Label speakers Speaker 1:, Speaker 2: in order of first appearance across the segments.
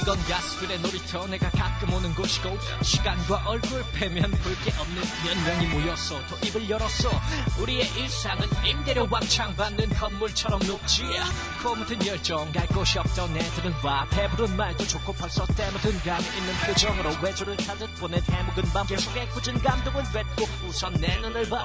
Speaker 1: 이건 야수들의 놀이터 내가 가끔 오는 곳이고 시간과 얼굴 패면 볼 게 없는 몇 명이 모여서 또 입을 열었어 우리의 일상은 임대료 왕창 받는 건물처럼 높지 코묻은 열정 갈 곳이 없던 애들은 와 배부른 말도 좋고 벌써 때묻은 감이 있는 표정으로 외조를 타듯 보낸 해묵은 밤 계속해 꾸준 감독은 됐고 우선 내 눈을 봐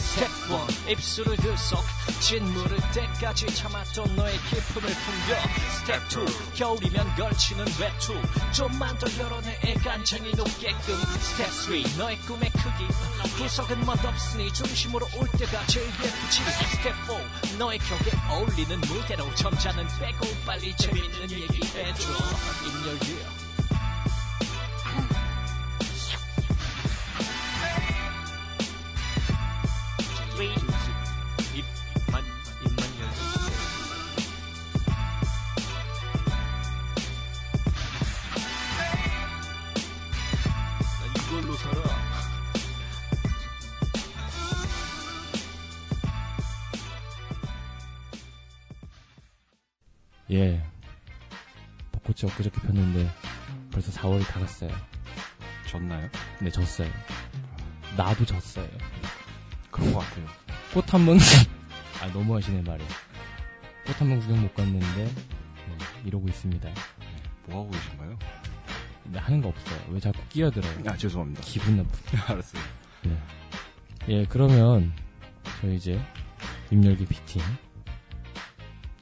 Speaker 1: 스텝원 뭐, 입술을 들썩 진물을 때까지 참았던 너의 기품을 풍겨 스텝2 겨울이면 걸치는 외투 좀만 더 열어내 간청이 높게끔 스텝3 너의 꿈의 크기 구석은 멋없으니 중심으로 올 때가 제일 예쁘지 스텝4 너의 격에 어울리는 무대로 점자는 빼고 빨리 재밌는 얘기 해줘 In your ear
Speaker 2: 스트레이트 입만 입만 열고 난 이걸로 살아
Speaker 3: 예. 벚꽃이 엊그저께 폈는데 벌써 4월이 다 갔어요.
Speaker 4: 졌나요?
Speaker 3: 네, 졌어요. 나도 졌어요.
Speaker 4: 그런 것 같아요.
Speaker 3: 꽃 한 번, 아, 너무하시네, 말이. 꽃 한 번 구경 못 갔는데, 네, 이러고 있습니다.
Speaker 4: 뭐 하고 계신가요?
Speaker 3: 근데 하는 거 없어요. 왜 자꾸 끼어들어요?
Speaker 4: 아 죄송합니다.
Speaker 3: 기분 나쁘다.
Speaker 4: 알았어요.
Speaker 3: 네. 예, 그러면, 저희 이제, 입열기 피팅,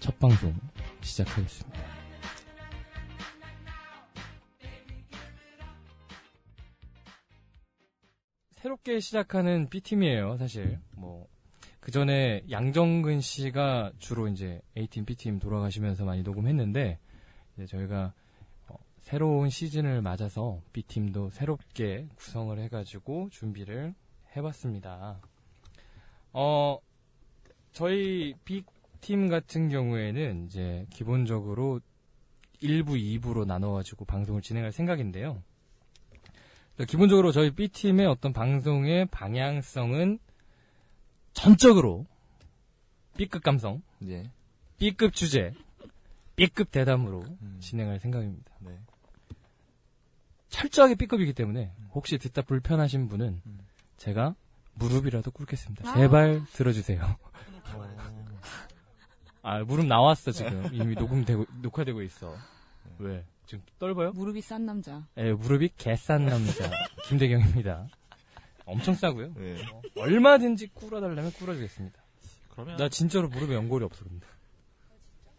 Speaker 3: 첫 방송, 시작하겠습니다. 새롭게 시작하는 B팀이에요, 사실. 뭐, 그 전에 양정근 씨가 주로 이제 A팀, B팀 돌아가시면서 많이 녹음했는데, 이제 저희가 어, 새로운 시즌을 맞아서 B팀도 새롭게 구성을 해가지고 준비를 해봤습니다. 어, 저희 B팀 같은 경우에는 이제 기본적으로 1부, 2부로 나눠가지고 방송을 진행할 생각인데요. 그래서 기본적으로 저희 B팀의 어떤 방송의 방향성은 전적으로 B급 감성,
Speaker 2: 예
Speaker 3: B급 주제, B급 대담으로
Speaker 2: 음.
Speaker 3: 진행할 생각입니다.
Speaker 2: 네.
Speaker 3: 철저하게 B급이기 때문에 혹시 듣다 불편하신 분은
Speaker 2: 음.
Speaker 3: 제가 무릎이라도 꿇겠습니다.
Speaker 5: 아.
Speaker 3: 제발 들어주세요. 아 무릎 나왔어 지금 이미 녹음되고 녹화되고 있어. 왜 지금 떨봐요?
Speaker 5: 무릎이 싼 남자.
Speaker 3: 예, 무릎이 개싼 남자 김대경입니다. 엄청 싸고요.
Speaker 2: 예.
Speaker 3: 얼마든지 꿇어달라면 꿇어주겠습니다.
Speaker 2: 그러면
Speaker 3: 나 진짜로 무릎에 연골이 없어 근데.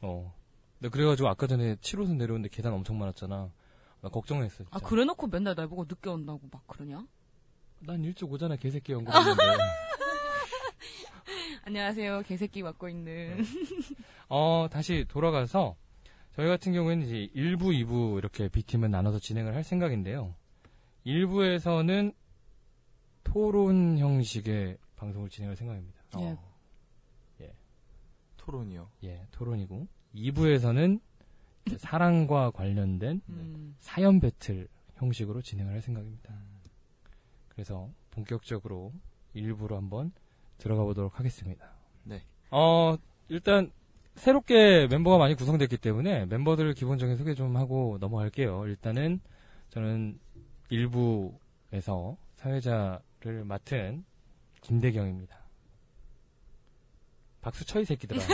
Speaker 3: 어. 나 그래가지고 아까 전에 7호선 내려오는데 계단 엄청 많았잖아. 나 걱정했어.
Speaker 5: 아
Speaker 3: 진짜.
Speaker 5: 그래놓고 맨날 나보고 늦게 온다고 막 그러냐?
Speaker 3: 난 일찍 오잖아 개새끼 연골 있는데.
Speaker 5: 안녕하세요 개새끼 맡고 있는
Speaker 2: 네.
Speaker 3: 어, 다시 돌아가서 저희 같은 경우에는 이제 1부, 2부 이렇게 B팀을 나눠서 진행을 할 생각인데요. 1부에서는 토론 형식의 방송을 진행할 생각입니다.
Speaker 5: 예.
Speaker 6: 어.
Speaker 3: 예.
Speaker 2: 토론이요
Speaker 3: 예, 토론이고 2부에서는 사랑과 관련된
Speaker 5: 음,
Speaker 3: 사연 배틀 형식으로 진행을 할 생각입니다. 그래서 본격적으로 일부로 한번 들어가 보도록 하겠습니다.
Speaker 2: 네.
Speaker 3: 어, 일단 새롭게 멤버가 많이 구성됐기 때문에 멤버들 기본적인 소개 좀 하고 넘어갈게요. 일단은 저는 일부에서 사회자를 맡은 김대경입니다. 박수 쳐이 새끼들아.
Speaker 2: 네.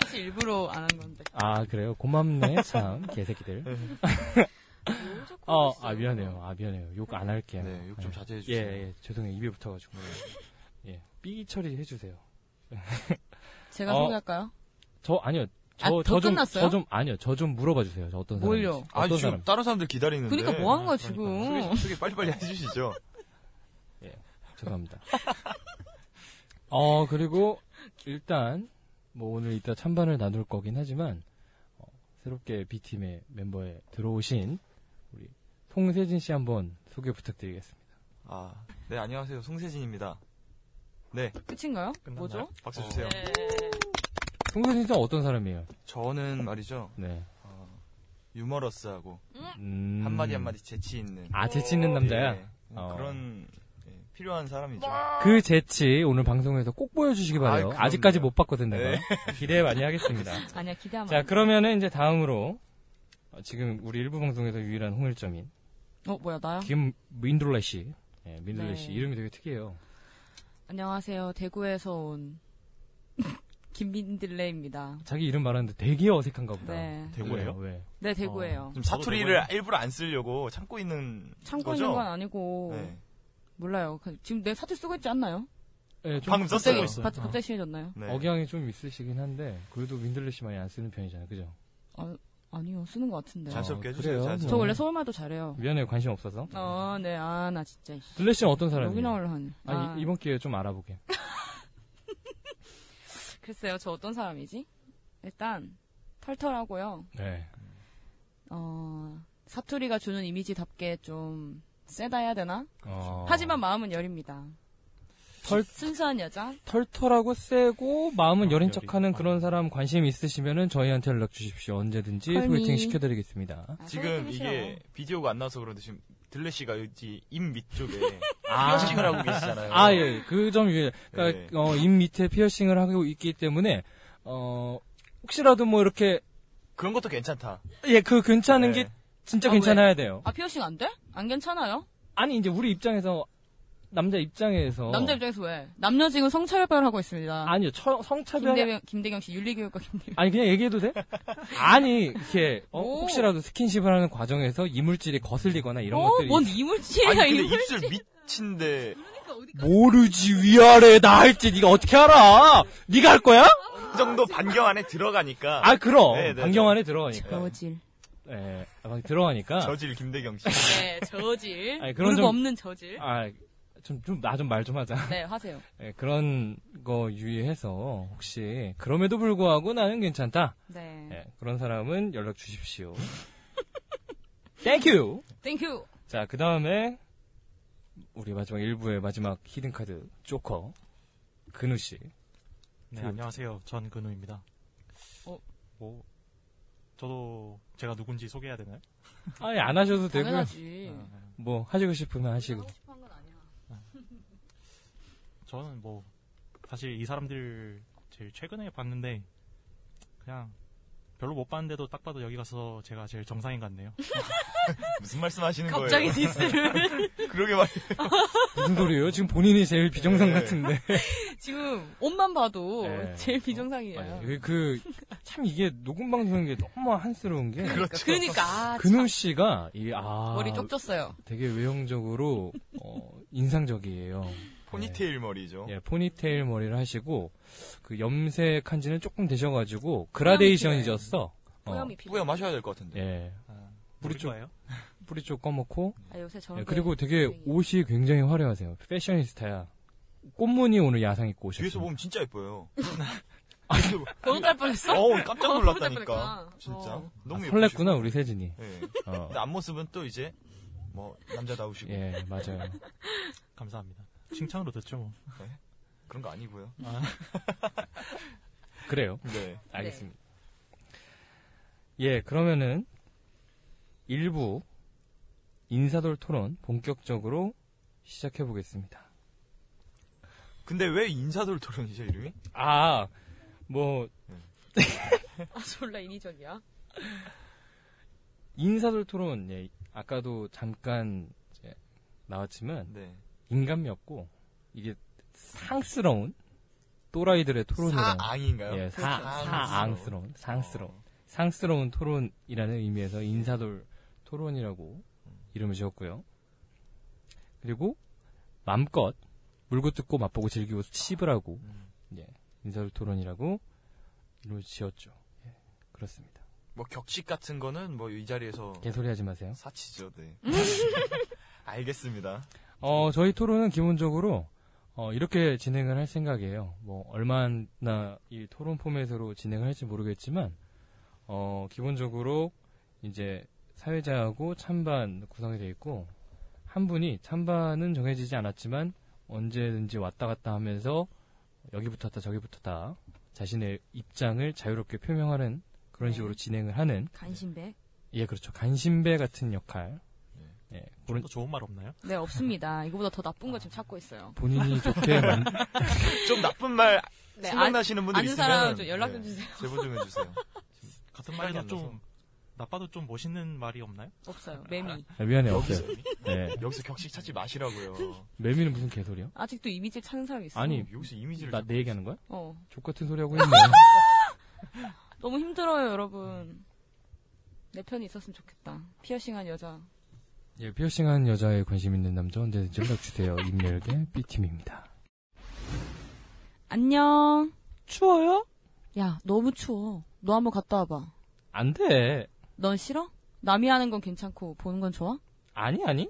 Speaker 5: 사실 일부러 안 한 건데.
Speaker 3: 아 그래요? 고맙네 참 개새끼들. 어, 아 미안해요. 아 미안해요. 욕 안 할게요.
Speaker 2: 네, 욕 좀 자제해
Speaker 3: 예,
Speaker 2: 주세요
Speaker 3: 예, 죄송해요. 입에 붙어가지고. 예, 삐 처리 해주세요.
Speaker 5: 제가
Speaker 3: 어,
Speaker 5: 소개할까요?
Speaker 3: 저 아니요.
Speaker 5: 아,
Speaker 3: 저,
Speaker 5: 더
Speaker 3: 저 좀,
Speaker 5: 끝났어요?
Speaker 3: 저 좀, 아니요. 저 좀 물어봐 주세요. 저 어떤 사람.
Speaker 5: 뭘요?
Speaker 3: 어떤
Speaker 4: 아니 지금
Speaker 3: 사람?
Speaker 4: 다른 사람들 기다리는데.
Speaker 5: 그러니까 뭐 한 거야 지금?
Speaker 2: 네. 소개, 소개 빨리빨리 해주시죠
Speaker 3: 죄송합니다. 어, 그리고, 일단, 뭐, 오늘 이따 찬반을 나눌 거긴 하지만, 어, 새롭게 B팀의 멤버에 들어오신, 우리, 송세진 씨 한번 소개 부탁드리겠습니다.
Speaker 2: 아 네 안녕하세요 송세진입니다 네
Speaker 5: 끝인가요?
Speaker 2: 끝났나요?
Speaker 5: 뭐죠?
Speaker 2: 박수 주세요
Speaker 5: 네.
Speaker 3: 송세진 씨는 어떤 사람이에요?
Speaker 2: 저는 말이죠
Speaker 3: 네.
Speaker 2: 어, 유머러스하고
Speaker 3: 음.
Speaker 2: 한마디 한마디 재치 있는
Speaker 3: 아, 재치 있는 남자야?
Speaker 2: 예, 뭐
Speaker 3: 어.
Speaker 2: 그런 예, 필요한 사람이죠.
Speaker 3: 그 재치 오늘 방송에서 꼭 보여주시기 바래요.
Speaker 2: 아이, 그럼요.
Speaker 3: 아직까지 못 봤거든 내가.
Speaker 2: 네.
Speaker 3: 기대 많이 하겠습니다.
Speaker 6: 아니야 기대하면.
Speaker 3: 자
Speaker 6: 안 돼.
Speaker 3: 그러면은 이제 다음으로 어, 지금 우리 일부 방송에서 유일한 홍일점인
Speaker 2: 그
Speaker 6: 어 뭐야 나야?
Speaker 3: 김 민돌레 씨. 예, 민돌레
Speaker 6: 네.
Speaker 3: 씨 이름이 되게 특이해요.
Speaker 6: 안녕하세요 대구에서 온 김민들레입니다.
Speaker 3: 자기 이름 말하는데 되게 어색한가 보다.
Speaker 6: 네,
Speaker 2: 대구예요?
Speaker 3: 왜? 왜?
Speaker 6: 네 대구예요.
Speaker 2: 지금 사투리를 일부러 안 쓰려고 참고 있는
Speaker 6: 참고
Speaker 2: 거죠?
Speaker 6: 있는 건 아니고
Speaker 2: 어. 네.
Speaker 6: 몰라요. 그- 지금 내 사투리 쓰고 있지 않나요?
Speaker 3: 예, 좀
Speaker 2: 방금 썼어요.
Speaker 3: 갑자기-
Speaker 2: 썼어요.
Speaker 6: 갑자기, 갑자기 심해졌나요?
Speaker 2: 네.
Speaker 3: 억양이 좀 있으시긴 한데 그래도 민들레 씨 많이 안 쓰는 편이잖아요, 그죠?
Speaker 6: 아니요 쓰는 것 같은데.
Speaker 3: 자,
Speaker 2: 자연스럽게
Speaker 3: 어,
Speaker 2: 해주세요.
Speaker 3: 그래요?
Speaker 2: 자연스럽게.
Speaker 6: 저 원래 서울말도 잘해요.
Speaker 3: 미안해요, 관심 없어서.
Speaker 6: 어, 네, 아, 나 진짜. 씨.
Speaker 3: 들레 씨는 어떤 사람이에요?
Speaker 6: 여기 나올라 하네.
Speaker 3: 아니,
Speaker 6: 아,
Speaker 3: 이번 기회에 좀 알아보게.
Speaker 6: 글쎄요, 저 어떤 사람이지? 일단, 털털하고요.
Speaker 3: 네.
Speaker 6: 어, 사투리가 주는 이미지답게 좀, 세다 해야 되나?
Speaker 3: 어.
Speaker 6: 하지만 마음은 여립니다.
Speaker 3: 털-
Speaker 6: 순수한 여자?
Speaker 3: 털털하고 세고 마음은
Speaker 7: 아,
Speaker 3: 여린
Speaker 7: 여린.
Speaker 3: 척하는 그런 사람 관심 있으시면은 저희한테 연락 주십시오. 언제든지
Speaker 6: 컬미.
Speaker 3: 소개팅 시켜드리겠습니다.
Speaker 6: 아,
Speaker 2: 지금
Speaker 6: 소개팅이
Speaker 2: 이게
Speaker 6: 싫어.
Speaker 2: 비디오가 안 나와서 그런데 지금 들레 씨가 여기 입 밑쪽에
Speaker 3: 아.
Speaker 2: 피어싱을 하고 계시잖아요.
Speaker 3: 아 예, 그 점 위에 그러니까
Speaker 2: 네.
Speaker 3: 어, 입 밑에 피어싱을 하고 있기 때문에 어 혹시라도 뭐 이렇게
Speaker 2: 그런 것도 괜찮다.
Speaker 3: 예 그 괜찮은
Speaker 2: 네.
Speaker 3: 게 진짜
Speaker 6: 아,
Speaker 3: 괜찮아야 돼요.
Speaker 6: 아, 피어싱 안 돼? 안 괜찮아요?
Speaker 3: 아니 이제 우리 입장에서 남자 입장에서
Speaker 6: 남자 입장에서 왜? 남녀 지금 성차별을 하고 있습니다.
Speaker 3: 어. 아니요 처- 성차별
Speaker 6: 김대경, 김대경 씨, 윤리교육과 김대경.
Speaker 3: 아니 그냥 얘기해도 돼? 아니 이렇게 어,
Speaker 6: 오.
Speaker 3: 혹시라도 스킨십을 하는 과정에서 이물질이 거슬리거나 이런
Speaker 6: 어,
Speaker 3: 것들이
Speaker 6: 뭔
Speaker 3: 있-
Speaker 2: 아니
Speaker 6: 이물질이야,
Speaker 2: 근데
Speaker 6: 이물.
Speaker 2: 입술 밑인데
Speaker 3: 모르지 위아래 나 할지 네가 어떻게 알아? 네가 할 거야?
Speaker 2: 그 정도 반경 안에 들어가니까
Speaker 3: 아 그럼
Speaker 2: 네, 네,
Speaker 3: 반경
Speaker 2: 네.
Speaker 3: 안에 들어가니까
Speaker 6: 저질.
Speaker 3: 예 아, 들어가니까
Speaker 2: 저질 김대경 씨.
Speaker 6: 네, 저질.
Speaker 3: 아니, 그런
Speaker 6: 물고
Speaker 3: 점-
Speaker 6: 없는 저질.
Speaker 3: 아, 아좀좀나 좀 말 좀 하자
Speaker 6: 네, 하세요.
Speaker 3: 예, 그런 거 유의해서 혹시 그럼에도 불구하고 나는 괜찮다
Speaker 6: 네.
Speaker 3: 예, 그런 사람은 연락 주십시오 땡큐
Speaker 6: 땡큐.
Speaker 3: 자 그 다음에 우리 마지막 1부의 마지막 히든카드 조커 근우씨
Speaker 8: 네, 안녕하세요. 전 근우입니다.
Speaker 6: 어?
Speaker 8: 뭐, 저도 제가 누군지 소개해야 되나요?
Speaker 3: 아니 안 하셔도 되고요
Speaker 6: 당연하지.
Speaker 3: 뭐 하시고 싶으면 하시고
Speaker 8: 저는 뭐, 사실 이 사람들 제일 최근에 봤는데, 그냥 별로 못 봤는데도 딱 봐도 여기 가서 제가 제일 정상인 것 같네요.
Speaker 2: 무슨 말씀하시는
Speaker 6: 갑자기
Speaker 2: 거예요?
Speaker 6: 디스를.
Speaker 2: 그러게 말.
Speaker 3: 무슨 소리예요 지금 본인이 제일 비정상
Speaker 2: 네.
Speaker 3: 같은데
Speaker 6: 지금 옷만 봐도
Speaker 3: 네.
Speaker 6: 제일 비정상이에요.
Speaker 3: 그 참 이게 녹음 방송인 게 너무 한스러운 게
Speaker 2: 그렇죠.
Speaker 6: 그러니까 아,
Speaker 3: 근우
Speaker 6: 참,
Speaker 3: 씨가 이아
Speaker 6: 머리 쪽졌어요.
Speaker 3: 되게 외형적으로 어, 인상적이에요.
Speaker 2: 포니테일 머리죠.
Speaker 8: 네.
Speaker 3: 예, 포니테일 머리를 하시고 그 염색한지는 조금 되셔가지고 그라데이션이셨어.
Speaker 6: 뿌염이 필요.
Speaker 2: 뿌여 마셔야 될 것
Speaker 8: 네.
Speaker 2: 같은데.
Speaker 3: 예,
Speaker 8: 모를
Speaker 3: 쪽.
Speaker 8: 거예요?
Speaker 3: 뿌리 쪽 검었고
Speaker 6: 아, 요새 저.
Speaker 3: 예, 그리고
Speaker 2: 네.
Speaker 3: 되게 옷이 굉장히 화려하세요. 패셔니스타야. 꽃무늬 오늘 야상 입고
Speaker 2: 뒤에서
Speaker 3: 오셨어요.
Speaker 2: 보면 진짜 예뻐요.
Speaker 6: 번호딸 뻔했어.
Speaker 2: 어우 깜짝 놀랐다니까.
Speaker 6: 깜짝이야.
Speaker 2: 진짜
Speaker 6: 아, 어.
Speaker 2: 너무
Speaker 3: 아,
Speaker 2: 예쁘시고.
Speaker 3: 설렜구나 우리 세진이.
Speaker 2: 예.
Speaker 3: 어,
Speaker 2: 근데 앞모습은 또 이제 뭐 남자다우시고
Speaker 3: 예, 맞아요.
Speaker 8: 감사합니다. 칭찬으로 듣죠, 뭐.
Speaker 2: 그런 거 아니고요.
Speaker 3: 그래요.
Speaker 2: 네.
Speaker 3: 알겠습니다. 예, 그러면은 일부 인사돌 토론 본격적으로 시작해 보겠습니다.
Speaker 2: 근데 왜 인사돌 토론이죠 이름이?
Speaker 3: 아, 뭐
Speaker 6: 아, 졸라 인위적이야.
Speaker 3: 인사돌 토론 예, 아까도 잠깐 이제 나왔지만
Speaker 2: 네.
Speaker 3: 인감이 없고 이게 상스러운 또라이들의 토론이라는
Speaker 2: 사앙인가요? 어.
Speaker 3: 예, 사, 사앙스러운 상스러운 상스러운 토론이라는 의미에서 인사돌 토론이라고 이름을 지었고요. 그리고 맘껏 물고 뜯고 맛보고 즐기고 씹을 하고 예, 인사돌 토론이라고 이름을 지었죠. 예, 그렇습니다.
Speaker 2: 뭐 격식 같은 거는 뭐 이 자리에서
Speaker 3: 개소리 하지 마세요.
Speaker 2: 사치죠. 네. 알겠습니다.
Speaker 3: 어, 저희 토론은 기본적으로 어, 이렇게 진행을 할 생각이에요. 뭐 얼마나 이 토론 포맷으로 진행을 할지 모르겠지만 어, 기본적으로 이제 사회자하고 찬반 구성이 돼 있고 한 분이 찬반은 정해지지 않았지만 언제든지 왔다 갔다 하면서 여기 붙었다 저기 붙었다 자신의 입장을 자유롭게 표명하는 그런
Speaker 6: 네.
Speaker 3: 식으로 진행을 하는
Speaker 6: 간신배.
Speaker 3: 예 그렇죠 간신배 같은 역할 예,
Speaker 8: 좀
Speaker 3: 물론
Speaker 8: 더 좋은 말 없나요?
Speaker 6: 네, 없습니다. 이거보다 더 나쁜 걸 지금 찾고 있어요.
Speaker 3: 본인이 좋게 만,
Speaker 2: 좀 나쁜 말
Speaker 6: 네,
Speaker 2: 생각나시는 분들
Speaker 6: 아는
Speaker 2: 있으면
Speaker 6: 사람 좀 연락 좀
Speaker 2: 네,
Speaker 6: 주세요.
Speaker 2: 제보 좀 해주세요.
Speaker 8: 같은
Speaker 2: 생각이
Speaker 8: 말도
Speaker 2: 안 나서.
Speaker 8: 좀 나빠도 좀 멋있는 말이 없나요?
Speaker 6: 없어요. 매미.
Speaker 3: 미안해, 없어요. 예.
Speaker 2: 여기서 격식 찾지 마시라고요.
Speaker 3: 매미는 무슨 개소리야?
Speaker 6: 아직도 이미지를 찾는 사람이 있어.
Speaker 3: 아니,
Speaker 2: 여기서 이미지를
Speaker 3: 나
Speaker 2: 자꾸
Speaker 3: 내 얘기하는 거야?
Speaker 6: 어.
Speaker 3: 족 같은 소리 하고 있네.
Speaker 6: 너무 힘들어요, 여러분. 내 편이 있었으면 좋겠다. 피어싱한 여자.
Speaker 3: 예, 피어싱한 여자에 관심 있는 남자 언제 연락 주세요. 임열계 B팀입니다.
Speaker 6: 안녕.
Speaker 3: 추워요?
Speaker 6: 야, 너무 추워. 너 한번 갔다 와봐.
Speaker 3: 안 돼.
Speaker 6: 넌 싫어? 남이 하는 건 괜찮고 보는 건 좋아?
Speaker 3: 아니 아니.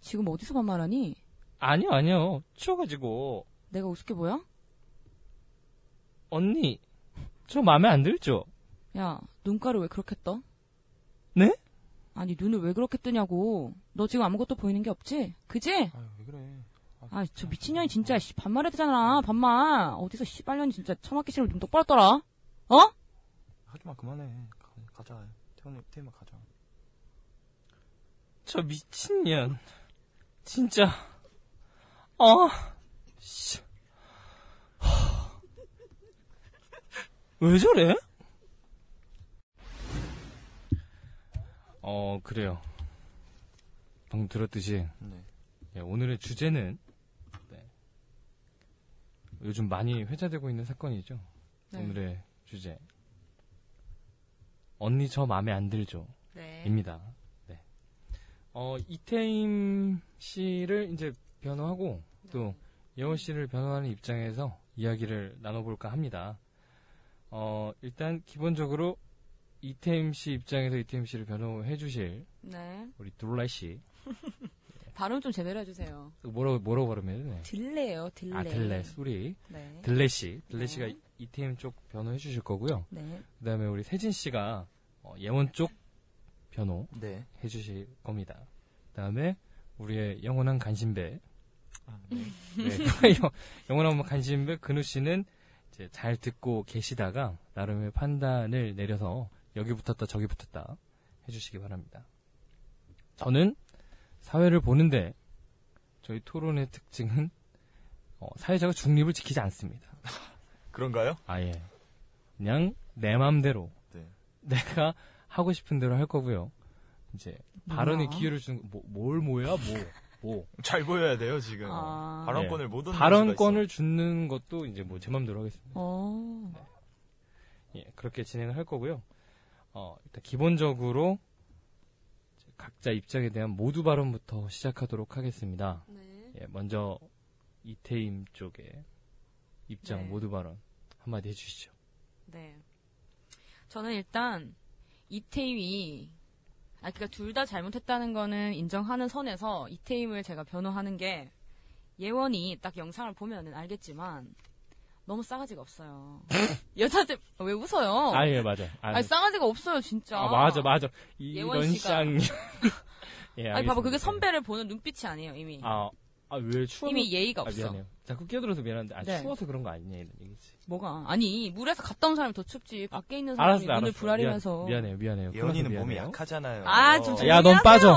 Speaker 6: 지금 어디서 반말하니?
Speaker 3: 아니요 아니요. 추워가지고
Speaker 6: 내가 우습게 보여?
Speaker 3: 언니 저 마음에 안 들죠?
Speaker 6: 야, 눈가를 왜 그렇게 떠?
Speaker 3: 네?
Speaker 6: 아니, 눈을 왜 그렇게 뜨냐고. 너 지금 아무것도 보이는 게 없지? 그지?
Speaker 2: 아유, 왜 그래.
Speaker 6: 아, 저 미친년이 진짜, 씨, 반말해야 되잖아, 반말. 어디서 씨발년이 진짜 처맞기 싫어 눈 똑바로 떠라. 어?
Speaker 2: 하지마, 그만해. 가- 가자. 태훈이, 태훈아, 가자.
Speaker 3: 저 미친년. 진짜. 어. 씨. 하. 왜 저래? 어, 그래요. 방금 들었듯이
Speaker 2: 네.
Speaker 3: 예, 오늘의 주제는 네. 요즘 많이 회자되고 있는 사건이죠.
Speaker 6: 네.
Speaker 3: 오늘의 주제. 언니 저 마음에 안 들죠.
Speaker 6: 네.
Speaker 3: 입니다. 네. 어, 이태임 씨를 이제 변호하고 또 예원 씨를 변호하는 입장에서 이야기를 나눠볼까 합니다. 어, 일단 기본적으로 이태임 씨 입장에서 이태임 씨를 변호해 주실
Speaker 6: 네.
Speaker 3: 우리 둘라 씨.
Speaker 6: 발음 좀 제대로 해주세요.
Speaker 3: 뭐라고, 뭐라고 발음해야 되네.
Speaker 6: 들레요, 들레.
Speaker 3: 아, 들레, 우리
Speaker 6: 네.
Speaker 3: 들레 씨. 들레 씨가
Speaker 6: 네.
Speaker 3: 이태임 쪽 변호해 주실 거고요.
Speaker 6: 네.
Speaker 3: 그 다음에 우리 세진 씨가 어, 예원 쪽 변호
Speaker 2: 네.
Speaker 3: 해주실 겁니다. 그다음에 우리의 영원한 간신배,
Speaker 8: 아, 네.
Speaker 3: 네, 영- 영원한 간신배 근우 씨는 이제 잘 듣고 계시다가 나름의 판단을 내려서 여기 붙었다 저기 붙었다 해주시기 바랍니다. 저는 사회를 보는데 저희 토론의 특징은 어, 사회자가 중립을 지키지 않습니다.
Speaker 2: 그런가요?
Speaker 3: 아예 그냥 내 맘대로
Speaker 2: 네.
Speaker 3: 내가 하고 싶은 대로 할 거고요. 이제 발언의
Speaker 6: 뭐야?
Speaker 3: 기회를 주는 거- 뭐, 뭘 뭐야 뭐 뭐.
Speaker 2: 잘 보여야 돼요, 지금.
Speaker 6: 아.
Speaker 2: 발언권을 못 얻는
Speaker 3: 발언권을 주는 것도 이제 뭐 제 맘대로 하겠습니다.
Speaker 6: 어.
Speaker 3: 예, 그렇게 진행을 할 거고요. 어, 일단 기본적으로 이제 각자 입장에 대한 모두 발언부터 시작하도록 하겠습니다.
Speaker 6: 네.
Speaker 3: 예, 먼저 이태임 쪽의 입장
Speaker 6: 네.
Speaker 3: 모두 발언 한마디 해주시죠.
Speaker 6: 네. 저는 일단 이태임이 아 그러니까 둘 다 잘못했다는 거는 인정하는 선에서 이태임을 제가 변호하는 게 예원이 딱 영상을 보면은 알겠지만 너무 싸가지가 없어요. 여자들 아, 왜 웃어요?
Speaker 3: 아, 예, 맞아. 아,
Speaker 6: 아니, 싸가지가 없어요 진짜.
Speaker 3: 아, 맞아, 맞아. 이-
Speaker 6: 그렇죠? 예원
Speaker 3: 이런
Speaker 6: 씨가.
Speaker 3: 쌍. 예,
Speaker 6: 아니 봐봐
Speaker 3: 알겠습니다.
Speaker 6: 그게 선배를 보는 눈빛이 아니에요 이미.
Speaker 3: 아, 아, 왜 추워?
Speaker 6: 이미 예의가
Speaker 3: 아,
Speaker 6: 없어.
Speaker 3: 미안해요. 자꾸 끼어들어서 미안한데, 아,
Speaker 6: 네.
Speaker 3: 추워서 그런 거 아니냐, 이런 얘기지.
Speaker 6: 뭐가 아니 물에서 갔다 온 사람이 더 춥지 밖에 있는 사람이
Speaker 3: 알았어, 알았어.
Speaker 6: 눈을 불아리면서.
Speaker 3: 미안, 미안해요, 미안해요.
Speaker 2: 거였어요. 예원이는
Speaker 3: 끊어서
Speaker 2: 몸이
Speaker 3: 미안해요.
Speaker 2: 약하잖아요.
Speaker 6: 아좀 아,
Speaker 3: 야, 넌 빠져.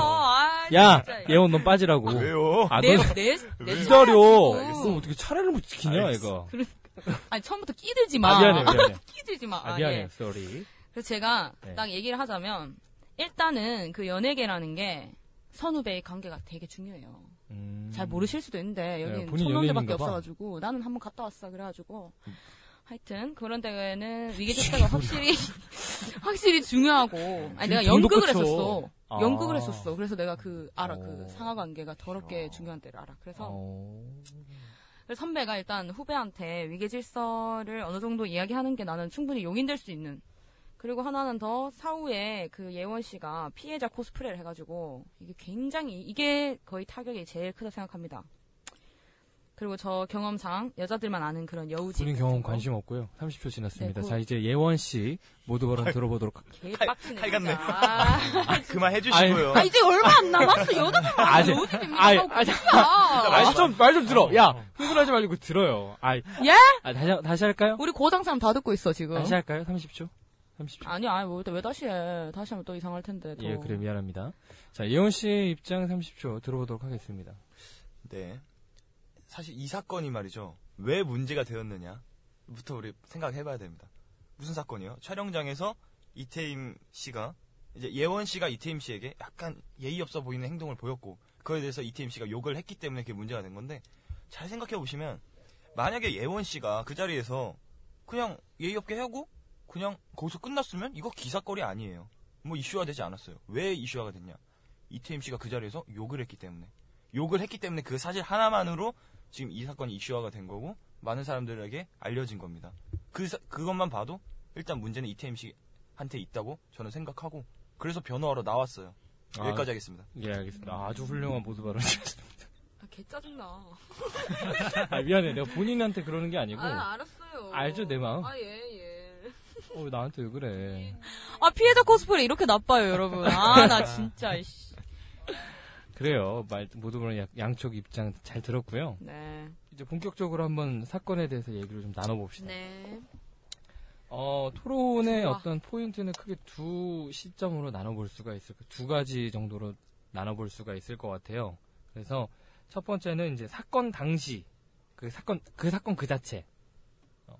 Speaker 3: 야,
Speaker 6: 진짜.
Speaker 3: 예원 넌 빠지라고.
Speaker 2: 왜요?
Speaker 3: 아, 넌
Speaker 6: 내내내
Speaker 3: 기다려.
Speaker 6: 알겠어.
Speaker 3: 너 어떻게 차례를 못 지키냐,
Speaker 2: 알겠어.
Speaker 3: 이거.
Speaker 6: 아니 처음부터 끼들지 마.
Speaker 3: 아, 미안해, 미안해.
Speaker 6: 끼들지 마.
Speaker 3: 아,
Speaker 6: 아,
Speaker 3: 미안해,
Speaker 6: 예.
Speaker 3: 쏘리.
Speaker 6: 그래서 제가
Speaker 3: 네.
Speaker 6: 딱 얘기를 하자면 일단은 그 연예계라는 게 선후배의 관계가 되게 중요해요.
Speaker 3: 음.
Speaker 6: 잘 모르실 수도 있는데
Speaker 3: 네,
Speaker 6: 여기는
Speaker 3: 본인
Speaker 6: 천원대밖에
Speaker 3: 연예인인가 봐. 음.
Speaker 6: 없어가지고 나는 한번 갔다 왔어 그래가지고 하여튼 그런 데에는 위계질서가 확실히 확실히 중요하고 아니 내가
Speaker 3: 돈도
Speaker 6: 연극을
Speaker 3: 꽂혀.
Speaker 6: 했었어
Speaker 3: 아.
Speaker 6: 연극을 했었어 그래서 내가 그 알아
Speaker 3: 어.
Speaker 6: 그 상하관계가 더럽게 중요한 데를 알아 그래서
Speaker 3: 어.
Speaker 6: 그래서 선배가 일단 후배한테 위계질서를 어느 정도 이야기하는 게 나는 충분히 용인될 수 있는. 그리고 하나는 더 사후에 그 예원 씨가 피해자 코스프레를 해가지고 이게 굉장히 이게 거의 타격이 제일 크다 생각합니다. 그리고 저 경험상 여자들만 아는 그런 여우짓.
Speaker 3: 본인 경험 관심 없고요. 30초 지났습니다.
Speaker 6: 네, 그-
Speaker 3: 자, 이제 예원 씨 모두 발언 들어보도록 할게요.
Speaker 6: 개빡치네.
Speaker 2: 칼 같네.
Speaker 6: 진짜. 아,
Speaker 2: 그만 해주시고요.
Speaker 6: 아, 이제 얼마 안 남았어. 여자들만
Speaker 3: 아,
Speaker 6: 아는
Speaker 3: 이제-
Speaker 6: 여우짓
Speaker 3: 아이,
Speaker 6: 입니다.
Speaker 3: 아이,
Speaker 6: 아,
Speaker 3: 아, 좀, 말 좀 들어. 야,
Speaker 8: 어.
Speaker 3: 흥분하지 말고 들어요. 아,
Speaker 6: 예?
Speaker 3: 아, 다시, 다시 할까요?
Speaker 6: 우리 고장 사람 다 듣고 있어 지금.
Speaker 3: 다시 할까요? 30초? 30초.
Speaker 6: 아니야, 아니, 왜, 왜 다시 해? 다시 하면 또 이상할 텐데. 또.
Speaker 3: 예, 그래 미안합니다. 자, 예원 씨의 입장 30초 들어보도록 하겠습니다.
Speaker 2: 네. 사실 이 사건이 말이죠. 왜 문제가 되었느냐부터 우리 생각해봐야 됩니다. 무슨 사건이요? 촬영장에서 이태임 씨가 이제 예원 씨가 이태임 씨에게 약간 예의 없어 보이는 행동을 보였고 그거에 대해서 이태임 씨가 욕을 했기 때문에 그게 문제가 된 건데 잘 생각해 보시면 만약에 예원 씨가 그 자리에서 그냥 예의 없게 하고 그냥 거기서 끝났으면 이거 기사거리 아니에요. 뭐 이슈화 되지 않았어요. 왜 이슈화가 됐냐? 이태임 씨가 그 자리에서 욕을 했기 때문에. 욕을 했기 때문에 그 사실 하나만으로 지금 이 사건이 이슈화가 된 거고 많은 사람들에게 알려진 겁니다. 그 사- 그것만 봐도 일단 문제는 이태임 씨한테 있다고 저는 생각하고 그래서 변호하러 나왔어요.
Speaker 3: 아,
Speaker 2: 여기까지 하겠습니다.
Speaker 3: 예, 알겠습니다. 아주 훌륭한 모두 발언이었습니다.
Speaker 6: 아, 개 짜증나.
Speaker 3: 아, 미안해. 내가 본인한테 그러는 게 아니고
Speaker 6: 아, 알았어요.
Speaker 3: 알죠, 내 마음?
Speaker 6: 아, 예, 예.
Speaker 3: 어, 왜 나한테 왜 그래.
Speaker 6: 아, 피해자 코스프레 이렇게 나빠요, 여러분. 아, 나 진짜, 이씨.
Speaker 3: 그래요. 말 모두 발언 양- 양쪽 입장 잘 들었고요.
Speaker 6: 네.
Speaker 3: 이제 본격적으로 한번 사건에 대해서 얘기를 좀 나눠봅시다.
Speaker 6: 네.
Speaker 3: 어, 토론의
Speaker 6: 좋아.
Speaker 3: 어떤 포인트는 크게 두 시점으로 나눠볼 수가 있을 거- 두 가지 정도로 나눠볼 수가 있을 것 같아요. 그래서 첫 번째는 이제 사건 당시 그 사건 그 사건 그 자체 어,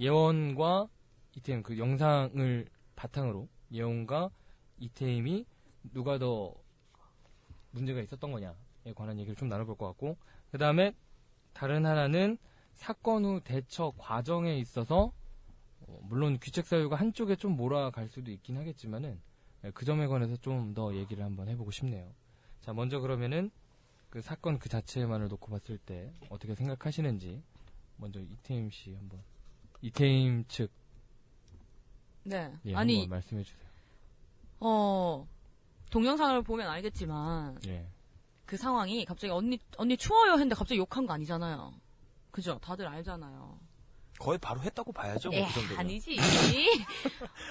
Speaker 3: 예원과 이태임 그 영상을 바탕으로 예원과 이태임이 누가 더 문제가 있었던 거냐에 관한 얘기를 좀 나눠볼 것 같고 그 다음에 다른 하나는 사건 후 대처 과정에 있어서 어, 물론 귀책 사유가 한쪽에 좀 몰아갈 수도 있긴 하겠지만은 예, 그 점에 관해서 좀 더 얘기를 한번 해보고 싶네요. 자 먼저 그러면은 그 사건 그 자체만을 놓고 봤을 때 어떻게 생각하시는지 먼저 이태임 씨 한번 이태임 측
Speaker 6: 네.
Speaker 3: 예,
Speaker 6: 아니,
Speaker 3: 한번 말씀해 주세요.
Speaker 6: 어, 동영상을 보면 알겠지만,
Speaker 3: 예.
Speaker 6: 그 상황이 갑자기 언니, 언니 추워요 했는데 갑자기 욕한 거 아니잖아요. 그죠? 다들 알잖아요.
Speaker 2: 거의 바로 했다고 봐야죠.
Speaker 6: 예,
Speaker 2: 뭐그 정도면.
Speaker 6: 아니지.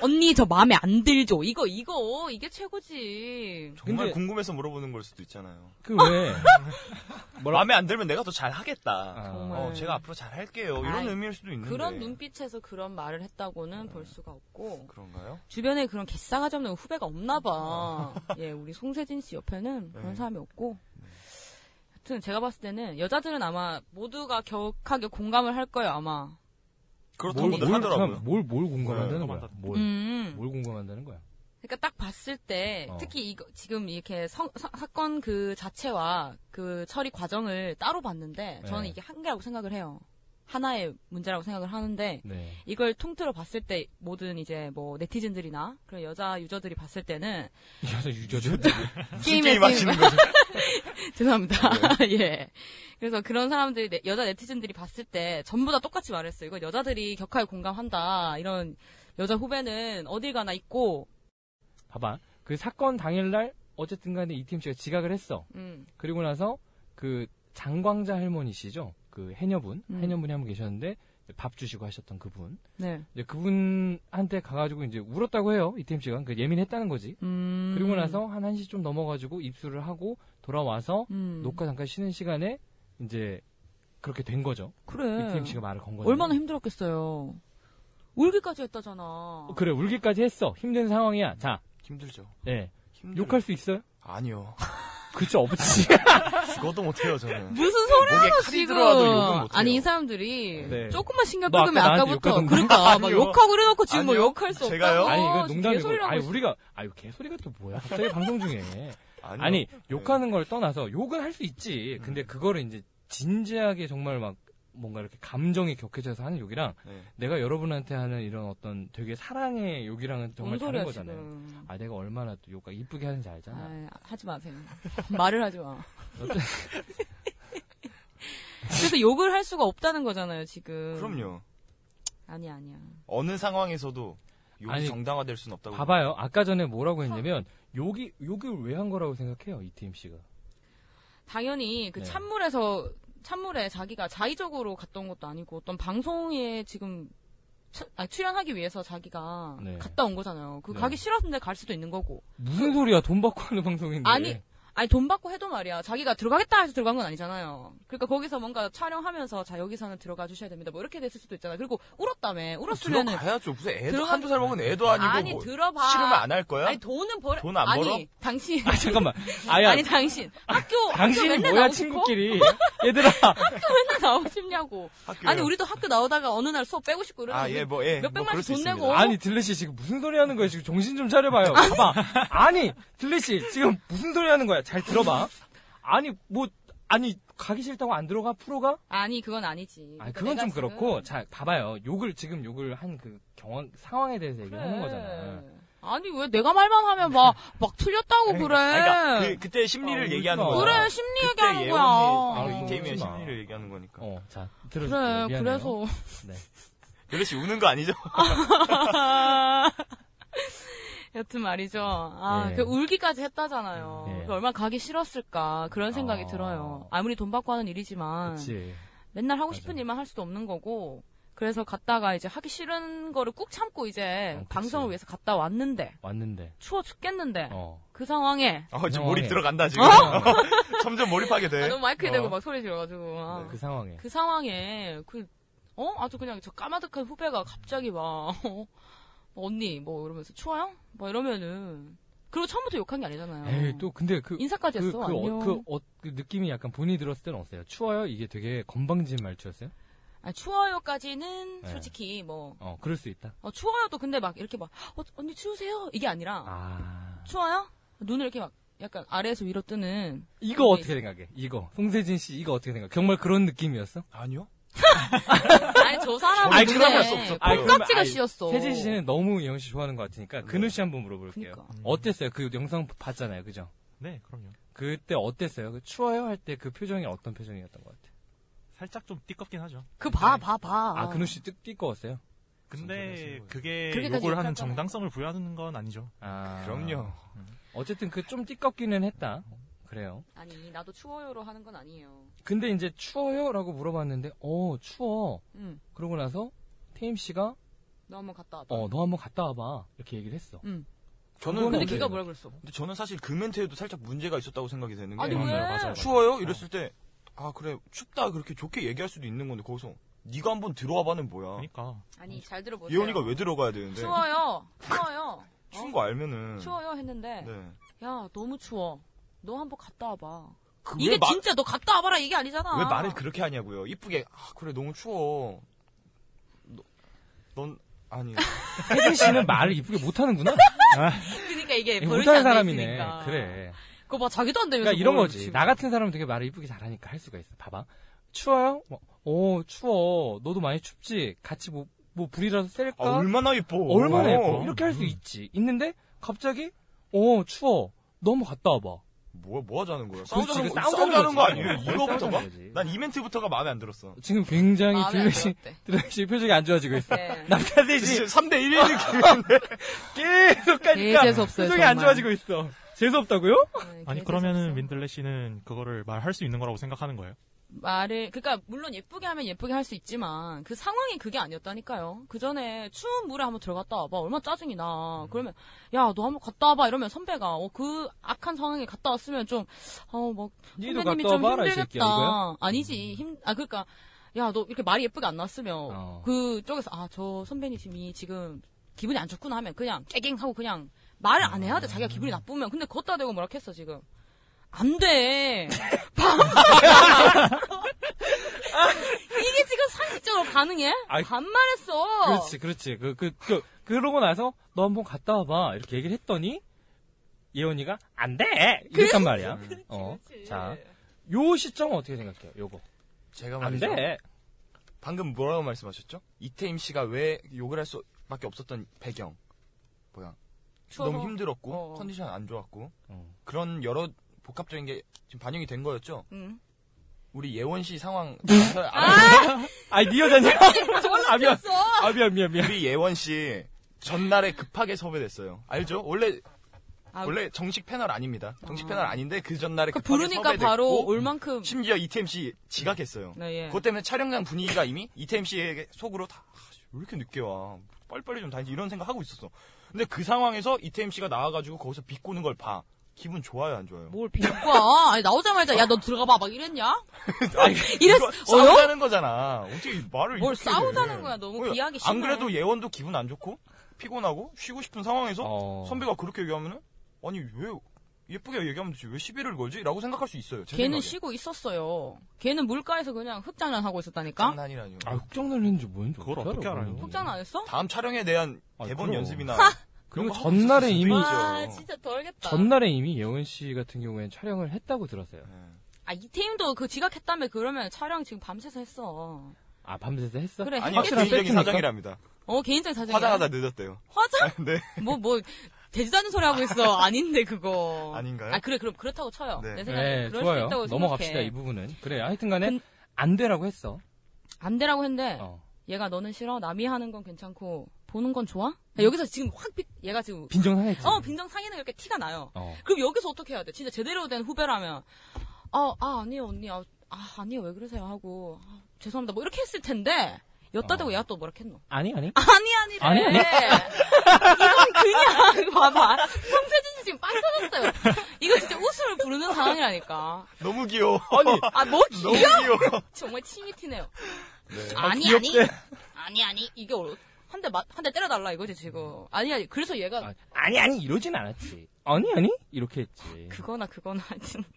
Speaker 6: 언니 저 마음에 안 들죠? 이거, 이거, 이게 최고지.
Speaker 2: 정말
Speaker 3: 근데-
Speaker 2: 궁금해서 물어보는 걸 수도 있잖아요.
Speaker 3: 그왜
Speaker 2: 마음에 안 들면 내가 더
Speaker 3: 아,
Speaker 2: 잘하겠다.
Speaker 6: 정말.
Speaker 2: 어, 제가 앞으로 잘할게요. 이런
Speaker 6: 아. 아이,
Speaker 2: 의미일 수도 있는데. 네.
Speaker 6: 그런 눈빛에서 그런 말을 했다고는 볼 수가 없고,
Speaker 2: 그런가요?
Speaker 6: 주변에 그런 개싸가지 없는 후배가 없나 봐. 예, 우리 송세진 씨 옆에는 그런
Speaker 2: 네.
Speaker 6: 사람이 없고. 하여튼 제가 봤을 때는 여자들은 아마 모두가 격하게 공감을 할 거예요, 아마.
Speaker 2: 그렇다고
Speaker 3: 뭐
Speaker 2: 늘 하더라고요.
Speaker 3: 뭘뭘 공감한다는
Speaker 8: 네,
Speaker 3: 거야?
Speaker 8: 공감한다.
Speaker 3: 뭘,
Speaker 6: 음.
Speaker 3: 뭘 공감한다는 거야?
Speaker 6: 그러니까 딱 봤을 때
Speaker 3: 어.
Speaker 6: 특히 이거 지금 이렇게 성- 사, 건그 자체와 그 처리 과정을 따로 봤는데 저는
Speaker 3: 네.
Speaker 6: 이게 한계라고 생각을 해요. 하나의 문제라고 생각을 하는데
Speaker 3: 네.
Speaker 6: 이걸 통틀어 봤을 때 모든 이제 뭐 네티즌들이나 그런 여자 유저들이 봤을 때는
Speaker 3: 여자 유저들
Speaker 2: 무슨
Speaker 6: 게임에
Speaker 2: 게임 하시는 거죠?
Speaker 6: 죄송합니다. 예. 그래서 그런 사람들이 네- 여자 네티즌들이 봤을 때 전부 다 똑같이 말했어요. 이거 여자들이 격하게 공감한다. 이런 여자 후배는 어딜 가나 있고
Speaker 3: 봐봐 그 사건 당일날 어쨌든간에 이팀 씨가 지각을 했어.
Speaker 6: 음.
Speaker 3: 그리고 나서 그 장광자 할머니시죠? 그 해녀분,
Speaker 6: 음.
Speaker 3: 해녀분이 한 분 계셨는데 밥 주시고 하셨던 그분.
Speaker 6: 네.
Speaker 3: 이제 그분한테 가가지고 이제 울었다고 해요. 이태임 씨가 그 예민했다는 거지.
Speaker 6: 음.
Speaker 3: 그리고 나서 한 1시 좀 넘어가지고 입수를 하고 돌아와서
Speaker 6: 음.
Speaker 3: 녹화 잠깐 쉬는 시간에 이제 그렇게 된 거죠.
Speaker 6: 그래.
Speaker 3: 이태임 씨가 말을 건 거죠.
Speaker 6: 음. 얼마나 힘들었겠어요. 울기까지 했다잖아.
Speaker 3: 어, 그래 울기까지 했어. 힘든 상황이야. 자,
Speaker 2: 힘들죠.
Speaker 3: 예,
Speaker 6: 음.
Speaker 2: 힘들죠.
Speaker 3: 욕할 수 있어요?
Speaker 2: 아니요.
Speaker 3: 그쵸 없지.
Speaker 2: 죽어도 못해요 저는.
Speaker 6: 무슨 소리
Speaker 2: 목에
Speaker 6: 하나
Speaker 2: 칼이
Speaker 6: 지금?
Speaker 2: 들어와도 욕은 못해요.
Speaker 6: 아니 이 사람들이
Speaker 3: 네.
Speaker 6: 조금만 신경
Speaker 3: 너 아까
Speaker 6: 끄면
Speaker 3: 나한테
Speaker 6: 아까부터
Speaker 3: 욕하던데?
Speaker 6: 그러니까 막
Speaker 2: 아니요.
Speaker 6: 욕하고 이래놓고 지금 뭐
Speaker 2: 아니요.
Speaker 6: 욕할 수
Speaker 2: 제가요?
Speaker 6: 없다.
Speaker 3: 아니 이거 농담이고, 아니
Speaker 6: 고
Speaker 3: 우리가 아유 개소리가 또 뭐야? 갑자기 방송 중에.
Speaker 2: 아니요. 네. 음.
Speaker 3: 아니 욕하는 걸 떠나서 욕은 할 수 있지. 근데 그거를 이제 진지하게 정말 막 뭔가 이렇게 감정이 격해져서 하는 욕이랑
Speaker 2: 네.
Speaker 3: 내가 여러분한테 하는 이런 어떤 되게 사랑의 욕이랑은 정말
Speaker 6: 뭔
Speaker 3: 다른
Speaker 6: 소리야
Speaker 3: 거잖아요.
Speaker 6: 지금?
Speaker 3: 아 내가 얼마나 또 욕과 이쁘게 하는지 알잖아.
Speaker 6: 아, 하지 마세요. 말을 하지 마.
Speaker 3: 어때?
Speaker 6: 그래서 욕을 할 수가 없다는 거잖아요 지금.
Speaker 2: 그럼요.
Speaker 6: 아니 아니야.
Speaker 2: 어느 상황에서도 욕이
Speaker 3: 아니,
Speaker 2: 정당화될 수는 없다고.
Speaker 3: 봐봐요. 아까 전에 뭐라고 했냐면 욕이 욕을 왜 한 거라고 생각해요 이태임 씨가.
Speaker 6: 당연히 그
Speaker 3: 네.
Speaker 6: 찬물에서 찬물에 자기가 자의적으로 갔던 것도 아니고 어떤 방송에 지금 차- 아니, 출연하기 위해서 자기가
Speaker 3: 네.
Speaker 6: 갔다 온 거잖아요. 그
Speaker 3: 네.
Speaker 6: 가기 싫었는데 갈 수도 있는 거고.
Speaker 3: 무슨 소리야 돈 받고 하는 방송인데.
Speaker 6: 아니 아니 돈 받고 해도 말이야 자기가 들어가겠다 해서 들어간 건 아니잖아요. 그러니까 거기서 뭔가 촬영하면서 자 여기서는 들어가 주셔야 됩니다. 뭐 이렇게 됐을 수도 있잖아. 요 그리고 울었다며 울었으면은
Speaker 2: 들어가야죠. 무슨 애도
Speaker 6: 들어가-
Speaker 2: 한두 살 먹은 애도 아니고
Speaker 6: 아니,
Speaker 2: 뭐
Speaker 6: 들어봐.
Speaker 2: 싫으면 안 할 거야?
Speaker 6: 아니 돈은 벌
Speaker 2: 돈안
Speaker 6: 아니
Speaker 2: 벌어?
Speaker 6: 당신
Speaker 3: 아 잠깐만. 아야.
Speaker 6: 아니 당신 학교 학교
Speaker 3: 당신이
Speaker 6: 맨날
Speaker 3: 뭐야
Speaker 6: 나오고 싶어?
Speaker 3: 친구끼리. 얘들아.
Speaker 6: 맨날 나오고 싶냐고.
Speaker 2: 학교요.
Speaker 6: 아니 우리도 학교 나오다가 어느 날 수업 빼고 싶고 이러는
Speaker 2: 아, 예, 뭐, 예. 뭐
Speaker 6: 몇 백만
Speaker 2: 그럴
Speaker 6: 원씩
Speaker 2: 수
Speaker 6: 돈
Speaker 2: 있습니다.
Speaker 6: 내고
Speaker 3: 아니 들레씨 지금 무슨 소리 하는 거야 지금 정신 좀 차려봐요. 봐봐. 아니 들레씨 지금 무슨 소리 하는 거야. 잘 들어봐. 아니 뭐 아니 가기 싫다고 안 들어가 프로가?
Speaker 6: 아니 그건 아니지.
Speaker 3: 아니
Speaker 6: 그러니까
Speaker 3: 그건
Speaker 6: 내가
Speaker 3: 좀
Speaker 6: 지금-
Speaker 3: 그렇고 자 봐봐요. 욕을 지금 욕을 한 그 경험 상황에 대해서 얘기하는
Speaker 6: 그래.
Speaker 3: 거잖아.
Speaker 6: 아니 왜 내가 말만 하면 막 막 틀렸다고 그래.
Speaker 2: 그러니까 그, 그때 심리를
Speaker 3: 아, 울지
Speaker 2: 얘기하는
Speaker 3: 마.
Speaker 2: 거야.
Speaker 6: 예. 그래 심리
Speaker 2: 그때
Speaker 6: 얘기하는
Speaker 2: 예원이,
Speaker 6: 거야.
Speaker 2: 아니,
Speaker 3: 아,
Speaker 2: 이태임의
Speaker 3: 울지 마.
Speaker 2: 심리를 얘기하는 거니까.
Speaker 3: 어 자
Speaker 6: 그래
Speaker 3: 들어주세요. 미안해요.
Speaker 6: 그래서
Speaker 2: 요래 씨 우는 거 아니죠?
Speaker 6: 여튼 말이죠. 아,
Speaker 3: 예.
Speaker 6: 그 울기까지 했다잖아요.
Speaker 3: 예.
Speaker 6: 그 얼마나 가기 싫었을까 그런 생각이
Speaker 3: 아.
Speaker 6: 들어요. 아무리 돈 받고 하는 일이지만
Speaker 3: 그치.
Speaker 6: 맨날 하고 싶은
Speaker 3: 맞아.
Speaker 6: 일만 할 수도 없는 거고 그래서 갔다가 이제 하기 싫은 거를 꾹 참고 이제
Speaker 3: 어, 그치.
Speaker 6: 방송을 위해서 갔다 왔는데
Speaker 3: 왔는데.
Speaker 6: 추워 죽겠는데
Speaker 3: 어.
Speaker 6: 그 상황에
Speaker 2: 어, 지금
Speaker 3: 상황에.
Speaker 2: 몰입 들어간다, 지금. 점점 몰입하게 돼.
Speaker 6: 아, 너무 마이크에 대고
Speaker 2: 어.
Speaker 6: 막 소리 질러가지고 아.
Speaker 3: 그 상황에.
Speaker 6: 그 상황에 그 어? 아주 그냥 저 까마득한 후배가 갑자기 막 어? 언니 뭐 이러면서 추워요? 막 이러면은 그리고 처음부터 욕한 게 아니잖아요.
Speaker 3: 에이 또 근데 그
Speaker 6: 인사까지
Speaker 3: 그,
Speaker 6: 했어.
Speaker 3: 그,
Speaker 6: 안녕.
Speaker 3: 어, 그, 어, 그 느낌이 약간 본인이 들었을 때는 어때요? 추워요? 이게 되게 건방진 말투였어요?
Speaker 6: 아, 추워요까지는
Speaker 3: 네.
Speaker 6: 솔직히 뭐
Speaker 3: 어, 그럴 수 있다.
Speaker 6: 어, 추워요 또 근데 막 이렇게 막 어, 언니 추우세요 이게 아니라
Speaker 3: 아.
Speaker 6: 추워요? 눈을 이렇게 막 약간 아래에서 위로 뜨는
Speaker 3: 이거 어떻게 생각해? 이거. 송세진 씨 이거 어떻게 생각해? 정말 그런 느낌이었어?
Speaker 2: 아니요.
Speaker 6: 아니 저 사람
Speaker 2: 아니,
Speaker 6: 근데
Speaker 2: 그런 걸수 없어. 아니,
Speaker 3: 그러면-
Speaker 6: 꼴깍지가
Speaker 3: 아니,
Speaker 6: 씌었어.
Speaker 3: 세진 씨는 너무 예원 씨 좋아하는 것 같으니까
Speaker 2: 네.
Speaker 3: 근우 씨 한번 물어볼게요.
Speaker 6: 그니까.
Speaker 2: 음.
Speaker 3: 어땠어요? 그 영상 봤잖아요. 그죠?
Speaker 8: 네, 그럼요.
Speaker 3: 그때 어땠어요? 그 추워요? 할 때 그 표정이 어떤 표정이었던 것 같아요?
Speaker 8: 살짝 좀 띠껍긴 하죠.
Speaker 6: 그봐봐 봐.
Speaker 3: 아, 근우 씨 뜨, 띠꺼웠어요?
Speaker 8: 근데 그게
Speaker 6: 그렇게까지
Speaker 8: 욕을 하는
Speaker 6: 욕하잖아.
Speaker 8: 정당성을 부여하는 건 아니죠.
Speaker 3: 아.
Speaker 2: 그럼요.
Speaker 3: 어쨌든 그 좀 띠껍기는 했다. 그래요.
Speaker 6: 아니 나도 추워요로 하는 건 아니에요.
Speaker 3: 근데 이제 추워요? 라고 물어봤는데, 어, 추워.
Speaker 6: 응.
Speaker 3: 그러고 나서 태임 씨가
Speaker 6: 너 한번 갔다 와봐.
Speaker 3: 어, 너 한번 갔다 와봐. 이렇게 얘기를 했어.
Speaker 6: 응.
Speaker 2: 저는
Speaker 6: 근데
Speaker 2: 근데,
Speaker 6: 걔가 뭐라 그랬어?
Speaker 2: 근데 저는 사실 그 멘트에도 살짝 문제가 있었다고 생각이 되는 게
Speaker 6: 아니 왜?
Speaker 3: 네. 맞아요, 맞아요.
Speaker 2: 추워요? 이랬을 때, 아, 그래, 춥다. 그렇게 좋게 얘기할 수도 있는 건데, 거기서, 네가 한번 들어와봐는 뭐야.
Speaker 8: 그러니까
Speaker 6: 아니 잘 들어보세요.
Speaker 2: 예원이가 왜 들어가야 되는데.
Speaker 6: 추워요. 추워요.
Speaker 2: 추운 거 알면은.
Speaker 6: 추워요 했는데
Speaker 2: 네.
Speaker 6: 야 너무 추워. 너 한번 갔다 와봐.
Speaker 2: 그
Speaker 6: 이게
Speaker 2: 왜 마-
Speaker 6: 진짜 너 갔다 와봐라 이게 아니잖아.
Speaker 2: 왜 말을 그렇게 하냐고요. 이쁘게 아 그래 너무 추워. 너- 넌 아니
Speaker 3: 혜진 씨는 말을 이쁘게 못하는구나?
Speaker 6: 그러니까 이게 버릇이
Speaker 3: 예, 못하는
Speaker 6: 안돼
Speaker 3: 사람이네.
Speaker 6: 있으니까.
Speaker 3: 그래.
Speaker 6: 그거 봐 자기도 안 되면서.
Speaker 3: 그러니까 이런
Speaker 6: 뭘
Speaker 3: 거지.
Speaker 6: 지금.
Speaker 3: 나 같은 사람은 되게 말을 이쁘게 잘하니까 할 수가 있어. 봐봐. 추워요? 뭐, 어, 추워. 너도 많이 춥지? 같이 뭐, 뭐, 불이라도 쐴까?
Speaker 2: 아, 얼마나 예뻐.
Speaker 3: 얼마나
Speaker 2: 어.
Speaker 3: 예뻐. 음. 이렇게 할 수 있지. 있는데, 갑자기, 어, 추워. 너 한번 갔다 와봐.
Speaker 2: 뭐야 뭐 하자는 거야?
Speaker 3: 그렇지,
Speaker 2: 싸우자는,
Speaker 3: 이거
Speaker 2: 거,
Speaker 3: 싸우자는
Speaker 2: 싸우자는 거
Speaker 3: 거지.
Speaker 2: 아니에요?
Speaker 3: 어,
Speaker 2: 이거부터가?
Speaker 3: 싸우자는 거지.
Speaker 2: 난 이멘트부터가 마음에 안 들었어.
Speaker 3: 지금 굉장히
Speaker 6: 마음에 안
Speaker 3: 들레씨,
Speaker 6: 들었대.
Speaker 3: 들레씨 표정이 안 좋아지고 있어.
Speaker 6: 네.
Speaker 3: 남자 셋이
Speaker 2: 지금 3대 1의 느낌인데. 네,
Speaker 3: 계속 가니까
Speaker 6: 제일 재수없어요,
Speaker 3: 네, 표정이 안
Speaker 6: 정말.
Speaker 3: 좋아지고 있어. 재수없다고요?
Speaker 6: 네,
Speaker 8: 아니
Speaker 6: 그래서
Speaker 8: 그러면은 민들레 씨는 그거를 말할 수 있는 거라고 생각하는 거예요?
Speaker 6: 말을 그러니까 물론 예쁘게 하면 예쁘게 할 수 있지만 그 상황이 그게 아니었다니까요. 그 전에 추운 물에 한번 들어갔다 와봐. 얼마나 짜증이 나. 그러면 야 너 한번 갔다 와봐 이러면 선배가 어 그 악한 상황에 갔다 왔으면 좀어뭐
Speaker 3: 니도
Speaker 6: 선배님이
Speaker 3: 갔다
Speaker 6: 좀
Speaker 3: 와봐라, 이 새끼야, 음.
Speaker 6: 힘들겠다. 아니지 힘 아 그러니까 야 너 이렇게 말이 예쁘게 안 나왔으면
Speaker 3: 어.
Speaker 6: 그 쪽에서 아 저 선배님이 지금 기분이 안 좋구나 하면 그냥 깨갱 하고 그냥 말을 안 해야 돼. 자기가
Speaker 3: 음.
Speaker 6: 기분이 나쁘면 근데 걷다 대고 뭐라 했어 지금. 안 돼. 이게 지금 상식적으로 가능해?
Speaker 3: 아이,
Speaker 6: 반말했어.
Speaker 3: 그렇지, 그렇지. 그, 그, 그, 그러고 나서 너 한번 갔다 와봐. 이렇게 얘기를 했더니, 예원이가, 안 돼! 이랬단 말이야. 어. 자,
Speaker 6: 네.
Speaker 3: 요 시점 은 어떻게 생각해요? 요거.
Speaker 2: 제가
Speaker 3: 안
Speaker 2: 말이죠.
Speaker 3: 돼!
Speaker 2: 방금 뭐라고 말씀하셨죠? 이태임 씨가 왜 욕을 할 수밖에 없었던 배경. 뭐야?
Speaker 6: 추워서.
Speaker 2: 너무 힘들었고
Speaker 6: 어.
Speaker 2: 컨디션 안 좋았고
Speaker 3: 어.
Speaker 2: 그런 여러 복합적인 게 지금 반영이 된 거였죠.
Speaker 6: 응.
Speaker 2: 우리 예원 씨 상황 잘 알아요.
Speaker 3: 아니, 니 여자냐? 아, 미안.
Speaker 6: 그
Speaker 3: 아, 미안, 미안, 미안.
Speaker 2: 우리 예원 씨 전날에 급하게 섭외됐어요. 알죠? 원래
Speaker 6: 아,
Speaker 2: 원래 정식 패널 아닙니다. 정식 패널 아닌데 그 전날에
Speaker 6: 그
Speaker 2: 급하게
Speaker 6: 부르니까
Speaker 2: 섭외됐고
Speaker 6: 바로 올 만큼.
Speaker 2: 심지어 이태임 씨 지각했어요.
Speaker 6: 네, 예.
Speaker 2: 그것 때문에 촬영장 분위기가 이미 이태임 씨에게 속으로 다 아, 씨, 왜 이렇게 늦게 와? 빨리빨리 좀 다니지 이런 생각 하고 있었어. 근데 그 상황에서 이태임 씨가 나와가지고 거기서 비꼬는 걸 봐. 기분 좋아요, 안 좋아요?
Speaker 6: 뭘 비꼬아? 아니 나오자마자 야 너 들어가봐 막 이랬냐?
Speaker 2: 아니,
Speaker 6: 이랬-
Speaker 2: 이거
Speaker 6: 어요?
Speaker 2: 싸우자는 거잖아. 어떻게 말을
Speaker 6: 뭘
Speaker 2: 이렇게
Speaker 6: 싸우자는
Speaker 2: 해.
Speaker 6: 거야. 너무
Speaker 2: 왜?
Speaker 6: 비하기
Speaker 2: 안
Speaker 6: 싫네.
Speaker 2: 그래도 예원도 기분 안 좋고 피곤하고 쉬고 싶은 상황에서
Speaker 3: 어.
Speaker 2: 선배가 그렇게 얘기하면은 아니 왜 예쁘게 얘기하면 되지 왜 시비를 걸지? 라고 생각할 수 있어요. 제
Speaker 6: 걔는
Speaker 2: 생각에.
Speaker 6: 쉬고 있었어요. 걔는 물가에서 그냥 흑장난 하고 있었다니까.
Speaker 2: 장난이라뇨.
Speaker 3: 아, 흑장난 했는지 뭔지
Speaker 8: 그걸
Speaker 3: 어떻게
Speaker 8: 어떻게
Speaker 3: 알아요?
Speaker 8: 알아요?
Speaker 6: 흑장난 안 했어?
Speaker 2: 다음 촬영에 대한
Speaker 3: 아,
Speaker 2: 대본
Speaker 3: 그럼.
Speaker 2: 연습이나
Speaker 3: 그리고
Speaker 2: 그런 거 하고
Speaker 3: 전날에
Speaker 2: 있었을
Speaker 3: 이미
Speaker 2: 수도
Speaker 6: 와
Speaker 2: 있죠.
Speaker 6: 아,
Speaker 2: 네.
Speaker 6: 진짜 덜겠다.
Speaker 3: 전날에 이미 예원 씨 같은 경우에는 촬영을 했다고 들었어요.
Speaker 2: 예.
Speaker 6: 아 이태임도 그 지각했다며 그러면 촬영 지금 밤새서 했어.
Speaker 3: 아 밤새서 했어?
Speaker 6: 그래
Speaker 2: 아니
Speaker 6: 했겠지.
Speaker 3: 확실한
Speaker 2: 개인적인
Speaker 3: 팩트입니까?
Speaker 2: 사정이랍니다.
Speaker 6: 어 개인적인 사정이야.
Speaker 2: 화장하다 늦었대요.
Speaker 6: 화장?
Speaker 2: 네.
Speaker 6: 뭐 뭐 돼지다는 소리 하고 있어. 아닌데 그거.
Speaker 2: 아닌가요?
Speaker 6: 아 그래 그럼 그렇다고 쳐요.
Speaker 2: 네.
Speaker 6: 내 생각에
Speaker 3: 네,
Speaker 6: 그럴 수
Speaker 3: 좋아요.
Speaker 6: 있다고
Speaker 3: 넘어갑시다
Speaker 6: 생각해.
Speaker 3: 이 부분은. 그래, 하여튼간에
Speaker 6: 근- 네.
Speaker 3: 안 되라고 했어.
Speaker 6: 안 되라고 했는데
Speaker 3: 어.
Speaker 6: 얘가 너는 싫어. 남이 하는 건 괜찮고 보는 건 좋아? 야, 여기서 지금 확 비- 얘가 지금
Speaker 3: 빈정상했지.
Speaker 6: 어 빈정 상해는 이렇게 티가 나요.
Speaker 3: 어.
Speaker 6: 그럼 여기서 어떻게 해야 돼? 진짜 제대로 된 후배라면 아, 아 아니에요 언니 아, 아 아니에요 왜 그러세요 하고 아, 죄송합니다 뭐 이렇게 했을 텐데 엿다대고
Speaker 3: 어.
Speaker 6: 얘가 또 뭐라 했노?
Speaker 3: 아니 아니.
Speaker 6: 아니 아니래. 네.
Speaker 3: 아니, 아니.
Speaker 6: 이건 그냥 이거 봐봐 송세진 씨 지금 빵 터졌어요. 이거 진짜 웃음을 부르는 상황이라니까.
Speaker 2: 너무 귀여워. 아니
Speaker 6: 아뭐
Speaker 2: 너무
Speaker 6: 기가
Speaker 2: 귀여워.
Speaker 6: 정말 침이 튀네요.
Speaker 2: 네.
Speaker 6: 아니 아니 아니 아니 이게 어, 한대 한 대 때려달라 이거지 지금. 아니 아니 그래서 얘가
Speaker 3: 아, 아니 아니 이러진 않았지. 아니 아니 이렇게 했지.
Speaker 6: 그거나 그거나 하여튼.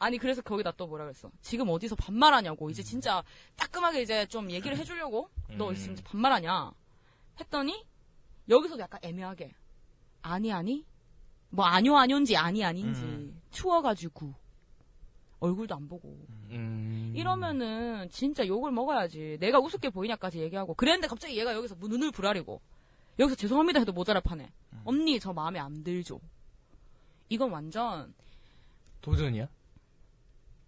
Speaker 6: 아니 그래서 거기다 또 뭐라 그랬어 지금 어디서 반말하냐고 이제 진짜 따끔하게 이제 좀 얘기를 해주려고 너
Speaker 3: 음.
Speaker 6: 지금 반말하냐 했더니 여기서도 약간 애매하게 아니 아니 뭐 아니요 아니온지 아니 아닌지
Speaker 2: 음.
Speaker 6: 추워가지고 얼굴도 안 보고
Speaker 3: 음.
Speaker 6: 이러면은 진짜 욕을 먹어야지 내가 우습게 보이냐까지 얘기하고 그랬는데 갑자기 얘가 여기서 뭐 눈을 부라리고 여기서 죄송합니다 해도 모자랄 판에 언니 저 마음에 안 들죠 이건 완전
Speaker 3: 도전이야?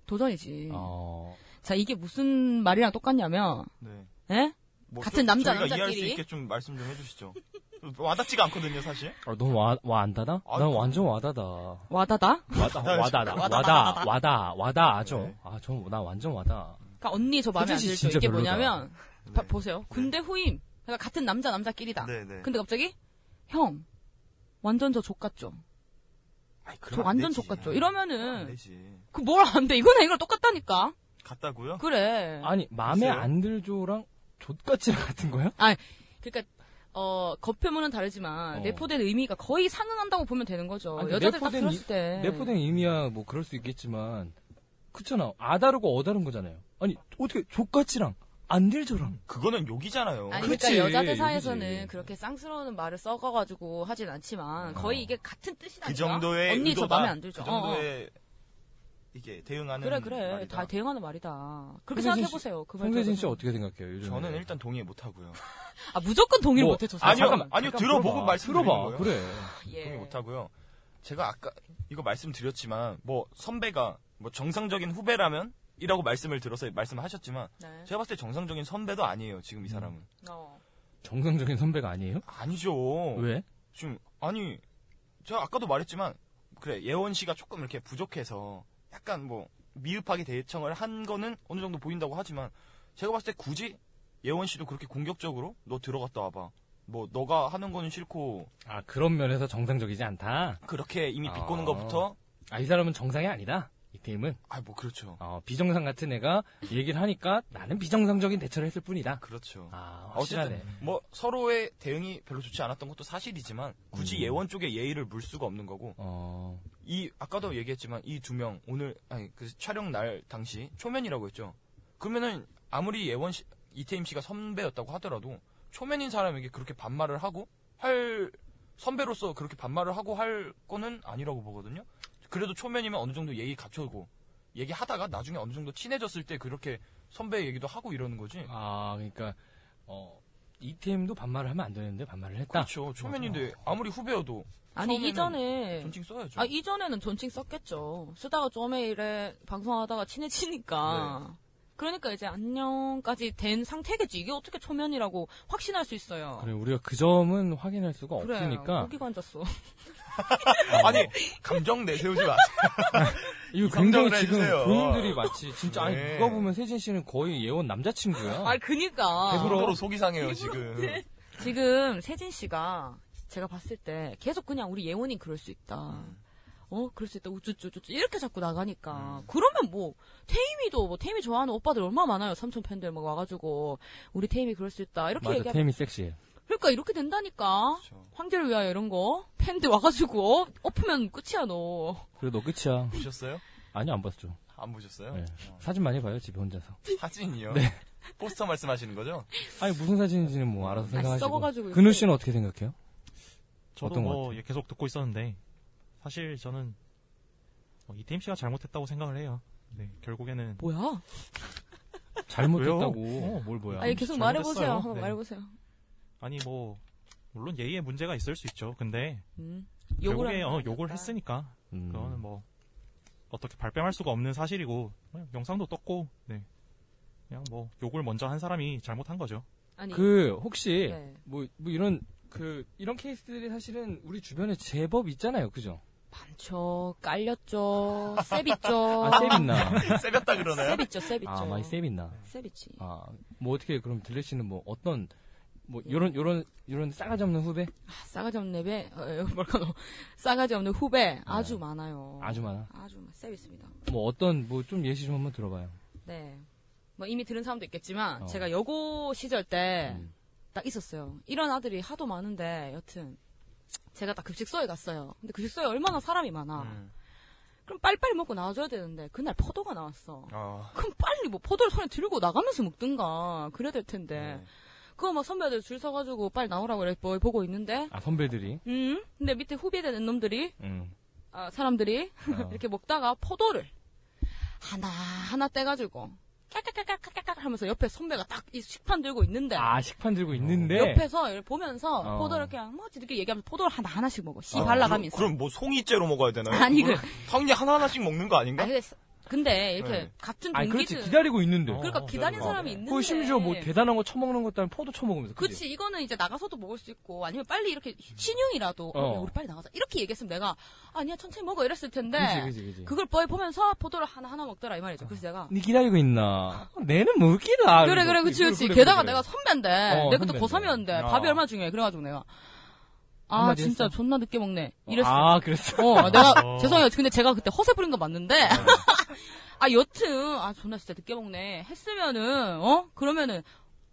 Speaker 6: 도전이지.
Speaker 3: 어.
Speaker 6: 자, 이게 무슨 말이랑 똑같냐면,
Speaker 2: 네.
Speaker 6: 예?
Speaker 2: 뭐
Speaker 6: 같은
Speaker 2: 좀
Speaker 6: 남자,
Speaker 2: 저희가 이해할 수
Speaker 6: 남자끼리.
Speaker 2: 있게 좀 말씀 좀 해주시죠. 와닿지가 않거든요, 사실.
Speaker 3: 어, 넌와와 안다다?
Speaker 2: 아,
Speaker 3: 난
Speaker 2: 그-
Speaker 3: 완전 와다다.
Speaker 6: 와다다?
Speaker 3: 와다 와다다 와다
Speaker 6: 와다, 와다.
Speaker 3: 와다 와다 아죠?
Speaker 2: 네.
Speaker 3: 아, 저 나 완전 와다.
Speaker 6: 그니까 그러니까 언니 저 마음에 안
Speaker 3: 세진 씨
Speaker 6: 들죠.
Speaker 3: 진짜
Speaker 6: 이게
Speaker 3: 별로다.
Speaker 6: 뭐냐면, 봐-
Speaker 2: 네.
Speaker 6: 보세요. 군대 후임. 그러니까 같은 남자, 남자끼리다. 그
Speaker 2: 네, 네.
Speaker 6: 근데 갑자기, 형, 완전 저 족같죠?
Speaker 2: 아이,
Speaker 6: 저
Speaker 2: 그럼 안
Speaker 6: 완전
Speaker 2: 되지.
Speaker 6: 족같죠?
Speaker 2: 안
Speaker 6: 이러면은,
Speaker 2: 되지.
Speaker 6: 그 뭘 안 돼. 이거나 이거랑 똑같다니까?
Speaker 2: 같다고요?
Speaker 6: 그래.
Speaker 3: 아니 마음에
Speaker 2: 글쎄요.
Speaker 3: 안 들죠랑 족같이랑 같은 거야?
Speaker 6: 그러니까, 어, 겉표문은 다르지만,
Speaker 3: 어.
Speaker 6: 내포된 의미가 거의 상응한다고 보면 되는 거죠.
Speaker 3: 아니,
Speaker 6: 여자들 딱
Speaker 3: 내포된
Speaker 6: 들었을 때.
Speaker 3: 내포된 의미야 뭐 그럴 수 있겠지만 그렇잖아 아다르고 어다른 거잖아요. 아니 어떻게 족같이랑 안 들죠랑
Speaker 2: 그거는 욕이잖아요.
Speaker 6: 아니,
Speaker 3: 그치,
Speaker 6: 그러니까 여자들
Speaker 3: 여기지.
Speaker 6: 사이에서는 그렇게 쌍스러운 말을 썩어가지고 하진 않지만 거의 이게 같은 뜻이라니까.
Speaker 2: 그 정도의
Speaker 6: 언니 저
Speaker 2: 의도다.
Speaker 6: 마음에 안 들죠.
Speaker 2: 그
Speaker 6: 어, 어.
Speaker 2: 정도의 이게 대응하는
Speaker 6: 그래 그래
Speaker 2: 말이다.
Speaker 6: 다 대응하는 말이다. 그렇게
Speaker 3: 송세진
Speaker 6: 생각해 보세요. 그
Speaker 3: 송세진
Speaker 6: 말도.
Speaker 3: 씨 어떻게 생각해요? 요즘
Speaker 2: 저는 일단 동의 못 하고요.
Speaker 6: 아 무조건 동의를
Speaker 3: 뭐,
Speaker 6: 못해 저 사람.
Speaker 2: 아니요,
Speaker 3: 잠깐만,
Speaker 2: 아니요
Speaker 3: 잠깐
Speaker 2: 들어보고
Speaker 3: 들어봐.
Speaker 2: 말씀드리는
Speaker 3: 들어봐.
Speaker 2: 거예요.
Speaker 3: 그래.
Speaker 6: 예.
Speaker 2: 동의 못 하고요. 제가 아까 이거 말씀드렸지만 뭐 선배가 뭐 정상적인 후배라면 이라고 말씀을 들어서 말씀하셨지만
Speaker 6: 네.
Speaker 2: 제가 봤을 때 정상적인 선배도 아니에요 지금 이 사람은
Speaker 6: 어.
Speaker 3: 정상적인 선배가 아니에요?
Speaker 2: 아니죠
Speaker 3: 왜?
Speaker 2: 지금 아니 제가 아까도 말했지만 그래 예원 씨가 조금 이렇게 부족해서 약간 뭐 미흡하게 대청을 한 거는 어느 정도 보인다고 하지만 제가 봤을 때 굳이 예원 씨도 그렇게 공격적으로 너 들어갔다 와봐 뭐 너가 하는 거는 싫고
Speaker 3: 아 그런 면에서 정상적이지 않다.
Speaker 2: 그렇게 이미
Speaker 3: 아.
Speaker 2: 비꼬는 것부터
Speaker 3: 아 이 사람은 정상이 아니다. 이 팀은
Speaker 2: 아 뭐 그렇죠
Speaker 3: 어, 비정상 같은 애가 얘기를 하니까 나는 비정상적인 대처를 했을 뿐이다.
Speaker 2: 그렇죠
Speaker 3: 아 확실하네.
Speaker 2: 어쨌든 뭐 서로의 대응이 별로 좋지 않았던 것도 사실이지만 굳이
Speaker 3: 음.
Speaker 2: 예원 쪽에 예의를 물 수가 없는 거고
Speaker 3: 어
Speaker 2: 이 아까도 얘기했지만 이 두 명 오늘 아니 그 촬영 날 당시 초면이라고 했죠. 그러면은 아무리 예원 씨 이태임 씨가 선배였다고 하더라도 초면인 사람에게 그렇게 반말을 하고 할 선배로서 그렇게 반말을 하고 할 거는 아니라고 보거든요. 그래도 초면이면 어느 정도 예의 갖추고 얘기하다가 나중에 어느 정도 친해졌을 때 그렇게 선배 얘기도 하고 이러는 거지.
Speaker 3: 아, 그러니까 어, 이 팀도 반말을 하면 안 되는데 반말을 했다.
Speaker 2: 그렇죠. 초면인데 아무리 후배여도
Speaker 6: 아니
Speaker 2: 처음에는
Speaker 6: 이전에
Speaker 2: 존칭 써야죠.
Speaker 6: 아 이전에는 존칭 썼겠죠. 쓰다가 좀에 이래 방송하다가 친해지니까.
Speaker 2: 네.
Speaker 6: 그러니까 이제 안녕까지 된 상태겠지. 이게 어떻게 초면이라고 확신할 수 있어요.
Speaker 3: 그래 우리가 그 점은 확인할 수가
Speaker 6: 그래,
Speaker 3: 없으니까
Speaker 6: 고기가 앉았어.
Speaker 2: 아니 감정 내세우지 마세요.
Speaker 3: 이거
Speaker 2: 정정을
Speaker 3: 굉장히 지금
Speaker 2: 해주세요.
Speaker 3: 본인들이 마치 진짜
Speaker 2: 네.
Speaker 3: 아니 누가 보면 세진 씨는 거의 예원 남자친구야.
Speaker 6: 아, 그니까.
Speaker 2: 서로 속이 상해요 지금.
Speaker 8: 음.
Speaker 6: 지금 세진 씨가 제가 봤을 때 계속 그냥 우리 예원이 그럴 수 있다. 어 그럴 수 있다 우쭈쭈쭈쭈 이렇게 자꾸 나가니까
Speaker 8: 음.
Speaker 6: 그러면 뭐 태임이도 뭐 태임이 좋아하는 오빠들 얼마나 많아요 삼촌 팬들 막 와가지고 우리 태임이 그럴 수 있다 이렇게
Speaker 3: 맞아,
Speaker 6: 얘기하면
Speaker 3: 템이 섹시해.
Speaker 6: 그러니까 이렇게 된다니까
Speaker 2: 그렇죠.
Speaker 6: 황제를 위하여 이런 거 팬들 와가지고 어? 엎으면 끝이야 너
Speaker 3: 그래도 너 끝이야.
Speaker 2: 보셨어요?
Speaker 3: 아니, 안 봤죠.
Speaker 2: 안 보셨어요?
Speaker 3: 네.
Speaker 2: 어.
Speaker 3: 사진 많이 봐요, 집에 혼자서.
Speaker 2: 사진이요? 포스터 말씀하시는 거죠?
Speaker 3: 아니, 무슨 사진인지는 뭐 알아서
Speaker 6: 썩어가지고
Speaker 3: 생각하시고.
Speaker 6: 이렇게.
Speaker 3: 근우 씨는 어떻게 생각해요?
Speaker 8: 저도
Speaker 3: 어떤 것
Speaker 8: 뭐
Speaker 3: 같아요?
Speaker 8: 예, 계속 듣고 있었는데 사실 저는 뭐 이태임 씨가 잘못했다고 생각을 해요. 네, 결국에는
Speaker 6: 뭐야
Speaker 3: 잘못했다고.
Speaker 8: 어, 뭘 뭐야?
Speaker 6: 아니 계속
Speaker 8: 잘못했어요.
Speaker 6: 말해보세요 한번
Speaker 8: 네.
Speaker 6: 말해보세요
Speaker 8: 아니 뭐 물론 예의에 문제가 있을 수 있죠. 근데
Speaker 6: 음.
Speaker 8: 결국에
Speaker 6: 하는
Speaker 8: 어,
Speaker 6: 거니까.
Speaker 8: 욕을 했으니까
Speaker 3: 음.
Speaker 8: 그거는 뭐 어떻게 발뺌할 수가 없는 사실이고 그냥 영상도 떴고 네. 그냥 뭐 욕을 먼저 한 사람이 잘못한 거죠.
Speaker 6: 아니
Speaker 3: 그, 혹시,
Speaker 6: 네.
Speaker 3: 뭐, 뭐 이런, 그, 이런 케이스들이 사실은 우리 주변에 제법 있잖아요. 그죠?
Speaker 6: 많죠 깔렸죠 셉 어. 있죠
Speaker 3: 아, 셉 있나?
Speaker 2: 세볐다 그러나요?
Speaker 6: 셉 있죠 셉 있죠
Speaker 3: 아, 많이 셉 있나?
Speaker 6: 셉 있지
Speaker 3: 아, 뭐 어떻게 그럼 들레 씨는 뭐 어떤 뭐
Speaker 6: 네.
Speaker 3: 요런 요런 요런 싸가지 없는 후배
Speaker 6: 아, 싸가지 없는 후배, 어, 뭐라고, 싸가지 없는 후배 아주 많아요.
Speaker 3: 네. 아주 많아.
Speaker 6: 아주 많- 셉 있습니다.
Speaker 3: 뭐 어떤 뭐 좀 예시 좀 한번 들어봐요.
Speaker 6: 네. 뭐 이미 들은 사람도 있겠지만
Speaker 3: 어.
Speaker 6: 제가 여고 시절 때 딱
Speaker 3: 음.
Speaker 6: 있었어요. 이런 아들이 하도 많은데 여튼 제가 딱 급식소에 갔어요. 근데 급식소에 얼마나 사람이 많아.
Speaker 2: 음.
Speaker 6: 그럼 빨리빨리 먹고 나와줘야 되는데 그날 포도가 나왔어.
Speaker 2: 어.
Speaker 6: 그럼 빨리 뭐 포도를 손에 들고 나가면서 먹든가 그래야 될 텐데
Speaker 2: 네.
Speaker 6: 그거 막 선배들 줄 서가지고 빨리 나오라고 이렇게 뭘 보고 있는데
Speaker 3: 아 선배들이.
Speaker 6: 음 근데 밑에 후배되는 놈들이
Speaker 3: 음.
Speaker 6: 아, 사람들이
Speaker 3: 어.
Speaker 6: 이렇게 먹다가 포도를 하나 하나 떼가지고 깔깔깔깔깔깔 하면서 옆에 선배가 딱 이 식판 들고 있는데
Speaker 3: 아 식판
Speaker 8: 어.
Speaker 3: 들고 있는데
Speaker 6: 네. 옆에서 이렇게 보면서
Speaker 3: 어.
Speaker 6: 포도를 그냥 뭐 지들끼리 얘기하면서 포도를 하나 하나씩 먹어 씨
Speaker 2: 아,
Speaker 6: 발라가면서
Speaker 2: 그럼, 그럼 뭐 송이째로 먹어야 되나요?
Speaker 6: 아니, 그-
Speaker 2: 당연히 하나하나씩 먹는 거 아닌가?
Speaker 6: 아니, 근데, 사- 근데 이렇게
Speaker 2: 네.
Speaker 6: 같은
Speaker 3: 아니
Speaker 6: 동기들
Speaker 3: 그렇지 기다리고 있는데.
Speaker 8: 어.
Speaker 6: 그러니까 기다린
Speaker 8: 기다리고.
Speaker 6: 사람이 있는데
Speaker 3: 그거 심지어 뭐 대단한 거 처먹는 것도 아니고 포도 처먹으면서. 그치?
Speaker 6: 그치 이거는 이제 나가서도 먹을 수 있고 아니면 빨리 이렇게 신용이라도 어,
Speaker 3: 음. 어.
Speaker 6: 야, 우리 빨리 나가자 이렇게 얘기했으면 내가 아니야 천천히 먹어 이랬을 텐데
Speaker 3: 그치 그치 그치.
Speaker 6: 네. 그걸 뻔히 보면서 포도를 하나 하나 먹더라 이 말이죠 그래서 내가
Speaker 3: 네 기다리고 있나? 내는 뭐 웃기다.
Speaker 6: 그래 그래 그치 그치 게다가 내가 선배인데
Speaker 3: 어,
Speaker 6: 내가 또
Speaker 3: 선배인데.
Speaker 6: 고3이었는데
Speaker 2: 어.
Speaker 6: 밥이 얼마나 중요해 그래가지고 내가 아
Speaker 3: 한마디
Speaker 6: 진짜
Speaker 3: 했어?
Speaker 6: 존나 늦게 먹네
Speaker 3: 이랬어.
Speaker 6: 이랬어
Speaker 3: 아 그랬어.
Speaker 6: 어 내가
Speaker 8: 어.
Speaker 6: 죄송해요 근데 제가 그때 허세 부린 건
Speaker 3: 네.
Speaker 6: 맞는데 아 여튼 아 존나 진짜 늦게 먹네 했으면은 어 그러면은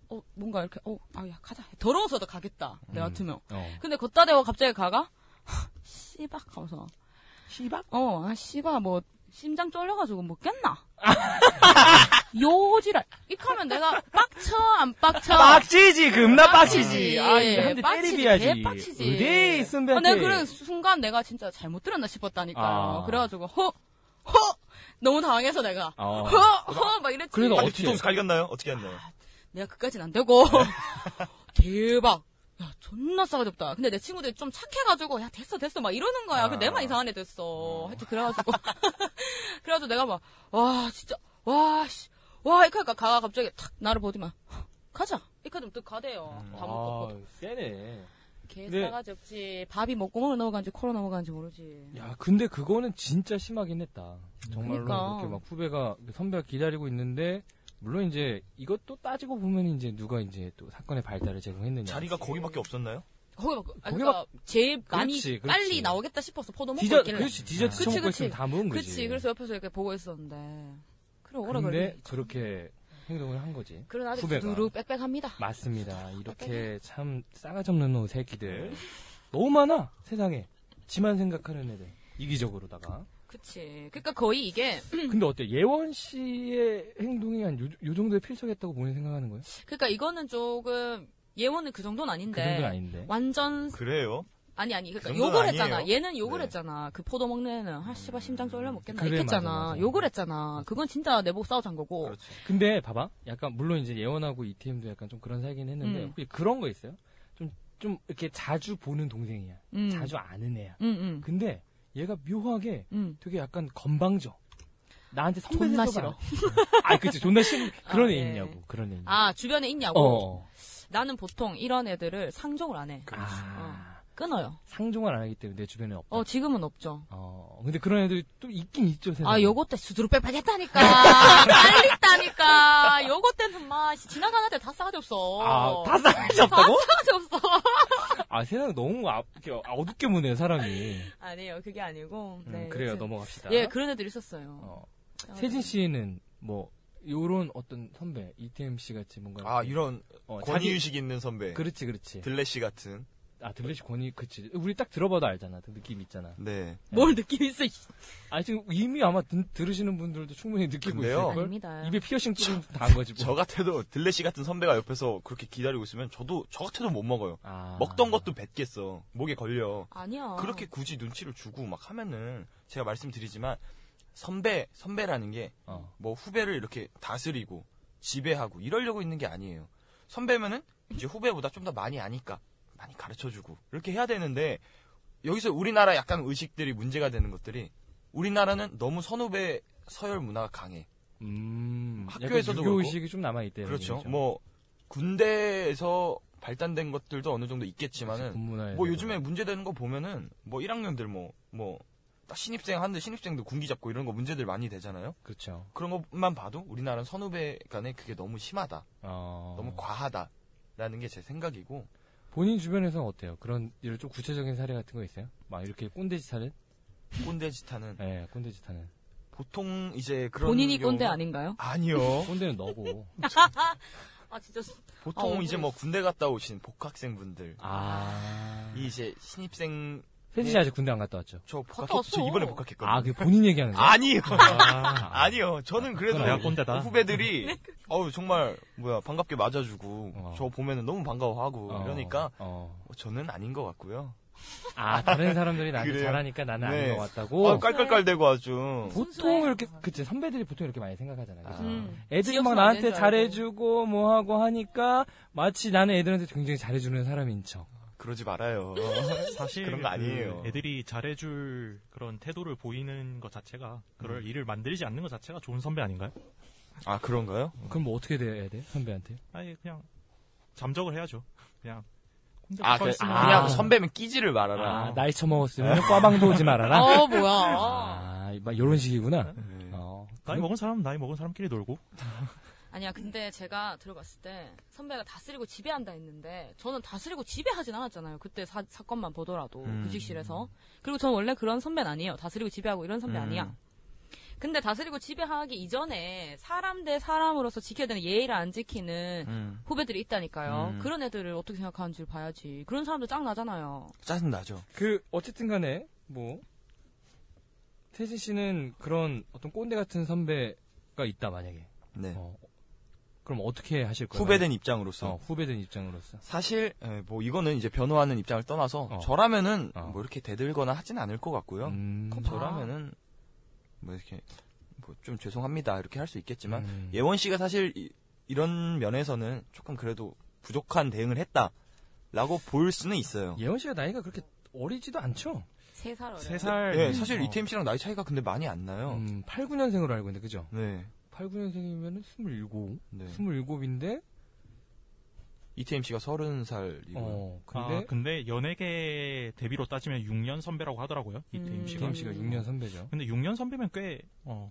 Speaker 6: 어 뭔가 이렇게 어아야 가자 더러워서도 가겠다 내가 같으면
Speaker 3: 어.
Speaker 6: 근데 걷다 대고 갑자기 가가 씨박 하면서 씨박? 어, 아, 씨박 뭐 심장 쫄려가지고 못 깼나? 요지랄 이하면 내가 빡쳐 안 빡쳐?
Speaker 3: 빡치지 금나
Speaker 6: 아. 빡치지.
Speaker 3: 빡치지.
Speaker 6: 예,
Speaker 3: 아이 한대
Speaker 6: 빡치지,
Speaker 3: 때리비야지.
Speaker 6: 개빡치지.
Speaker 3: 의대
Speaker 6: 아,
Speaker 3: 선배한테.
Speaker 6: 내가 그런 순간 내가 진짜 잘못 들었나 싶었다니까요.
Speaker 3: 아.
Speaker 6: 그래가지고 허, 허 너무 당황해서 내가
Speaker 3: 어.
Speaker 6: 허, 허 막 이랬지.
Speaker 3: 그래도
Speaker 2: 아니,
Speaker 3: 어떻게
Speaker 2: 뒤통수 갈겼나요? 어떻게 했나요?
Speaker 6: 내가 그까진 안 되고
Speaker 3: 네.
Speaker 6: 대박. 야, 존나 싸가지 없다. 근데 내 친구들이 좀 착해가지고, 야, 됐어, 됐어. 막 이러는 거야.
Speaker 3: 아.
Speaker 6: 그 내만 이상한 애 됐어. 하여튼, 그래가지고. 그래가지고 내가 막, 와, 진짜, 와, 씨. 와, 이카니까 가가 갑자기 탁 나를 보더만. 가자. 이카 좀또 가대요. 다 먹고.
Speaker 3: 아 세네.
Speaker 6: 개
Speaker 3: 네.
Speaker 6: 싸가지 없지. 밥이 뭐 먹구멍을 넘어간지 코로 넘어간지 모르지.
Speaker 3: 야, 근데 그거는 진짜 심하긴 했다. 정말로
Speaker 6: 그러니까.
Speaker 3: 이렇게 막 후배가 선배가 기다리고 있는데 물론 이제 이것도 따지고 보면 이제 누가 이제 또 사건의 발달을 제공했느냐.
Speaker 2: 자리가 거기밖에 없었나요?
Speaker 6: 거기 막, 아,
Speaker 3: 거기
Speaker 6: 그러니까 제일 많이
Speaker 3: 그렇지, 그렇지.
Speaker 6: 빨리 나오겠다 싶어서 포도 먹고
Speaker 3: 디저
Speaker 6: 있길래.
Speaker 3: 그렇지 디저트
Speaker 6: 그치,
Speaker 3: 처먹고
Speaker 6: 그치.
Speaker 3: 있으면 다 먹은 거지.
Speaker 6: 그렇지. 그래서 옆에서 이렇게 보고 있었는데. 그래, 오래
Speaker 3: 근데
Speaker 6: 걸리
Speaker 3: 그렇게 행동을 한 거지.
Speaker 6: 그런 아주
Speaker 3: 후배가.
Speaker 6: 두루 빽빽합니다.
Speaker 3: 맞습니다. 이렇게 참 싸가지 없는 놈 새끼들 너무 많아 세상에. 지만 생각하는 애들 이기적으로다가.
Speaker 6: 그치. 그러니까 거의 이게
Speaker 3: 근데 어때 예원 씨의 행동이 한 요 정도에 필적했다고 본인 생각하는 거예요?
Speaker 6: 그러니까 이거는 조금 예원은 그
Speaker 3: 그
Speaker 6: 정도는 아닌데
Speaker 3: 정도는 아닌데.
Speaker 6: 완전
Speaker 2: 그래요?
Speaker 6: 아니 아니 그러니까
Speaker 2: 그 정도는
Speaker 6: 욕을 했잖아.
Speaker 2: 아니에요.
Speaker 6: 얘는 욕을
Speaker 2: 네.
Speaker 6: 했잖아. 그 포도 먹는 애는 아 씨발 심장 쫄려 먹겠나
Speaker 3: 그래,
Speaker 6: 이랬잖아.
Speaker 3: 맞아, 맞아.
Speaker 6: 욕을 했잖아. 그건 진짜 내보고 싸우자는 거고.
Speaker 2: 그렇지.
Speaker 3: 근데 봐봐. 약간 물론 이제 예원하고 이태임도 약간 좀 그런 사이긴 했는데
Speaker 6: 음.
Speaker 3: 혹시 그런 거 있어요? 좀 좀 이렇게 자주 보는 동생이야.
Speaker 6: 음.
Speaker 3: 자주 아는 애야.
Speaker 6: 음, 음.
Speaker 3: 근데 얘가 묘하게
Speaker 6: 음.
Speaker 3: 되게 약간 건방져. 나한테 선배
Speaker 6: 존나
Speaker 3: 대접 안 해. 아, 그치 존나 싫어. 그런
Speaker 6: 아,
Speaker 3: 애
Speaker 6: 네.
Speaker 3: 있냐고. 그런 애. 있냐고.
Speaker 6: 아 뭐. 주변에 있냐고.
Speaker 3: 어.
Speaker 6: 나는 보통 이런 애들을 상종을 안 해.
Speaker 3: 아.
Speaker 6: 끊어요.
Speaker 3: 상종을 안 하기 때문에 내 주변에 없다.
Speaker 6: 어
Speaker 3: 어.
Speaker 6: 지금은 없죠.
Speaker 3: 근데 그런 애들이 또 있긴 있죠, 세상에.
Speaker 6: 아, 요거 때 수두룩 빽빽했다니까. 빨리했다니까. 요거 때는 막, 씨, 지나가는 애들 아, 다 싸가지 없어.
Speaker 3: 아, 다 싸가지 없다고?
Speaker 6: 다 싸가지 없어.
Speaker 3: 아 세상 너무 아, 이렇게 어둡게 무네 사람이.
Speaker 6: 아니에요. 그게 아니고.
Speaker 3: 음,
Speaker 6: 네,
Speaker 3: 그래요
Speaker 6: 여튼.
Speaker 3: 넘어갑시다.
Speaker 6: 예, 그런 애들 있었어요. 아,
Speaker 3: 어, 세진 씨는 뭐 요런 어떤 선배 이태임 씨 같이 뭔가
Speaker 2: 아
Speaker 3: 이렇게,
Speaker 2: 이런
Speaker 3: 어, 자기-
Speaker 2: 권위의식 있는 선배
Speaker 3: 그렇지 그렇지.
Speaker 2: 들레씨 같은
Speaker 3: 아 들레시 권위 그렇지. 우리 딱 들어봐도 알잖아. 그 느낌 있잖아.
Speaker 2: 네
Speaker 6: 뭘 느낌 있어? 이-
Speaker 3: 아 지금 이미 아마 들, 들으시는 분들도 충분히 느끼고
Speaker 2: 근데요.
Speaker 3: 있을 걸.
Speaker 6: 아닙니다.
Speaker 3: 입에 피어싱 뚫은 다한 거지 뭐.
Speaker 2: 저 같아도 들레씨 같은 선배가 옆에서 그렇게 기다리고 있으면 저도 저 같아도 못 먹어요
Speaker 3: 아.
Speaker 2: 먹던 것도 뱉겠어 목에 걸려
Speaker 6: 아니야.
Speaker 2: 그렇게 굳이 눈치를 주고 막 하면은 제가 말씀드리지만 선배 선배라는 게 뭐
Speaker 3: 어.
Speaker 2: 후배를 이렇게 다스리고 지배하고 이러려고 있는 게 아니에요. 선배면은 이제 후배보다 좀 더 많이 아니까 많이 가르쳐주고 이렇게 해야 되는데 여기서 우리나라 약간 의식들이 문제가 되는 것들이 우리나라는 너무 선후배 서열 문화가 강해.
Speaker 3: 음.
Speaker 2: 학교에서도
Speaker 3: 교
Speaker 2: 그렇고.
Speaker 3: 의식이 좀 남아 있대요.
Speaker 2: 그렇죠. 뭐 군대에서 발단된 것들도 어느 정도 있겠지만은
Speaker 3: 군문화에
Speaker 2: 뭐 요즘에 문제되는 거 보면은 뭐 1학년들 뭐 뭐 딱 신입생 하는데 신입생도 군기 잡고 이런 거 문제들 많이 되잖아요.
Speaker 3: 그렇죠.
Speaker 2: 그런 것만 봐도 우리나라는 선후배 간에 그게 너무 심하다,
Speaker 3: 어.
Speaker 2: 너무 과하다라는 게 제 생각이고
Speaker 3: 본인 주변에서는 어때요? 그런 이런 좀 구체적인 사례 같은 거 있어요? 막 이렇게 꼰대짓 하는?
Speaker 2: 꼰대짓 하는
Speaker 3: 예, 꼰대짓 하는.
Speaker 2: 보통 이제 그런
Speaker 6: 본인이
Speaker 2: 경우-
Speaker 6: 꼰대 아닌가요?
Speaker 2: 아니요.
Speaker 3: 꼰대는 너고.
Speaker 6: 아 진짜.
Speaker 2: 보통
Speaker 6: 어,
Speaker 2: 이제 뭐 군대 갔다 오신 복학생분들
Speaker 3: 아.
Speaker 2: 이 이제 신입생
Speaker 3: 세진이 아직 군대 안 갔다 왔죠?
Speaker 2: 저
Speaker 6: 갔다
Speaker 2: 복학했
Speaker 6: 왔어.
Speaker 2: 저 이번에 복학했거든요.
Speaker 3: 아, 그 본인 얘기하는 거야?
Speaker 2: 그러니까. 아니요.
Speaker 3: 아.
Speaker 2: 아니요. 저는 그래도
Speaker 8: 내가 꼰대다.
Speaker 2: 후배들이 어우 정말 뭐야 반갑게 맞아주고
Speaker 3: 어.
Speaker 2: 저 보면은 너무 반가워하고
Speaker 3: 어,
Speaker 2: 이러니까
Speaker 3: 어.
Speaker 2: 어, 저는 아닌 것 같고요.
Speaker 3: 아, 다른 사람들이 나한테
Speaker 2: 그래요?
Speaker 3: 잘하니까 나는
Speaker 2: 네.
Speaker 3: 아닌 것 같다고?
Speaker 2: 아, 깔깔깔대고 아주
Speaker 3: 보통 이렇게, 그치, 선배들이 보통 이렇게 많이 생각하잖아요. 그죠?
Speaker 6: 음.
Speaker 3: 애들이 막
Speaker 6: 지역수는 안
Speaker 3: 나한테
Speaker 6: 되는 줄 알고.
Speaker 3: 잘해주고 뭐 하고 하니까 마치 나는 애들한테 굉장히 잘해주는 사람인 척.
Speaker 2: 그러지 말아요.
Speaker 8: 사실
Speaker 2: 그런 거 아니에요.
Speaker 8: 그 애들이 잘해줄 그런 태도를 보이는 것 자체가 그럴 일을 만들지 않는 것 자체가 좋은 선배 아닌가요?
Speaker 2: 아 그런가요?
Speaker 3: 그럼 뭐 어떻게 돼야 돼? 선배한테?
Speaker 8: 아예 그냥 잠적을 해야죠. 그냥 혼자
Speaker 2: 아,
Speaker 8: 서
Speaker 2: 그,
Speaker 8: 있으면
Speaker 3: 아.
Speaker 2: 냥 선배면 끼지를 말아라.
Speaker 3: 아, 나이 처먹었으면 꽈방도 오지 말아라.
Speaker 6: 어 뭐야.
Speaker 3: 아, 막 요런 식이구나.
Speaker 2: 네.
Speaker 3: 어.
Speaker 8: 나이 먹은 사람 나이 먹은 사람끼리 놀고
Speaker 6: 아니야, 근데 제가 들어봤을 때 선배가 다스리고 지배한다 했는데 저는 다스리고 지배하진 않았잖아요. 그때 사, 건만 보더라도
Speaker 2: 음.
Speaker 6: 구직실에서. 그리고 저는 원래 그런 선배는 아니에요. 다스리고 지배하고 이런 선배
Speaker 2: 음.
Speaker 6: 아니야. 근데 다스리고 지배하기 이전에 사람 대 사람으로서 지켜야 되는 예의를 안 지키는
Speaker 2: 음,
Speaker 6: 후배들이 있다니까요.
Speaker 2: 음.
Speaker 6: 그런 애들을 어떻게 생각하는지를 봐야지. 그런 사람들 짱 나잖아요.
Speaker 2: 짜증 나죠.
Speaker 3: 그 어쨌든 간에 뭐 태진 씨는 그런 어떤 꼰대 같은 선배가 있다 만약에.
Speaker 2: 네.
Speaker 3: 어. 그럼 어떻게 하실 거예요?
Speaker 2: 후배된 입장으로서
Speaker 3: 어, 후배된 입장으로서.
Speaker 2: 사실 에, 뭐 이거는 이제 변호하는 입장을 떠나서
Speaker 3: 어.
Speaker 2: 저라면은
Speaker 3: 어.
Speaker 2: 뭐 이렇게 대들거나 하진 않을 것 같고요.
Speaker 3: 음.
Speaker 2: 저라면은 뭐 이렇게 뭐 좀 죄송합니다 이렇게 할 수 있겠지만
Speaker 3: 음.
Speaker 2: 예원 씨가 사실 이, 이런 면에서는 조금 그래도 부족한 대응을 했다라고 볼 수는 있어요.
Speaker 3: 예원 씨가 나이가 그렇게 어리지도 않죠?
Speaker 6: 세 살 음, 어려.
Speaker 8: 세 살.
Speaker 2: 예, 사실 이태임 씨랑 나이 차이가 근데 많이 안 나요.
Speaker 3: 음, 8, 9년생으로 알고 있는데 그죠?
Speaker 2: 네,
Speaker 3: 8, 9년생이면은 27.
Speaker 2: 네.
Speaker 3: 27인데
Speaker 2: 이태임 씨가 서른 살이고 요
Speaker 3: 어,
Speaker 2: 그렇죠.
Speaker 8: 근데 아,
Speaker 3: 근데
Speaker 8: 근데 연예계 데뷔로 따지면 6년 선배라고 하더라고요 이태임
Speaker 6: 음.
Speaker 8: 씨가.
Speaker 3: 태임 씨가 6년 선배죠.
Speaker 8: 근데 6년 선배면 꽤 어.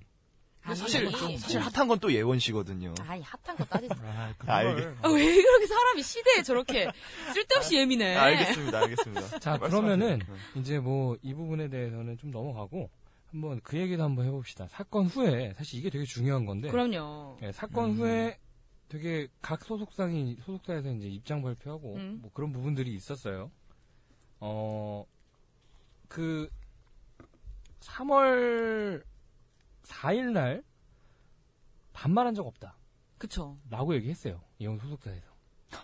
Speaker 2: 사실 사실 핫한 건 또 예원 씨거든요.
Speaker 6: 아이 핫한 거 따지지. 마.
Speaker 8: 아,
Speaker 2: 그 알겠-
Speaker 6: 아, 왜 그렇게 사람이 시대에 저렇게 쓸데없이 예민해.
Speaker 2: 아, 네. 알겠습니다, 알겠습니다.
Speaker 6: 아,
Speaker 3: 자,
Speaker 2: 말씀하세요.
Speaker 3: 그러면은
Speaker 2: 네.
Speaker 3: 이제 뭐 이 부분에 대해서는 좀 넘어가고 한번 그 얘기도 한번 해봅시다. 사건 후에 사실 이게 되게 중요한 건데
Speaker 6: 네. 그럼요.
Speaker 3: 예, 사건
Speaker 2: 음.
Speaker 3: 후에 되게 각 소속사이 소속사에서 이제 입장 발표하고
Speaker 6: 음.
Speaker 3: 뭐 그런 부분들이 있었어요. 어, 그 3월 4일 날 반말한 적 없다라고
Speaker 6: 그쵸.
Speaker 3: 얘기했어요. 이혼 소속사에서.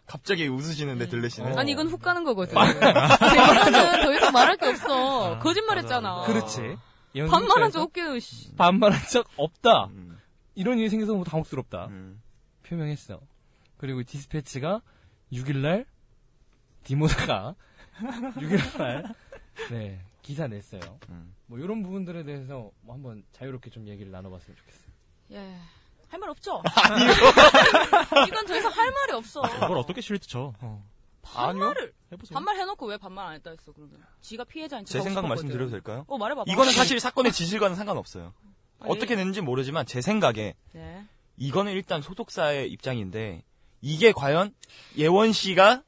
Speaker 2: 갑자기 웃으시는데 들레시는.
Speaker 3: 어.
Speaker 6: 아니 이건 훅 가는 거거든. 이거는 더 이상 말할 게 없어. 거짓말했잖아.
Speaker 3: 그렇지. 이혼
Speaker 6: 반말한 적
Speaker 3: 소속사에서
Speaker 6: 없게. 씨.
Speaker 3: 반말한 적 없다.
Speaker 2: 음,
Speaker 3: 이런 일이 생겨서 뭐 당혹스럽다.
Speaker 2: 음.
Speaker 3: 표명했어. 그리고 디스패치가 6일날 디모사가 6일날 네 기사 냈어요.
Speaker 2: 음.
Speaker 3: 뭐 이런 부분들에 대해서 뭐 한번 자유롭게 좀 얘기를 나눠봤으면 좋겠어요.
Speaker 6: 예. 할 말 없죠? 이건 더 이상 할 말이 없어.
Speaker 2: 아,
Speaker 8: 그걸 어떻게 실드 쳐? 어.
Speaker 6: 반말을
Speaker 8: 해보세요.
Speaker 6: 반말 해놓고 왜 반말 안 했다 했어 그러면? 지가 피해자인
Speaker 2: 네. 제 생각 말씀드려도 될까요?
Speaker 6: 어 말해봐.
Speaker 2: 이거는 사실 사건의 지질과는 상관없어요.
Speaker 6: 아니.
Speaker 2: 어떻게 됐는지 모르지만 제 생각에
Speaker 6: 네.
Speaker 2: 이거는 일단 소속사의 입장인데 이게 과연 예원 씨가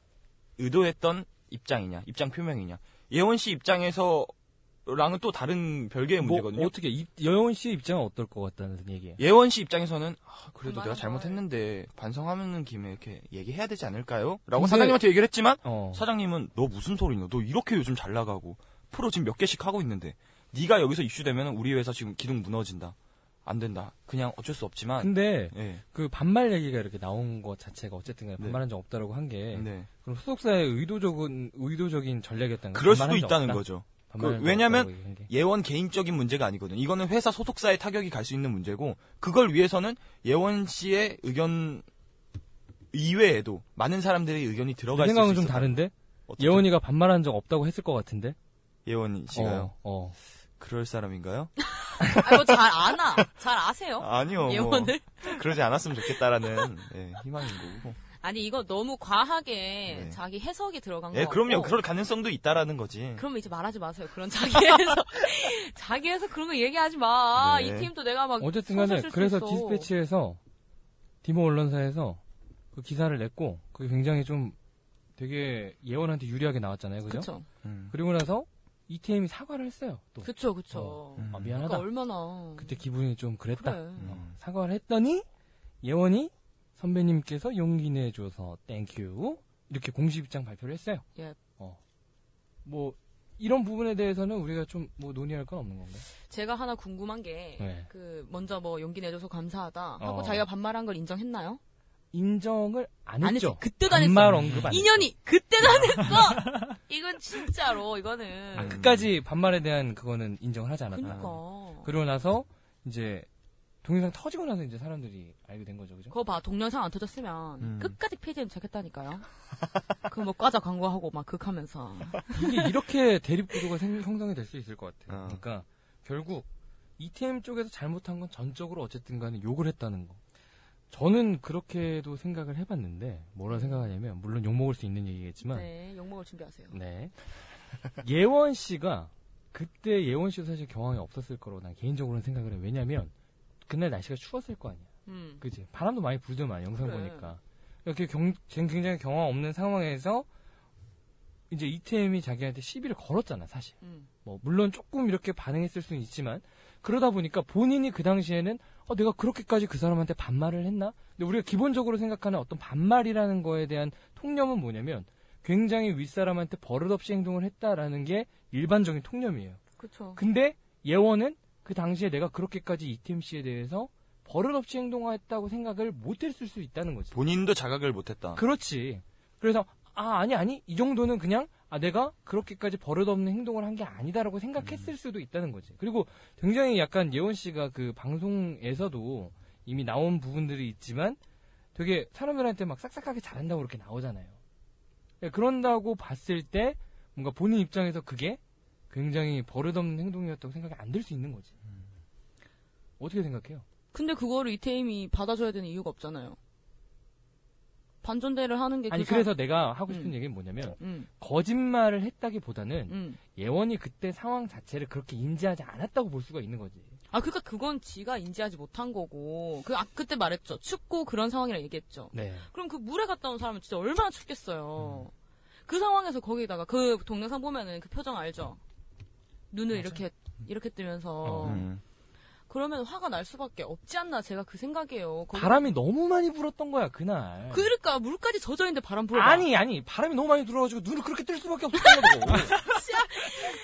Speaker 2: 의도했던 입장이냐, 입장 표명이냐. 예원 씨 입장에서랑은 또 다른 별개의
Speaker 3: 뭐,
Speaker 2: 문제거든요.
Speaker 3: 어떻게 입- 여영 씨 입장은 어떨 것 같다는 얘기예요.
Speaker 2: 예원 씨 입장에서는 아, 그래도
Speaker 5: 그만한
Speaker 2: 내가 잘못했는데 반성하는 김에 이렇게 얘기해야 되지 않을까요? 라고
Speaker 3: 근데-
Speaker 2: 사장님한테 얘기를 했지만
Speaker 3: 어.
Speaker 2: 사장님은 너 무슨 소리냐? 너 이렇게 요즘 잘 나가고 프로 지금 몇 개씩 하고 있는데 네가 여기서 이슈되면 우리 회사 지금 기둥 무너진다. 안 된다. 그냥 어쩔 수 없지만
Speaker 3: 근데
Speaker 2: 예.
Speaker 3: 그 반말 얘기가 이렇게 나온 것 자체가 어쨌든 간에
Speaker 2: 네.
Speaker 3: 반말한 적 없다라고 한 게
Speaker 2: 네.
Speaker 3: 그럼 소속사의 의도적인 의도적인 전략이었다는 거예요.
Speaker 2: 그럴 수도
Speaker 3: 반말한 적
Speaker 2: 있다는
Speaker 3: 없다?
Speaker 2: 거죠.
Speaker 3: 반말한
Speaker 2: 그-
Speaker 3: 적
Speaker 2: 왜냐면
Speaker 3: 없다라고 얘기한 게.
Speaker 2: 예원 개인적인 문제가 아니거든. 요 이거는 회사 소속사에 타격이 갈 수 있는 문제고 그걸 위해서는 예원 씨의 의견 이외에도 많은 사람들의 의견이 들어가
Speaker 3: 내
Speaker 2: 있을
Speaker 3: 생각은
Speaker 2: 수
Speaker 3: 좀
Speaker 2: 있어요.
Speaker 3: 다른데
Speaker 2: 어떻게-
Speaker 3: 예원이가 반말한 적 없다고 했을 것 같은데.
Speaker 2: 예원 씨가요.
Speaker 3: 어, 어.
Speaker 2: 그럴 사람인가요?
Speaker 5: 아, 이거 잘 아나. 잘
Speaker 6: 어?
Speaker 5: 아세요?
Speaker 2: 아니요. 뭐
Speaker 5: 예원을?
Speaker 2: 그러지 않았으면 좋겠다라는 예, 희망인 거고.
Speaker 6: 아니 이거 너무 과하게
Speaker 2: 네.
Speaker 6: 자기 해석이 들어간 거
Speaker 2: 예, 그럼요.
Speaker 6: 같고.
Speaker 2: 그럴 가능성도 있다라는 거지.
Speaker 6: 그러면 이제 말하지 마세요. 그런 자기에서 자기에서 그런 거 얘기하지 마.
Speaker 2: 네.
Speaker 6: 이 팀도 내가 막
Speaker 3: 어쨌든 간에
Speaker 6: 아, 손실 수
Speaker 3: 그래서
Speaker 6: 있어.
Speaker 3: 디스패치에서 디모 언론사에서 그 기사를 냈고 그게 굉장히 좀 되게 예원한테 유리하게 나왔잖아요. 그죠?
Speaker 6: 그쵸
Speaker 2: 음.
Speaker 3: 그리고 나서 이태임이 사과를 했어요. 또.
Speaker 6: 그쵸 그쵸.
Speaker 3: 어.
Speaker 2: 음.
Speaker 3: 아,
Speaker 6: 그러니까
Speaker 3: 미안하다.
Speaker 6: 얼마나
Speaker 3: 그때 기분이 좀 그랬다. 어,
Speaker 6: 그래.
Speaker 2: 음.
Speaker 3: 사과를 했더니 예원이 선배님께서 용기 내줘서 땡큐 이렇게 공식 입장 발표를 했어요.
Speaker 6: 예.
Speaker 3: 어. 뭐 이런 부분에 대해서는 우리가 좀 뭐 논의할 건 없는 건가요?
Speaker 6: 제가 하나 궁금한 게.
Speaker 3: 네.
Speaker 6: 그 먼저 뭐 용기 내줘서 감사하다 하고
Speaker 3: 어.
Speaker 6: 자기가 반말한 걸 인정했나요?
Speaker 3: 인정을 안
Speaker 6: 안
Speaker 3: 했죠.
Speaker 6: 했지. 그때가 안 했어.
Speaker 3: 반말 언급 안 했죠.
Speaker 6: 인연이 그때도 안 했어. 이건 진짜로 이거는
Speaker 3: 아, 끝까지 반말에 대한 그거는 인정을 하지 않았다.
Speaker 6: 그러니까
Speaker 3: 그러고 나서 이제 동영상 터지고 나서 이제 사람들이 알게 된 거죠, 그죠?
Speaker 6: 그거 봐 동영상 안 터졌으면
Speaker 2: 음.
Speaker 6: 끝까지 페이지는 적겠다니까요. 그 뭐 과자 광고하고 막 극하면서
Speaker 3: 이게 이렇게 대립 구도가 생- 형성이 될 수 있을 것 같아요.
Speaker 2: 어.
Speaker 3: 그러니까 결국 ETM 쪽에서 잘못한 건 전적으로 어쨌든간에 욕을 했다는 거. 저는 그렇게도 생각을 해봤는데 뭐라 생각하냐면 물론 욕 먹을 수 있는 얘기겠지만
Speaker 6: 네 욕먹을 준비하세요.
Speaker 3: 네. 예원 씨가 그때 예원 씨도 사실 경황이 없었을 거로 난 개인적으로는 생각을 해. 왜냐면 그날 날씨가 추웠을 거 아니야.
Speaker 6: 음.
Speaker 3: 그지 바람도 많이 불더만 영상
Speaker 6: 그래.
Speaker 3: 보니까 이렇게 경, 지금 굉장히 경험 없는 상황에서 이제 이태임이 자기한테 시비를 걸었잖아 사실
Speaker 6: 음.
Speaker 3: 뭐 물론 조금 이렇게 반응했을 수는 있지만 그러다 보니까 본인이 그 당시에는 어, 내가 그렇게까지 그 사람한테 반말을 했나 근데 우리가 기본적으로 생각하는 어떤 반말이라는 거에 대한 통념은 뭐냐면 굉장히 윗사람한테 버릇없이 행동을 했다라는 게 일반적인 통념이에요
Speaker 6: 그쵸.
Speaker 3: 근데 예원은 그 당시에 내가 그렇게까지 이팀 씨에 대해서 버릇없이 행동했다고 생각을 못했을 수 있다는 거지.
Speaker 2: 본인도 자각을 못했다.
Speaker 3: 그렇지. 그래서 아 아니 아니 이 정도는 그냥 아 내가 그렇게까지 버릇없는 행동을 한 게 아니다라고 생각했을 수도 있다는 거지. 그리고 굉장히 약간 예원 씨가 그 방송에서도 이미 나온 부분들이 있지만 되게 사람들한테 막 싹싹하게 잘한다고 이렇게 나오잖아요. 예, 그런다고 봤을 때 뭔가 본인 입장에서 그게 굉장히 버릇없는 행동이었다고 생각이 안 들 수 있는 거지. 어떻게 생각해요?
Speaker 6: 근데 그거를 이태임이 받아줘야 되는 이유가 없잖아요. 반전대를 하는 게
Speaker 3: 아니
Speaker 6: 그 사-
Speaker 3: 그래서 내가 하고 싶은
Speaker 6: 음.
Speaker 3: 얘기는 뭐냐면
Speaker 6: 음,
Speaker 3: 거짓말을 했다기보다는
Speaker 6: 음.
Speaker 3: 예원이 그때 상황 자체를 그렇게 인지하지 않았다고 볼 수가 있는 거지.
Speaker 6: 아 그러니까 그건 지가 인지하지 못한 거고 그 아, 그때 말했죠. 춥고 그런 상황이라 얘기했죠.
Speaker 3: 네.
Speaker 6: 그럼 그 물에 갔다 온 사람은 진짜 얼마나
Speaker 3: 음.
Speaker 6: 춥겠어요. 그 상황에서 거기다가 그 동영상 보면은 그 표정 알죠? 눈을 이렇게 이렇게 뜨면서
Speaker 3: 어.
Speaker 2: 음.
Speaker 6: 그러면 화가 날 수밖에 없지 않나 제가 그 생각이에요. 거기-
Speaker 3: 바람이 너무 많이 불었던 거야 그날.
Speaker 6: 그러니까 물까지 젖어 있는데 바람 불어.
Speaker 3: 아니 아니 바람이 너무 많이 들어가지고 눈을 그렇게 뜰 수밖에 없었던 거고.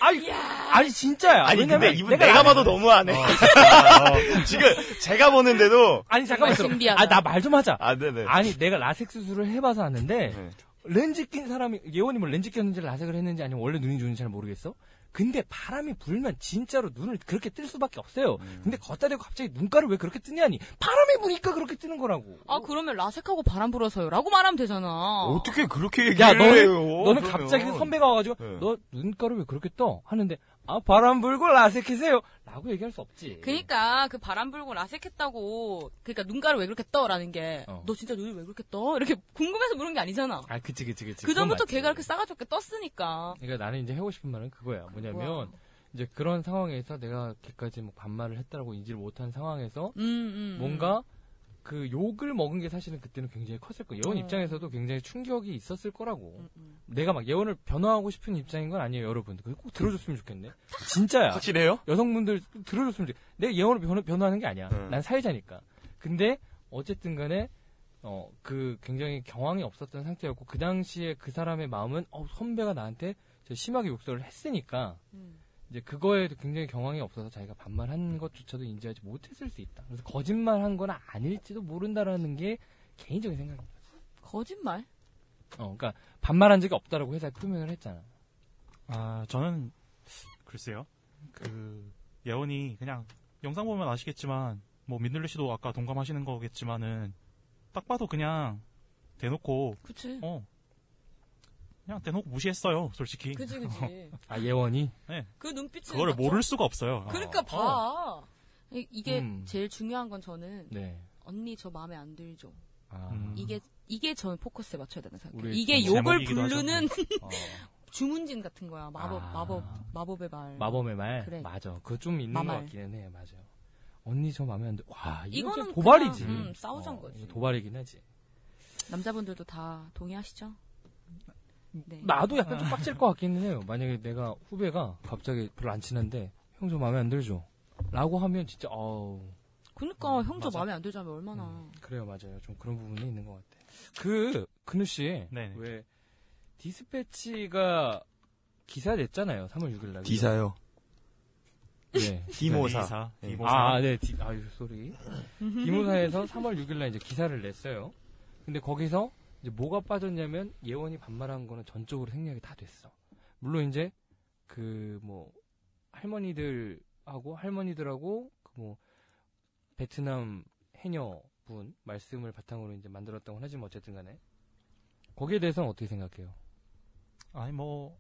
Speaker 3: 아니 아니 진짜야.
Speaker 2: 아니
Speaker 3: 왜냐면 어.
Speaker 2: 근데 이분 내가, 봐도 너무하네. 지금 제가 보는데도
Speaker 3: 아니 잠깐만
Speaker 6: 정말
Speaker 3: 있어봐.
Speaker 6: 신비하다.
Speaker 3: 아, 나 말 좀 하자.
Speaker 2: 아 네네.
Speaker 3: 아니 내가 라섹 수술을 해봐서 아는데
Speaker 2: 네.
Speaker 3: 렌즈 낀 사람이 예원이 뭐 렌즈 꼈는지 라섹을 했는지 아니면 원래 눈이 좋은지 잘 모르겠어. 근데 바람이 불면 진짜로 눈을 그렇게 뜰 수밖에 없어요.
Speaker 2: 음.
Speaker 3: 근데 걷다 대고 갑자기 눈가를 왜 그렇게 뜨냐니 바람이 부니까 그렇게 뜨는 거라고.
Speaker 6: 아 그러면 라섹하고 바람 불어서요라고 말하면 되잖아.
Speaker 2: 어떻게 그렇게
Speaker 3: 야
Speaker 2: 얘기를
Speaker 3: 너는
Speaker 2: 해요?
Speaker 3: 너는
Speaker 2: 그러면.
Speaker 3: 갑자기 선배가 와가지고
Speaker 2: 네.
Speaker 3: 너 눈가를 왜 그렇게 떠 하는데 아 바람 불고 라섹해세요라고 얘기할 수 없지.
Speaker 6: 그러니까 그 바람 불고 라섹했다고 그러니까 눈가를 왜 그렇게 떠라는 게 너
Speaker 3: 어.
Speaker 6: 진짜 눈이 왜 그렇게 떠 이렇게 궁금해서 물은 게 아니잖아.
Speaker 3: 아 그치 그치 그치.
Speaker 6: 그 전부터
Speaker 3: 그건 맞지.
Speaker 6: 걔가 이렇게 싸가지 없게 떴으니까.
Speaker 3: 그러니까 나는 이제 하고 싶은 말은 그거야.
Speaker 6: 뭐야.
Speaker 3: 뭐냐면 이제 그런 상황에서 내가 걔까지 뭐 반말을 했다라고 인지를 못한 상황에서
Speaker 6: 음, 음, 음.
Speaker 3: 뭔가 그 욕을 먹은 게 사실은 그때는 굉장히 컸을 거예요. 예원
Speaker 6: 어.
Speaker 3: 입장에서도 굉장히 충격이 있었을 거라고.
Speaker 6: 음, 음.
Speaker 3: 내가 막 예원을 변화하고 싶은 입장인 건 아니에요, 여러분. 그거 꼭 들어줬으면 좋겠네. 진짜야.
Speaker 2: 확실해요?
Speaker 3: 여성분들 들어줬으면 좋겠 내가 예원을 변, 변화하는 게 아니야.
Speaker 2: 음.
Speaker 3: 난 사회자니까. 근데 어쨌든 간에 어, 그 굉장히 경황이 없었던 상태였고 그 당시에 그 사람의 마음은 어, 선배가 나한테 진짜 심하게 욕설을 했으니까
Speaker 6: 음.
Speaker 3: 이제 그거에도 굉장히 경황이 없어서 자기가 반말한 것조차도 인지하지 못했을 수 있다. 그래서 거짓말한 건 아닐지도 모른다라는 게 개인적인 생각입니다.
Speaker 6: 거짓말?
Speaker 3: 어, 그러니까 반말한 적이 없다라고 회사에 표명을 했잖아.
Speaker 8: 아, 저는 글쎄요. 그 예원이 그냥 영상 보면 아시겠지만 뭐 민들레 씨도 아까 동감하시는 거겠지만은 딱 봐도 그냥 대놓고
Speaker 6: 그치.
Speaker 8: 어 그냥 대놓고 무시했어요, 솔직히. 그,
Speaker 6: 그치, 그치.
Speaker 3: 아 예원이
Speaker 6: 눈빛이.
Speaker 8: 거를 모를 수가 없어요.
Speaker 6: 그러니까 봐. 이- 이게
Speaker 3: 음.
Speaker 6: 제일 중요한 건 저는
Speaker 3: 네.
Speaker 6: 언니 저 마음에 안 들죠.
Speaker 3: 아,
Speaker 8: 음.
Speaker 6: 이게 이게 저는 포커스에 맞춰야 된다 생각해요.
Speaker 3: 우리
Speaker 6: 이게
Speaker 8: 그
Speaker 6: 욕을
Speaker 8: 제목이기도 하죠.
Speaker 6: 부르는
Speaker 3: 어,
Speaker 6: 주문진 같은 거야. 마법
Speaker 3: 아.
Speaker 6: 마법 마법의 말.
Speaker 3: 마법의 말
Speaker 6: 그래.
Speaker 3: 맞아. 그거 좀 있는
Speaker 6: 마말.
Speaker 3: 것 같기는 해. 맞아. 언니 저 마음에 안 들. 와 이거
Speaker 6: 이거는
Speaker 3: 좀 도발이지. 어,
Speaker 6: 그냥, 음, 싸우자는 거지.
Speaker 3: 이거 도발이긴 하지.
Speaker 6: 남자분들도 다 동의하시죠? 네.
Speaker 3: 나도 약간 좀 빡칠 것 같기는 해요. 만약에 내가 후배가 갑자기 별로 안 친한데 형 저 마음에 안 들죠. 라고 하면 진짜 어우
Speaker 6: 그러니까 형 저
Speaker 8: 맞아.
Speaker 6: 마음에 안 들자면 얼마나.
Speaker 3: 그래요 맞아요 좀 그런 부분이 있는 것 같아. 그 근우 씨
Speaker 8: 네.
Speaker 3: 왜 디스패치가 기사 냈잖아요 3월 6일 날.
Speaker 2: 디사요.
Speaker 3: 네.
Speaker 2: 디모사. 예.
Speaker 8: 디모사.
Speaker 3: 아, 네. 디, 아유, 소리. 디모사에서 3월 6일날 이제 기사를 냈어요. 근데 거기서 이제 뭐가 빠졌냐면 예원이 반말한 거는 전적으로 생략이 다 됐어. 물론 이제 그 뭐 할머니들하고 할머니들하고 그 뭐 베트남 해녀분 말씀을 바탕으로 이제 만들었다고 하지만 어쨌든 간에 거기에 대해서는 어떻게 생각해요?
Speaker 8: 아니 뭐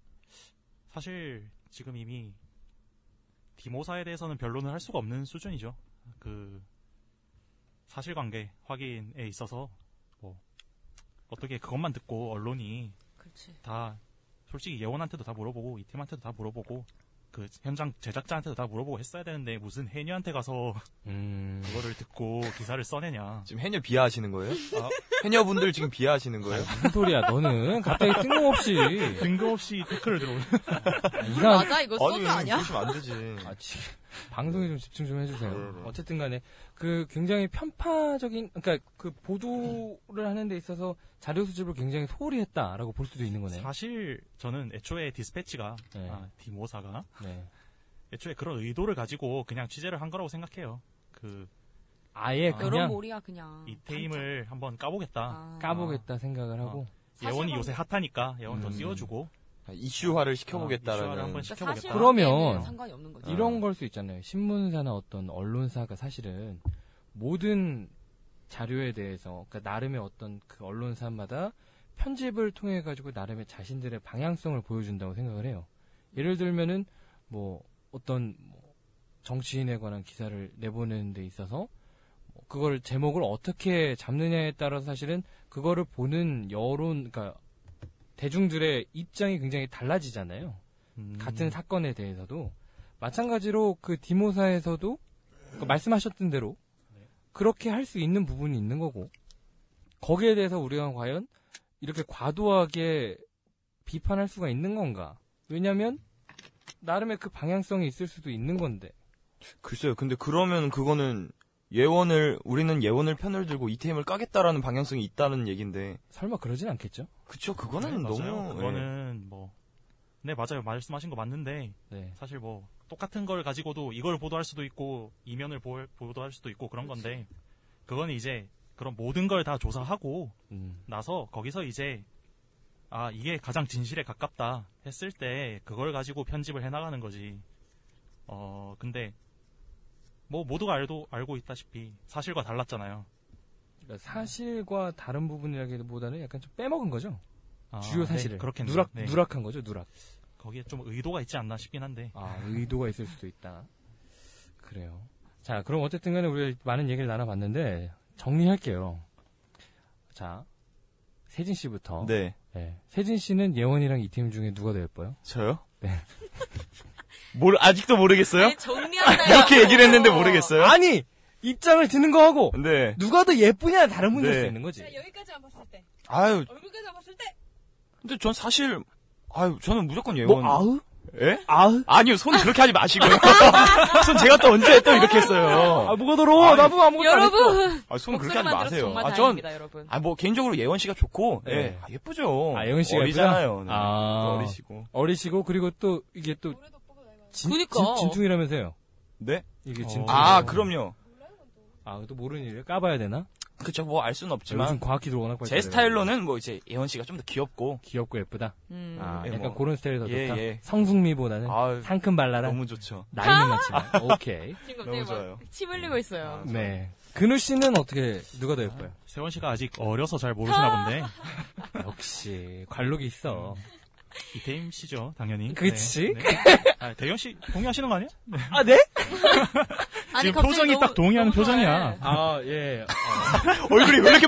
Speaker 8: 사실 지금 이미 디모사에 대해서는 변론을 할 수가 없는 수준이죠. 그 사실관계 확인에 있어서 뭐 어떻게 그것만 듣고 언론이
Speaker 6: 그렇지.
Speaker 8: 다 솔직히 예원한테도 다 물어보고 이 팀한테도 다 물어보고 그 현장 제작자한테도 다 물어보고 했어야 되는데 무슨 해녀한테 가서
Speaker 3: 음.
Speaker 8: 그거를 듣고 기사를 써내냐.
Speaker 2: 지금 해녀 비하하시는 거예요?
Speaker 8: 아.
Speaker 2: 해녀분들 지금 비하하시는 거예요?
Speaker 3: 무슨 소리야, 너는? 갑자기 뜬금없이.
Speaker 2: 예.
Speaker 8: 뜬금없이 태클을 들어오는.
Speaker 2: 네.
Speaker 3: 이상한
Speaker 6: 맞아 이거 소주 아니야?
Speaker 2: 그러시면 안 되지.
Speaker 3: 아, 지 방송에 좀 집중 좀 해주세요.
Speaker 2: 네, 네.
Speaker 3: 어쨌든 간에, 그 굉장히 편파적인, 그니까 그 보도를 하는 데 있어서 자료 수집을 굉장히 소홀히 했다라고 볼 수도 있는 거네요.
Speaker 8: 사실 저는 애초에 디스패치가
Speaker 3: 네.
Speaker 8: 아, 디모사가
Speaker 3: 네.
Speaker 8: 애초에 그런 의도를 가지고 그냥 취재를 한 거라고 생각해요. 그
Speaker 3: 아예 뭐-
Speaker 8: 아,
Speaker 6: 여러
Speaker 3: 그냥
Speaker 6: 몰이야 그냥.
Speaker 8: 이태임을 한번 까보겠다.
Speaker 6: 반짝. 아.
Speaker 3: 까보겠다 생각을 하고.
Speaker 8: 예원이
Speaker 6: 사실은-
Speaker 8: 요새 핫하니까 예원 더
Speaker 3: 음.
Speaker 8: 띄워주고
Speaker 2: 아, 이슈화를
Speaker 8: 아, 이슈화를
Speaker 2: 시켜보겠다라는.
Speaker 8: 한번
Speaker 6: 그러니까
Speaker 8: 시켜보겠다.
Speaker 6: 사실
Speaker 3: 그러면
Speaker 6: 상관이 없는 거지.
Speaker 2: 아.
Speaker 3: 이런 걸 수 있잖아요. 신문사나 어떤 언론사가 사실은 모든 자료에 대해서, 그러니까 나름의 어떤 그 언론사마다 편집을 통해 가지고 나름의 자신들의 방향성을 보여준다고 생각을 해요. 예를 들면은 뭐 어떤 뭐 정치인에 관한 기사를 내보내는 데 있어서 뭐 그걸 제목을 어떻게 잡느냐에 따라서 사실은 그거를 보는 여론, 그러니까 대중들의 입장이 굉장히 달라지잖아요.
Speaker 8: 음.
Speaker 3: 같은 사건에 대해서도 마찬가지로 그 디모사에서도 그 말씀하셨던 대로 그렇게 할 수 있는 부분이 있는 거고 거기에 대해서 우리가 과연 이렇게 과도하게 비판할 수가 있는 건가? 왜냐하면 나름의 그 방향성이 있을 수도 있는 건데
Speaker 2: 글쎄요. 근데 그러면 그거는 예원을 우리는 예원을 편을 들고 이태임을 까겠다라는 방향성이 있다는 얘긴데.
Speaker 3: 설마 그러진 않겠죠?
Speaker 2: 그쵸. 그거는
Speaker 8: 네, 맞아요.
Speaker 2: 너무. 예.
Speaker 8: 그거는 뭐. 네 맞아요 말씀하신 거 맞는데
Speaker 3: 네.
Speaker 8: 사실 뭐 똑같은 걸 가지고도 이걸 보도할 수도 있고 이면을 보, 보도할 수도 있고 그런 건데 그건 이제 그런 모든 걸 다 조사하고
Speaker 3: 음.
Speaker 8: 나서 거기서 이제 아 이게 가장 진실에 가깝다 했을 때 그걸 가지고 편집을 해나가는 거지. 어 근데 뭐 모두가 알도 알고 있다시피 사실과 달랐잖아요.
Speaker 3: 그러니까 사실과 다른 부분이라기보다는 약간 좀 빼먹은 거죠.
Speaker 8: 아,
Speaker 3: 주요 사실을
Speaker 8: 네, 그렇겠네요.
Speaker 3: 누락
Speaker 8: 네.
Speaker 3: 누락한 거죠. 누락.
Speaker 8: 거기에 좀 의도가 있지 않나 싶긴 한데.
Speaker 3: 아, 의도가 있을 수도 있다. 그래요. 자, 그럼 어쨌든 간에 우리 많은 얘기를 나눠봤는데, 정리할게요. 자, 세진 씨부터.
Speaker 2: 네.
Speaker 3: 네. 세진 씨는 예원이랑 이 팀 중에 누가 더 예뻐요?
Speaker 2: 저요?
Speaker 3: 네.
Speaker 2: 뭘 아직도 모르겠어요?
Speaker 6: 정리한다.
Speaker 2: 이렇게 얘기를 했는데 모르겠어요?
Speaker 3: 아니! 입장을 드는 거하고
Speaker 2: 네.
Speaker 3: 누가 더 예쁘냐 다른 문제일
Speaker 2: 네.
Speaker 3: 수 있는 거지.
Speaker 6: 제가 여기까지만 봤을 때
Speaker 2: 아유,
Speaker 6: 얼굴까지만 봤을 때
Speaker 2: 근데 전 사실, 아유, 저는 무조건 예원.
Speaker 3: 뭐 아우
Speaker 2: 예?
Speaker 3: 아우
Speaker 2: 아니요, 손 그렇게 하지 마시고요. 손 제가 또 언제 또 이렇게 했어요.
Speaker 3: 아 뭐가 더러워
Speaker 2: 아니,
Speaker 3: 나보고 아무것도 안 했어.
Speaker 6: 여러분
Speaker 2: 아, 손 그렇게 하지
Speaker 6: 목소리만 들어서
Speaker 2: 마세요.
Speaker 6: 정말
Speaker 2: 아, 전,
Speaker 6: 다행입니다 여러분
Speaker 2: 아, 뭐, 개인적으로 예원 씨가 좋고, 예.
Speaker 3: 네.
Speaker 2: 아, 예쁘죠.
Speaker 3: 아, 예원 씨가
Speaker 2: 어리잖아요.
Speaker 3: 예쁘다?
Speaker 2: 네.
Speaker 3: 아.
Speaker 2: 또 어리시고.
Speaker 3: 어리시고 그리고 또 이게 또 진,
Speaker 6: 그니까.
Speaker 3: 퉁이라면서요
Speaker 2: 네?
Speaker 3: 이게
Speaker 8: 어.
Speaker 3: 진퉁.
Speaker 2: 아, 그럼요.
Speaker 3: 아, 또 모르는 일을 까봐야 되나?
Speaker 2: 그쵸, 뭐, 알 수는
Speaker 3: 요즘
Speaker 2: 없지만.
Speaker 3: 과학기도 워낙
Speaker 2: 제 스타일로는 뭐, 이제, 예원 씨가 좀 더 귀엽고.
Speaker 3: 귀엽고 예쁘다.
Speaker 6: 음.
Speaker 3: 아,
Speaker 2: 예,
Speaker 3: 약간
Speaker 2: 뭐.
Speaker 3: 그런 스타일이 더
Speaker 2: 예,
Speaker 3: 좋다.
Speaker 2: 예.
Speaker 3: 성숙미보다는
Speaker 2: 아유,
Speaker 3: 상큼 발랄한
Speaker 2: 너무 좋죠.
Speaker 3: 나이는 많지만 오케이.
Speaker 6: 지금
Speaker 2: 너무
Speaker 6: 갑자기 막
Speaker 2: 좋아요. 음.
Speaker 6: 침 흘리고 있어요
Speaker 3: 네. 근우 씨는 어떻게 누가 더 예뻐요?
Speaker 8: 세원 씨가 아직 어려서 잘 모르시나
Speaker 6: 아.
Speaker 8: 본데
Speaker 3: 역시 관록이 있어.
Speaker 8: 이태임 씨죠, 당연히.
Speaker 3: 그치?
Speaker 8: 네, 네. 아, 대경 씨 동의하시는 거 아니야?
Speaker 3: 아 네?
Speaker 6: 아니, 갑자기
Speaker 8: 지금 표정이
Speaker 6: 너무-
Speaker 8: 딱 동의하는
Speaker 6: 너무 좋아해.
Speaker 8: 표정이야.
Speaker 3: 아 예.
Speaker 2: 얼굴이 왜 이렇게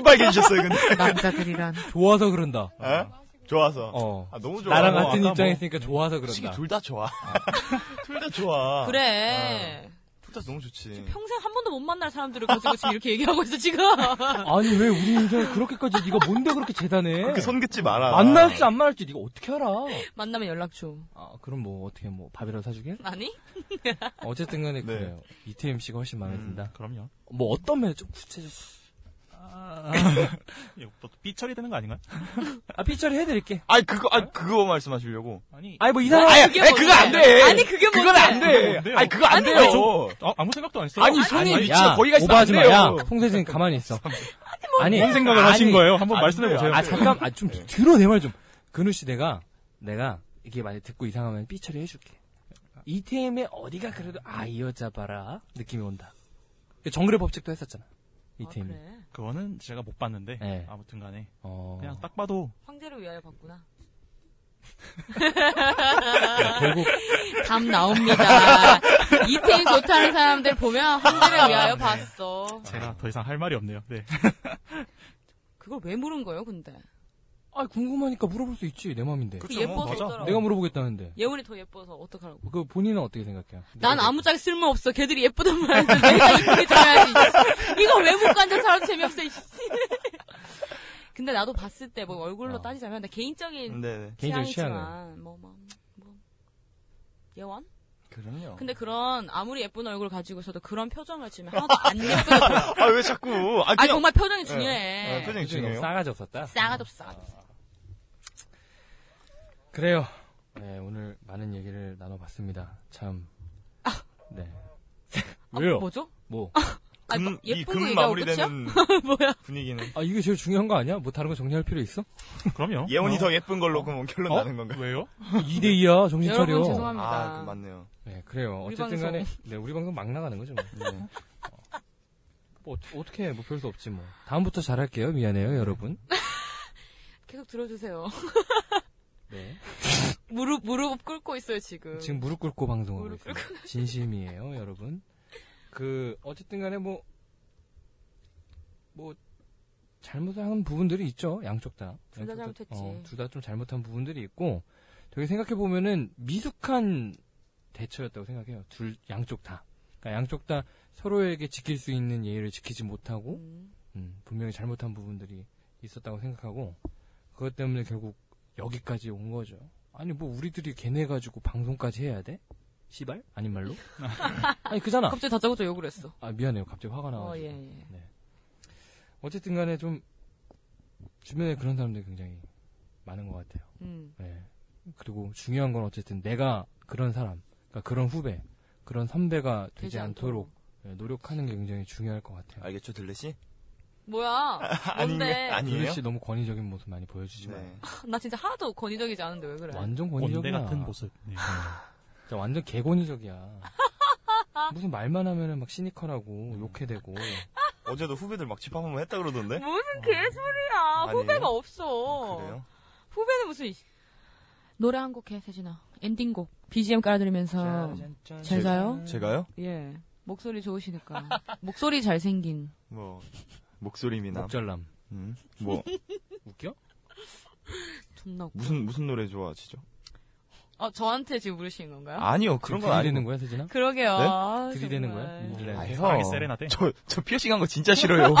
Speaker 2: 빨개지셨어요, 근데?
Speaker 5: 남자들이란
Speaker 3: 좋아서 그런다.
Speaker 2: 예? 좋아서.
Speaker 3: 어.
Speaker 2: 아, 너무 좋아.
Speaker 3: 나랑
Speaker 2: 어,
Speaker 3: 같은
Speaker 2: 아까
Speaker 3: 입장에
Speaker 2: 뭐
Speaker 3: 있으니까 좋아서
Speaker 2: 솔직히
Speaker 3: 그런다.
Speaker 2: 둘 다 좋아. 둘 다 좋아.
Speaker 8: 아.
Speaker 6: 그래
Speaker 2: 둘 다 너무 좋지. 그
Speaker 6: 평생 한 번도 못 만날 사람들을 가지고 지금 이렇게 얘기하고 있어 지금
Speaker 3: 아니 왜 우리 인생 그렇게까지 네가 뭔데 그렇게 재단해?
Speaker 2: 그렇게 손 긋지 마라.
Speaker 3: 만날지 안 만날지 네가 어떻게 알아?
Speaker 6: 만나면 연락 줘
Speaker 3: 아 그럼 뭐 어떻게 뭐 밥이라도 사주게?
Speaker 6: 아니
Speaker 3: 어쨌든간에
Speaker 2: 네.
Speaker 3: 그래요. 이태임 씨가 훨씬 마음에
Speaker 2: 음.
Speaker 3: 든다.
Speaker 8: 그럼요.
Speaker 3: 뭐 어떤 면에 좀 구체적?
Speaker 8: 이거 뭐 삐처리 되는 거 아닌가요?
Speaker 3: 아 피처리 해드릴게.
Speaker 2: 아니, 그거, 아 그거 말씀하시려고.
Speaker 8: 아니, 뭐,
Speaker 3: 아니 뭐 이상한.
Speaker 2: 아니,
Speaker 6: 그게
Speaker 2: 아니,
Speaker 6: 뭔데?
Speaker 2: 그거 안 돼!
Speaker 6: 아니, 그게
Speaker 2: 그건
Speaker 6: 뭔데?
Speaker 2: 안 돼!
Speaker 8: 뭔데요?
Speaker 2: 아니, 그거 안 돼요!
Speaker 8: 어, 아무 생각도 안 했어요.
Speaker 2: 아니, 손이
Speaker 3: 아니,
Speaker 2: 미치고 거기가 있으면
Speaker 3: 오버하지 마.
Speaker 2: 안 돼요.
Speaker 3: 야, 홍 선생님 가만히 있어. 아니,
Speaker 8: 뭔 생각을 하신
Speaker 3: 아니,
Speaker 8: 거예요? 한번
Speaker 2: 안
Speaker 8: 말씀해
Speaker 2: 돼요.
Speaker 8: 보세요.
Speaker 3: 아 잠깐, 아 좀 들어 내 말 좀. 근우 씨 내가 내가 이게 만약 듣고 이상하면 삐처리 해줄게. 이태임의 어디가 그래도 아 이 여자 봐라 느낌이 온다. 그 정글의 법칙도 했었잖아. 이태임이.
Speaker 6: 그래
Speaker 8: 그거는 제가 못 봤는데
Speaker 3: 네.
Speaker 8: 아무튼간에
Speaker 3: 어.
Speaker 8: 그냥 딱 봐도
Speaker 6: 황제를 위하여 봤구나
Speaker 3: 결국
Speaker 6: 답 나옵니다 이태인 좋다는 사람들 보면 황제를 위하여 봤어
Speaker 9: 아.
Speaker 8: 제가 더 이상 할 말이 없네요. 네.
Speaker 6: 그걸 왜 물은 거예요 근데
Speaker 3: 아 궁금하니까 물어볼 수 있지 내 마음인데.
Speaker 6: 그
Speaker 2: 그쵸, 뭐,
Speaker 6: 예뻐서
Speaker 2: 맞아.
Speaker 6: 어쩌라고
Speaker 3: 내가 물어보겠다는데.
Speaker 6: 예원이 더 예뻐서 어떡하라고
Speaker 3: 그 본인은 어떻게 생각해요?
Speaker 6: 난 아무짝에 쓸모없어. 걔들이 예쁘단 말인데 내가 이쁘게 들어야지. 이거 외모 관전 사람 재미없어. 이씨. 근데 나도 봤을 때 뭐 얼굴로
Speaker 3: 어.
Speaker 6: 따지자면 나 개인적인
Speaker 2: 네네.
Speaker 3: 개인적인
Speaker 6: 취향이지만 뭐뭐 뭐, 뭐. 예원?
Speaker 2: 그럼요.
Speaker 6: 근데 그런 아무리 예쁜 얼굴 가지고 있어도 그런 표정을 지면 하나도 안 예쁘게 보여.
Speaker 2: 아, 왜 자꾸. 아,
Speaker 6: 아
Speaker 2: 그냥.
Speaker 6: 정말 표정이
Speaker 2: 네,
Speaker 6: 중요해.
Speaker 2: 표정이
Speaker 3: 지금 너무
Speaker 2: 중요해요.
Speaker 3: 싸가지 없었다.
Speaker 6: 싸가지 없어. 싸가지 없어.
Speaker 3: 그래요. 네, 오늘 많은 얘기를 나눠봤습니다. 참. 네. 왜요?
Speaker 6: 아, 뭐죠?
Speaker 3: 뭐?
Speaker 6: 아니,
Speaker 2: 금, 이
Speaker 6: 예쁘고
Speaker 2: 금
Speaker 6: 얘기하고
Speaker 2: 마무리되는
Speaker 6: 뭐야?
Speaker 2: 분위기는.
Speaker 3: 아, 이게 제일 중요한 거 아니야? 뭐 다른 거 정리할 필요 있어?
Speaker 8: 그럼요.
Speaker 2: 예원이
Speaker 8: 어.
Speaker 2: 더 예쁜 걸로 그럼 결론
Speaker 8: 어?
Speaker 2: 나는 건가요?
Speaker 8: 왜요?
Speaker 3: 2대2야, 정신 차려.
Speaker 6: 아, 여러분 죄송합니다.
Speaker 2: 아, 그 맞네요.
Speaker 3: 네, 그래요.
Speaker 6: 우리
Speaker 3: 어쨌든 간에, 네, 우리 방송 막 나가는 거죠, 뭐.
Speaker 2: 네.
Speaker 3: 뭐 어, 떻게 해, 뭐 별 수 없지, 뭐. 다음부터 잘할게요. 미안해요, 여러분.
Speaker 6: 계속 들어주세요.
Speaker 3: 네.
Speaker 6: 무릎 무릎 꿇고 있어요 지금.
Speaker 3: 지금 무릎 꿇고 방송하고
Speaker 6: 무릎
Speaker 3: 있어요. 진심이에요, 여러분. 그, 어쨌든 간에 뭐, 뭐, 잘못한 부분들이 있죠, 양쪽 다.
Speaker 6: 둘다
Speaker 3: 양쪽
Speaker 6: 잘못했지.
Speaker 3: 둘 다 좀 잘못한 부분들이 있고, 되게 생각해보면은 미숙한 대처였다고 생각해요. 둘, 양쪽 다. 그러니까 양쪽 다 서로에게 지킬 수 있는 예의를 지키지 못하고,
Speaker 6: 음.
Speaker 3: 음, 분명히 잘못한 부분들이 있었다고 생각하고 그것 때문에 결국 여기까지 온 거죠. 아니 뭐 우리들이 걔네 가지고 방송까지 해야 돼? 시발? 아닌 말로? 아니 그잖아.
Speaker 6: 갑자기 다짜고짜 욕을 했어.
Speaker 3: 아 미안해요. 갑자기 화가 나가지고.
Speaker 6: 어, 예, 예.
Speaker 3: 어쨌든 간에 좀 주변에 그런 사람들이 굉장히 많은 것 같아요.
Speaker 6: 음.
Speaker 3: 예. 그리고 중요한 건 어쨌든 내가 그런 사람, 그러니까 그런 후배, 그런 선배가 되지,
Speaker 6: 되지 않도록.
Speaker 3: 않도록 예, 노력하는 게 굉장히 중요할 것 같아요.
Speaker 2: 알겠죠, 들레 씨?
Speaker 6: 뭐야? 뭔데?
Speaker 2: 아닌가? 아니에요?
Speaker 3: 씨 너무 권위적인 모습 많이 보여주지 마요.
Speaker 2: 네.
Speaker 6: 나 진짜 하나도 권위적이지 않은데 왜 그래?
Speaker 3: 완전
Speaker 8: 원대
Speaker 3: 권위적이야.
Speaker 8: 같은 모습. 네.
Speaker 9: 어.
Speaker 3: 진짜 완전 개권위적이야. 무슨 말만 하면은 막 시니컬하고 욕해대고.
Speaker 2: 어제도 후배들 막 집합 한번 했다 그러던데?
Speaker 6: 무슨 개소리야?
Speaker 2: 아니에요?
Speaker 6: 후배가 없어.
Speaker 2: 그래요?
Speaker 6: 후배는 무슨 이씨. 노래 한 곡 해, 세진아. 엔딩곡. BGM 깔아드리면서 잘 자요?
Speaker 2: 제가요?
Speaker 6: 예. 목소리 좋으시니까. 목소리 잘생긴.
Speaker 2: 뭐, 목소리 미남.
Speaker 3: 목절남.
Speaker 2: 음, 뭐,
Speaker 3: 웃겨?
Speaker 6: 존나 웃겨.
Speaker 2: 무슨, 무슨 노래 좋아하시죠?
Speaker 6: 어, 저한테 지금 물으시는 건가요?
Speaker 2: 아니요 그런 건
Speaker 3: 되는
Speaker 2: 아니고.
Speaker 3: 거야, 세진아?
Speaker 6: 그러게요.
Speaker 2: 네?
Speaker 6: 아,
Speaker 3: 들이대는
Speaker 6: 정말.
Speaker 3: 거야? 음. 몰래.
Speaker 2: 아,
Speaker 8: 사랑의
Speaker 2: 형.
Speaker 8: 세레나데?
Speaker 2: 저, 저 피어싱 한 거 진짜 싫어요.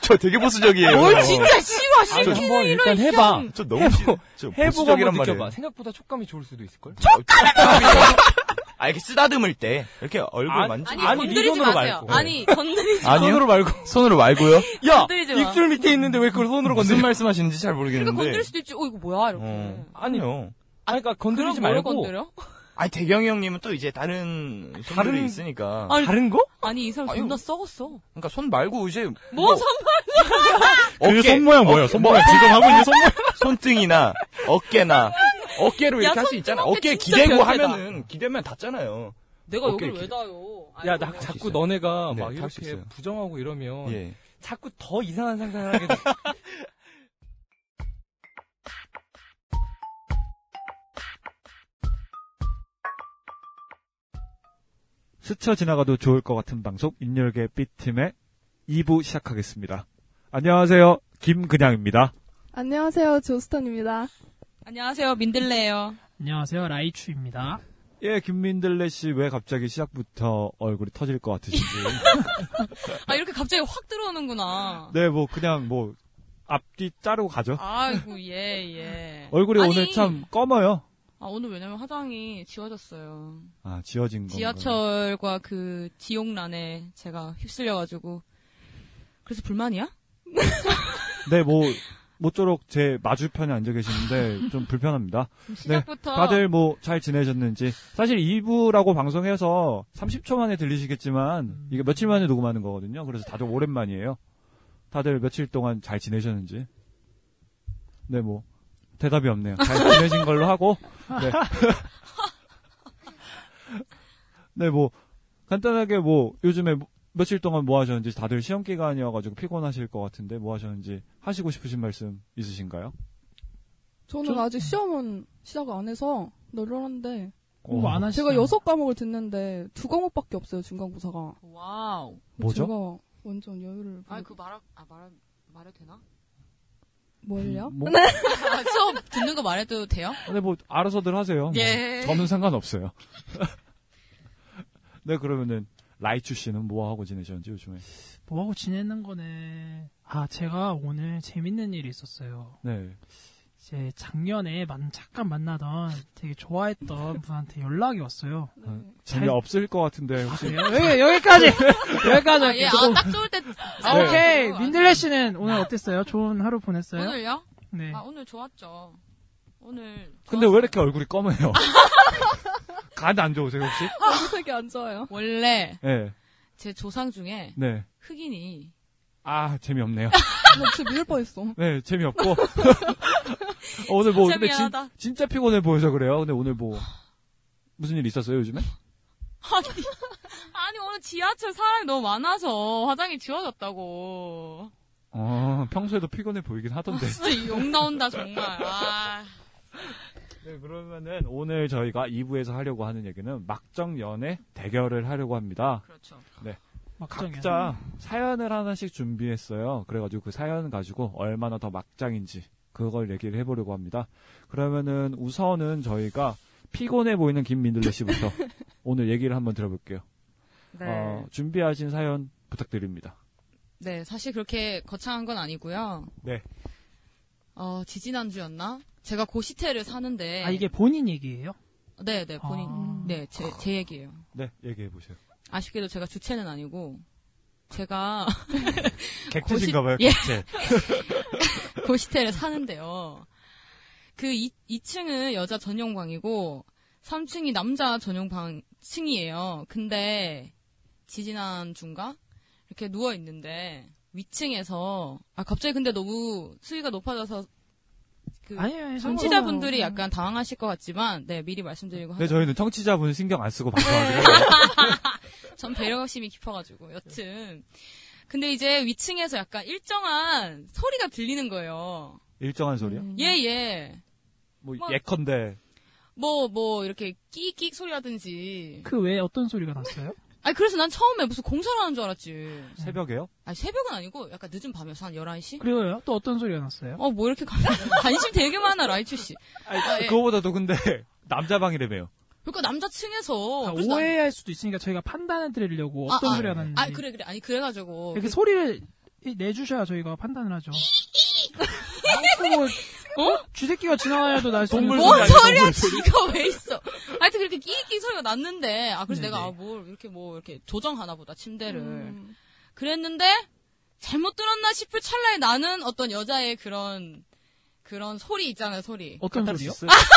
Speaker 2: 저 되게 보수적이에요.
Speaker 6: 뭘 진짜 싫어,
Speaker 3: 아니,
Speaker 6: 시키는
Speaker 3: 한번 일단 해봐.
Speaker 2: 저 너무 싫어. 저
Speaker 3: 해보고 한번
Speaker 2: 보수적이란 말이에요. 어,
Speaker 3: 느껴봐. 생각보다 촉감이 좋을 수도 있을걸?
Speaker 2: 아, 이렇게 쓰다듬을 때. 이렇게 얼굴
Speaker 3: 아니,
Speaker 2: 만지
Speaker 6: 아니,
Speaker 3: 아니,
Speaker 6: 건드리지
Speaker 3: 이거는
Speaker 6: 마세요.
Speaker 3: 말고.
Speaker 6: 아니, 건드리지
Speaker 2: 아니요?
Speaker 3: 손으로 말고.
Speaker 2: 손으로 말고요?
Speaker 3: 야!
Speaker 6: 건드리지 마.
Speaker 3: 입술 밑에 있는데 왜 그걸 손으로 건드려?
Speaker 2: 무슨 말씀 하시는지 잘
Speaker 6: 그러니까
Speaker 2: 모르겠는데.
Speaker 6: 건드릴 수도 있지. 어, 이거 뭐야, 이렇게.
Speaker 2: 어.
Speaker 3: 아니,
Speaker 2: 아니요.
Speaker 3: 아니, 그러니까
Speaker 6: 그럼
Speaker 3: 건드리지
Speaker 6: 뭘
Speaker 3: 말고.
Speaker 6: 건드려?
Speaker 2: 아니, 대경이 형님은 또 이제 다른 손들이
Speaker 3: 다른-
Speaker 2: 있으니까.
Speaker 6: 아니,
Speaker 3: 다른 거?
Speaker 6: 아니, 이 사람
Speaker 2: 아유.
Speaker 6: 존나 썩었어.
Speaker 2: 그러니까 손 말고 이제.
Speaker 6: 뭐, 선
Speaker 4: 그
Speaker 2: 어깨,
Speaker 4: 손 모양 뭐예요? 손 모양 지금 하고 있는 손 모양.
Speaker 2: 손등이나 어깨나. 어깨로
Speaker 6: 야,
Speaker 2: 이렇게 할 수 있잖아.
Speaker 6: 손등 어깨
Speaker 2: 어깨
Speaker 6: 진짜
Speaker 2: 기대고
Speaker 6: 별개다.
Speaker 2: 하면은, 기대면 닿잖아요.
Speaker 6: 내가
Speaker 2: 어깨
Speaker 6: 여기를 왜
Speaker 2: 이렇게.
Speaker 6: 놔요? 아니,
Speaker 3: 야, 나
Speaker 6: 그거.
Speaker 2: 수
Speaker 3: 자꾸
Speaker 2: 있어요.
Speaker 3: 너네가
Speaker 2: 네,
Speaker 3: 막
Speaker 2: 할수
Speaker 3: 이렇게
Speaker 2: 있어요.
Speaker 3: 부정하고 이러면
Speaker 2: 예.
Speaker 3: 자꾸 더 이상한 상상을 하게 돼.
Speaker 9: 스쳐 지나가도 좋을 것 같은 방송 인열계 B팀의 2부 시작하겠습니다. 안녕하세요. 김근양입니다.
Speaker 10: 안녕하세요, 조스턴입니다.
Speaker 6: 안녕하세요, 민들레예요.
Speaker 11: 안녕하세요, 라이추입니다.
Speaker 9: 예, 김민들레 씨 왜 갑자기 시작부터 얼굴이 터질 것 같으신지.
Speaker 6: 아, 이렇게 갑자기 확 들어오는구나.
Speaker 9: 네, 뭐 그냥 뭐 앞뒤 자르고 가죠.
Speaker 6: 아이고, 예, 예.
Speaker 9: 얼굴이
Speaker 6: 아니.
Speaker 9: 오늘 참 검어요.
Speaker 6: 아, 오늘 왜냐면 화장이 지워졌어요.
Speaker 9: 아, 지어진 건가.
Speaker 6: 지하철과 그 지옥란에 제가 휩쓸려가지고. 그래서 불만이야?
Speaker 9: 네, 뭐 모쪼록 제 마주편에 앉아 계시는데 좀 불편합니다.
Speaker 6: 그럼 시작부터
Speaker 9: 다들 뭐 잘 지내셨는지. 사실 2부라고 방송해서 30초 만에 들리시겠지만 이게 며칠 만에 녹음하는 거거든요. 그래서 다들 오랜만이에요. 다들 며칠 동안 잘 지내셨는지. 네, 뭐 대답이 없네요. 잘 지내신 걸로 하고. 네. 네, 뭐 간단하게 뭐 요즘에 뭐- 며칠 동안 뭐 하셨는지 다들 시험 기간이어가지고 피곤하실 것 같은데 뭐 하셨는지 하시고 싶으신 말씀 있으신가요?
Speaker 10: 저는 아직 시험은 시작 안 해서 널널한데
Speaker 11: 공부
Speaker 9: 어,
Speaker 11: 안 하시죠?
Speaker 10: 제가 여섯 과목을 듣는데 두 과목밖에 없어요 중간고사가.
Speaker 6: 와우.
Speaker 9: 뭐죠?
Speaker 10: 제가 완전 여유를
Speaker 6: 아,
Speaker 10: 보여-
Speaker 6: 그 말아, 아, 말, 말해도 되나?
Speaker 10: 뭘요?
Speaker 1: 음.
Speaker 9: 뭐,
Speaker 6: 아, 수업 듣는 거 말해도 돼요?
Speaker 9: 근데 뭐 알아서들 하세요. 뭐.
Speaker 6: 예.
Speaker 9: 저는 상관없어요. 네 그러면은 라이추 씨는 뭐 하고 지내셨는지 요즘에?
Speaker 11: 뭐하고 지내는 거네. 아, 제가 오늘 재밌는 일이 있었어요.
Speaker 9: 네.
Speaker 11: 이제 작년에 만, 잠깐 만나던 되게 좋아했던 분한테 연락이 왔어요.
Speaker 9: 재미 없을 것 같은데 혹시
Speaker 11: 그래요? 여기, 여기까지! 여기까지!
Speaker 6: 아,
Speaker 11: 할게요.
Speaker 6: 예,
Speaker 11: 조금-
Speaker 6: 아, 딱 좋을 때.
Speaker 11: 아, 오케이. 아. 민들레 씨는 오늘 어땠어요? 좋은 하루 보냈어요?
Speaker 6: 오늘요?
Speaker 11: 네.
Speaker 6: 아, 오늘 좋았죠. 오늘.
Speaker 9: 근데 왜
Speaker 6: 좋았어요.
Speaker 9: 이렇게 얼굴이 검해요? 간 안 좋으세요 혹시?
Speaker 10: 검색이 그 안 좋아요.
Speaker 6: 원래
Speaker 9: 네.
Speaker 6: 제 조상 중에
Speaker 9: 네.
Speaker 6: 흑인이
Speaker 9: 아 재미없네요.
Speaker 10: 나 진짜 밀 뻔했어.
Speaker 9: 네 재미없고 오늘 뭐
Speaker 6: 진짜
Speaker 9: 근데 진,
Speaker 6: 미안하다.
Speaker 9: 진짜 피곤해 보여서 그래요. 근데 오늘 뭐 무슨 일 있었어요 요즘에?
Speaker 6: 아니, 아니, 오늘 지하철 사람이 너무 많아서 화장이 지워졌다고.
Speaker 9: 아 평소에도 피곤해 보이긴 하던데.
Speaker 6: 진짜 욕 나온다, 정말. 아.
Speaker 9: 네, 그러면은 오늘 저희가 2부에서 하려고 하는 얘기는 막정 연애 대결을 하려고 합니다.
Speaker 6: 그렇죠.
Speaker 11: 막정이야.
Speaker 9: 각자 사연을 하나씩 준비했어요. 그래가지고 그 사연 가지고 얼마나 더 막장인지 그걸 얘기를 해보려고 합니다. 그러면은 우선은 저희가 피곤해 보이는 김민들레 씨부터 오늘 얘기를 한번 들어볼게요.
Speaker 6: 네.
Speaker 9: 어, 준비하신 사연 부탁드립니다.
Speaker 6: 네, 사실 그렇게 거창한 건 아니고요.
Speaker 9: 네.
Speaker 6: 어, 지지난주였나? 제가 고시텔을 사는데.
Speaker 11: 아, 이게 본인 얘기예요?
Speaker 6: 네, 네, 본인.
Speaker 11: 아.
Speaker 6: 네, 제, 제 얘기예요.
Speaker 9: 네, 얘기해 보세요.
Speaker 6: 아쉽게도 제가 주체는 아니고 제가
Speaker 9: 객체신가봐요,
Speaker 6: 고시- 예.
Speaker 9: 객체.
Speaker 6: 고시텔에 사는데요. 그 2, 층은 여자 전용 방이고 3층이 남자 전용 방 층이에요. 근데 지지난 중가 이렇게 누워 있는데 위층에서 아 갑자기 근데 너무 수위가 높아져서 그
Speaker 11: 아니에요. 아니에요.
Speaker 6: 정치자분들이 약간 당황하실 것 같지만 네 미리 말씀드리고
Speaker 9: 네,
Speaker 6: 하죠.
Speaker 9: 저희는 청취자분 신경 안 쓰고 방송하기로 해요.
Speaker 6: 전 배려심이 깊어가지고 여튼 근데 이제 위층에서 약간 일정한 소리가 들리는 거예요.
Speaker 9: 일정한 소리요?
Speaker 10: 음.
Speaker 6: 예 예.
Speaker 9: 뭐,
Speaker 6: 뭐-
Speaker 9: 예컨대.
Speaker 6: 뭐, 뭐, 이렇게 끼익끼익 소리라든지.
Speaker 11: 그 외에 어떤 소리가 났어요?
Speaker 6: 아니, 그래서 난 처음에 무슨 공사를 하는 줄 알았지.
Speaker 9: 새벽에요?
Speaker 6: 아니, 새벽은 아니고 약간 늦은 밤이었어. 한 11시?
Speaker 11: 그리고요? 또 어떤 소리가 났어요?
Speaker 6: 어, 뭐 이렇게 관- 관심 되게 많아, 라이츄 씨.
Speaker 9: 아니,
Speaker 6: 아, 예.
Speaker 9: 그거보다도 근데 남자 방이래매요.
Speaker 6: 그러니까 남자 층에서 그래서 남-
Speaker 1: 아, 오해할 수도 있으니까 저희가 판단해 드리려고
Speaker 6: 아,
Speaker 1: 어떤
Speaker 6: 아,
Speaker 1: 소리 하는지
Speaker 6: 아 그래 그래 아니 그래가지고
Speaker 1: 이렇게 소리를 이- 내주셔야 저희가 판단을 하죠. 뭐, 어? 쥐새끼가 지나가야도 날 수.
Speaker 6: 뭔 소리야 지가 왜 있어? 하여튼 그렇게 끼익끼익 소리가 났는데 아 그래서
Speaker 1: 네네.
Speaker 6: 내가 아 뭘 이렇게 뭐 이렇게 조정하나 보다 침대를
Speaker 1: 음.
Speaker 10: 음.
Speaker 6: 그랬는데 잘못 들었나 싶을 찰나에 나는 어떤 여자의 그런 그런 소리 있잖아요 소리
Speaker 1: 어떤 소리요?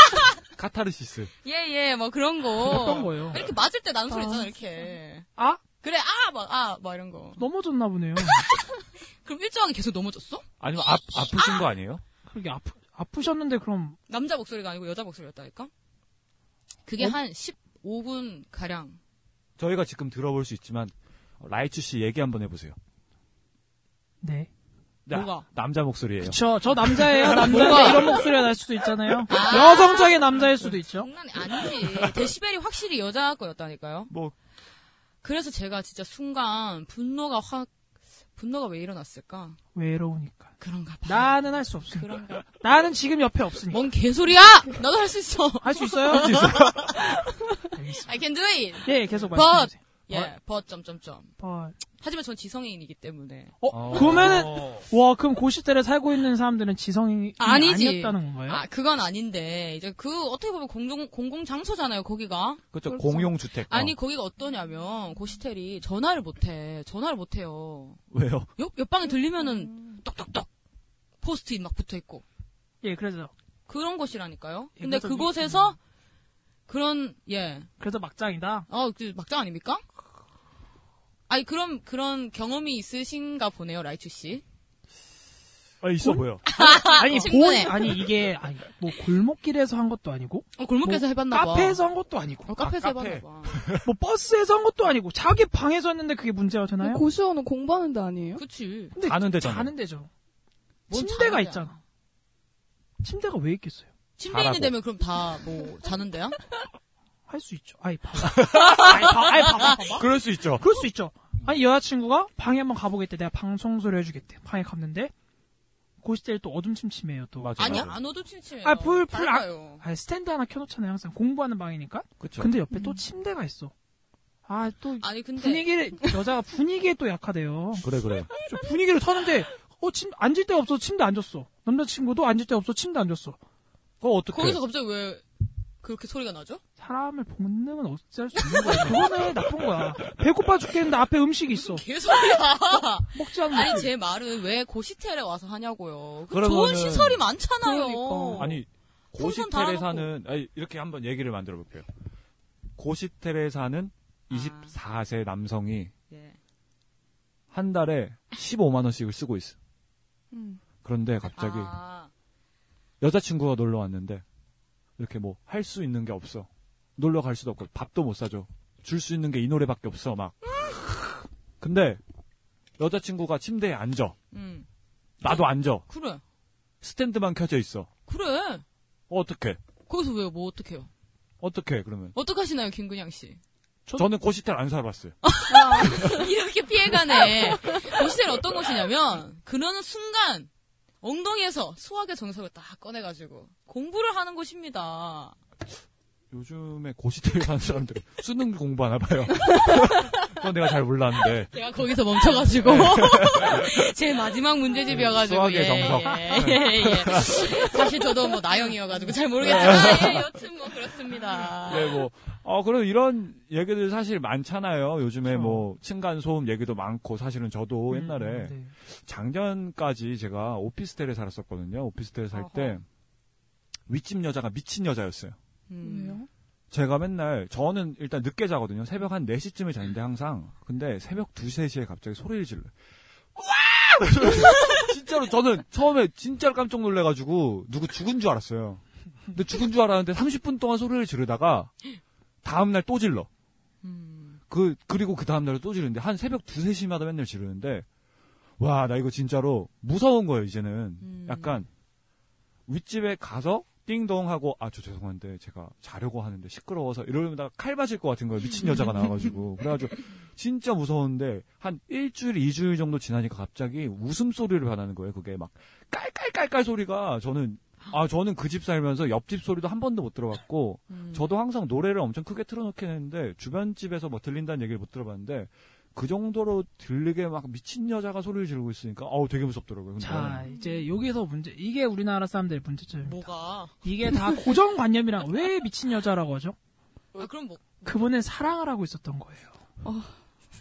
Speaker 9: 카타르시스.
Speaker 6: 예예 뭐 그런 거
Speaker 1: 어떤 거예요?
Speaker 6: 이렇게 맞을 때 나는 소리 있잖아
Speaker 1: 아,
Speaker 6: 이렇게
Speaker 1: 아?
Speaker 6: 그래 아막아막 뭐 이런 거
Speaker 1: 넘어졌나 보네요.
Speaker 6: 그럼 일정하게 계속 넘어졌어?
Speaker 9: 아니면 아, 아프신 거 아니에요?
Speaker 1: 그게 아프 아프셨는데 그럼
Speaker 6: 남자 목소리가 아니고 여자 목소리였다니까 그게
Speaker 1: 어?
Speaker 6: 한 15분 가량
Speaker 9: 저희가 지금 들어볼 수 있지만 라이츠 씨 얘기 한번 해보세요.
Speaker 1: 네.
Speaker 9: 자,
Speaker 6: 뭐가?
Speaker 9: 남자 목소리예요.
Speaker 1: 저, 저 남자예요. 남자인데
Speaker 6: 뭐가?
Speaker 1: 이런 목소리가 날 수도 있잖아요. 여성적인 남자일 수도 있죠.
Speaker 6: 장난이 아니지 데시벨이 확실히 여자 거였다니까요
Speaker 9: 뭐
Speaker 6: 그래서 제가 진짜 순간 분노가 확 분노가 왜 일어났을까
Speaker 1: 외로우니까.
Speaker 6: 그런가 봐
Speaker 1: 나는 할 수 없으니까.
Speaker 6: 그런가
Speaker 1: 나는 지금 옆에 없으니까.
Speaker 6: 뭔 개소리야 나도 할 수 있어
Speaker 1: 할 수 있어요?
Speaker 9: 할수 있어요?
Speaker 6: I can do it
Speaker 1: 예, 계속
Speaker 6: But.
Speaker 1: 말씀해주세요.
Speaker 6: 예 but 점점점
Speaker 1: 어,
Speaker 6: 하지만 전 지성인이기 때문에
Speaker 1: 어, 그러면은 와 그럼 고시대를 살고 있는 사람들은 지성이
Speaker 6: 아니지.
Speaker 1: 아니었다는 건가요?
Speaker 6: 아 그건 아닌데 이제 그 어떻게 보면 공공 공공 장소잖아요 거기가
Speaker 9: 그렇죠. 공용 주택.
Speaker 6: 아니
Speaker 1: 어.
Speaker 6: 거기가 어떠냐면 고시텔이 전화를 못해 전화를 못해요
Speaker 9: 왜요?
Speaker 6: 옆 옆방에 들리면은 똑똑똑 포스트잇 막 붙어 있고
Speaker 1: 예, 그래서
Speaker 6: 그런 곳이라니까요
Speaker 1: 예,
Speaker 6: 근데
Speaker 1: 그래서
Speaker 6: 그곳에서 그런 예
Speaker 1: 그래서 막장이다.
Speaker 6: 아, 그 막장 아닙니까? 아니 그럼 그런 경험이 있으신가 보네요, 라이츠 씨.
Speaker 9: 아, 있어 보여.
Speaker 1: 아니 보
Speaker 6: 친구네.
Speaker 1: 아니 이게 아니 뭐 골목길에서 한 것도 아니고
Speaker 6: 어,
Speaker 1: 뭐
Speaker 6: 골목에서 해봤나 봐.
Speaker 1: 카페에서 한 것도 아니고
Speaker 6: 어, 카페에서
Speaker 9: 아,
Speaker 6: 해봤나
Speaker 9: 카페.
Speaker 6: 봐.
Speaker 1: 뭐 버스에서 한 것도 아니고 자기 방에서 했는데 그게 문제가 되나요?
Speaker 6: 뭐
Speaker 10: 고시원은 공부하는 데 아니에요?
Speaker 6: 그치.
Speaker 1: 근데
Speaker 9: 자는 데잖아요.
Speaker 1: 자는 데죠.
Speaker 6: 뭔
Speaker 1: 침대가
Speaker 6: 자는데야.
Speaker 1: 있잖아. 침대가 왜 있겠어요?
Speaker 6: 침대
Speaker 9: 자라고.
Speaker 6: 있는 데면 그럼 다 뭐 자는 데야?
Speaker 1: 할 수 있죠. 아이 봐봐. 아이 봐봐. 아이 봐봐. 봐봐.
Speaker 9: 그럴 수 있죠.
Speaker 1: 그럴 수 있죠. 아니 여자친구가 방에 한번 가보겠대. 내가 방 청소를 해주겠대. 방에 갔는데 그 고시대를 또 어둠침침해요. 또.
Speaker 9: 맞아.
Speaker 6: 아니야,
Speaker 9: 맞아.
Speaker 6: 안 어두 침침해.
Speaker 1: 아, 불, 불, 아-
Speaker 6: 요
Speaker 1: 아니, 스탠드 하나 켜놓잖아요. 항상 공부하는 방이니까.
Speaker 9: 그렇죠.
Speaker 1: 근데 옆에
Speaker 6: 음.
Speaker 1: 또 침대가 있어. 아 또
Speaker 6: 아니 근데
Speaker 1: 분위기를 여자가 분위기에 또 약하대요.
Speaker 9: 그래 그래.
Speaker 1: 저 분위기를 타는데 어침 앉을 데가 없어 서 침대 안 줬어. 남자친구도 앉을 데가 없어 서 침대 안 줬어.
Speaker 9: 그거 어떻게?
Speaker 6: 거기서 갑자기 왜 그렇게 소리가 나죠?
Speaker 1: 사람을 본능은 어찌할 수 없는 거야. 그거는 나쁜 거야. 배고파 죽겠는데 앞에 음식이 있어.
Speaker 6: 개소리야.
Speaker 1: 먹지 않는
Speaker 6: 아니
Speaker 1: 거지.
Speaker 6: 제 말은 왜 고시텔에 와서 하냐고요. 그
Speaker 9: 그러면은-
Speaker 6: 좋은 시설이 많잖아요.
Speaker 1: 그러니까.
Speaker 9: 아니
Speaker 6: 풍선
Speaker 9: 고시텔에
Speaker 6: 달아놓고.
Speaker 9: 사는 아니, 이렇게 한번 얘기를 만들어 볼게요. 고시텔에 사는
Speaker 6: 아.
Speaker 9: 24세 남성이
Speaker 6: 예.
Speaker 9: 한 달에 15만 원씩을 쓰고 있어.
Speaker 10: 음.
Speaker 9: 그런데 갑자기
Speaker 6: 아,
Speaker 9: 여자친구가 놀러 왔는데 이렇게 뭐 할 수 있는 게 없어. 놀러 갈 수도 없고 밥도 못 사줘. 줄 수 있는 게 이 노래밖에 없어 막. 근데 여자친구가 침대에 앉아.
Speaker 6: 음,
Speaker 9: 나도 앉아.
Speaker 6: 그래,
Speaker 9: 스탠드만 켜져 있어.
Speaker 6: 그래.
Speaker 9: 어떻게?
Speaker 6: 거기서 왜요? 뭐 어떡해요?
Speaker 9: 어떻게 그러면?
Speaker 6: 어떡하시나요, 김근양 씨?
Speaker 9: 저는 고시텔 안 살아봤어요.
Speaker 6: 이렇게 피해가네. 고시텔 어떤 곳이냐면, 그러는 순간, 엉덩이에서 수학의 정석을 딱 꺼내가지고, 공부를 하는 곳입니다.
Speaker 9: 요즘에 고시텔 사는 사람들 수능 공부하나 봐요. 그건 내가 잘 몰랐는데.
Speaker 6: 제가 거기서 멈춰가지고, 제 마지막 문제집이어가지고,
Speaker 9: 수학의
Speaker 6: 예,
Speaker 9: 정석.
Speaker 6: 예, 예, 예. 사실 저도 뭐 나영이어가지고 잘 모르겠지만, 예, 여튼 뭐 그렇습니다.
Speaker 9: 네, 뭐, 어, 그래도 이런 얘기들 사실 많잖아요. 요즘에 뭐, 층간소음 얘기도 많고, 사실은 저도 옛날에
Speaker 1: 네.
Speaker 9: 작년까지 제가 오피스텔에 살았었거든요. 오피스텔에 살 때, 윗집 여자가 미친 여자였어요.
Speaker 6: 음.
Speaker 10: 왜요?
Speaker 9: 제가 맨날, 저는 일단 늦게 자거든요. 새벽 한 4시쯤에 자는데 항상. 근데 새벽 2, 3시에 갑자기 소리를 질러. 와! 어, 진짜로 저는 처음에 진짜로 깜짝 놀래가지고 누구 죽은 줄 알았어요. 근데 죽은 줄 알았는데 30분 동안 소리를 지르다가 다음날 또 질러.
Speaker 6: 음.
Speaker 9: 그, 그리고 그 다음날 또 지르는데 한 새벽 2, 3시마다 맨날 지르는데 와, 나 이거 진짜로 무서운 거예요, 이제는.
Speaker 6: 음.
Speaker 9: 약간 윗집에 가서 띵동 하고 아 저 죄송한데 제가 자려고 하는데 시끄러워서 이러다가 칼 맞을 것 같은 거예요 미친 여자가 나와가지고 그래가지고 진짜 무서웠는데 네, 한 일주일 이주일 정도 지나니까 갑자기 웃음 소리를 변하는 거예요 그게 막 깔깔깔깔 소리가 저는 아 저는 그 집 살면서 옆집 소리도 한 번도 못 들어봤고
Speaker 1: 음.
Speaker 9: 저도 항상 노래를 엄청 크게 틀어놓긴 했는데 주변 집에서 뭐 들린다는 얘기를 못 들어봤는데 그 정도로 들리게 막 미친 여자가 소리를 지르고 있으니까 어우 되게 무섭더라고요. 근데.
Speaker 1: 자 이제 여기서 문제 이게 우리나라 사람들의 문제점입니다.
Speaker 6: 뭐가?
Speaker 1: 이게 다 고정관념이랑 왜 미친 여자라고 하죠?
Speaker 6: 아, 그럼 뭐.
Speaker 1: 그분은 사랑을 하고 있었던 거예요.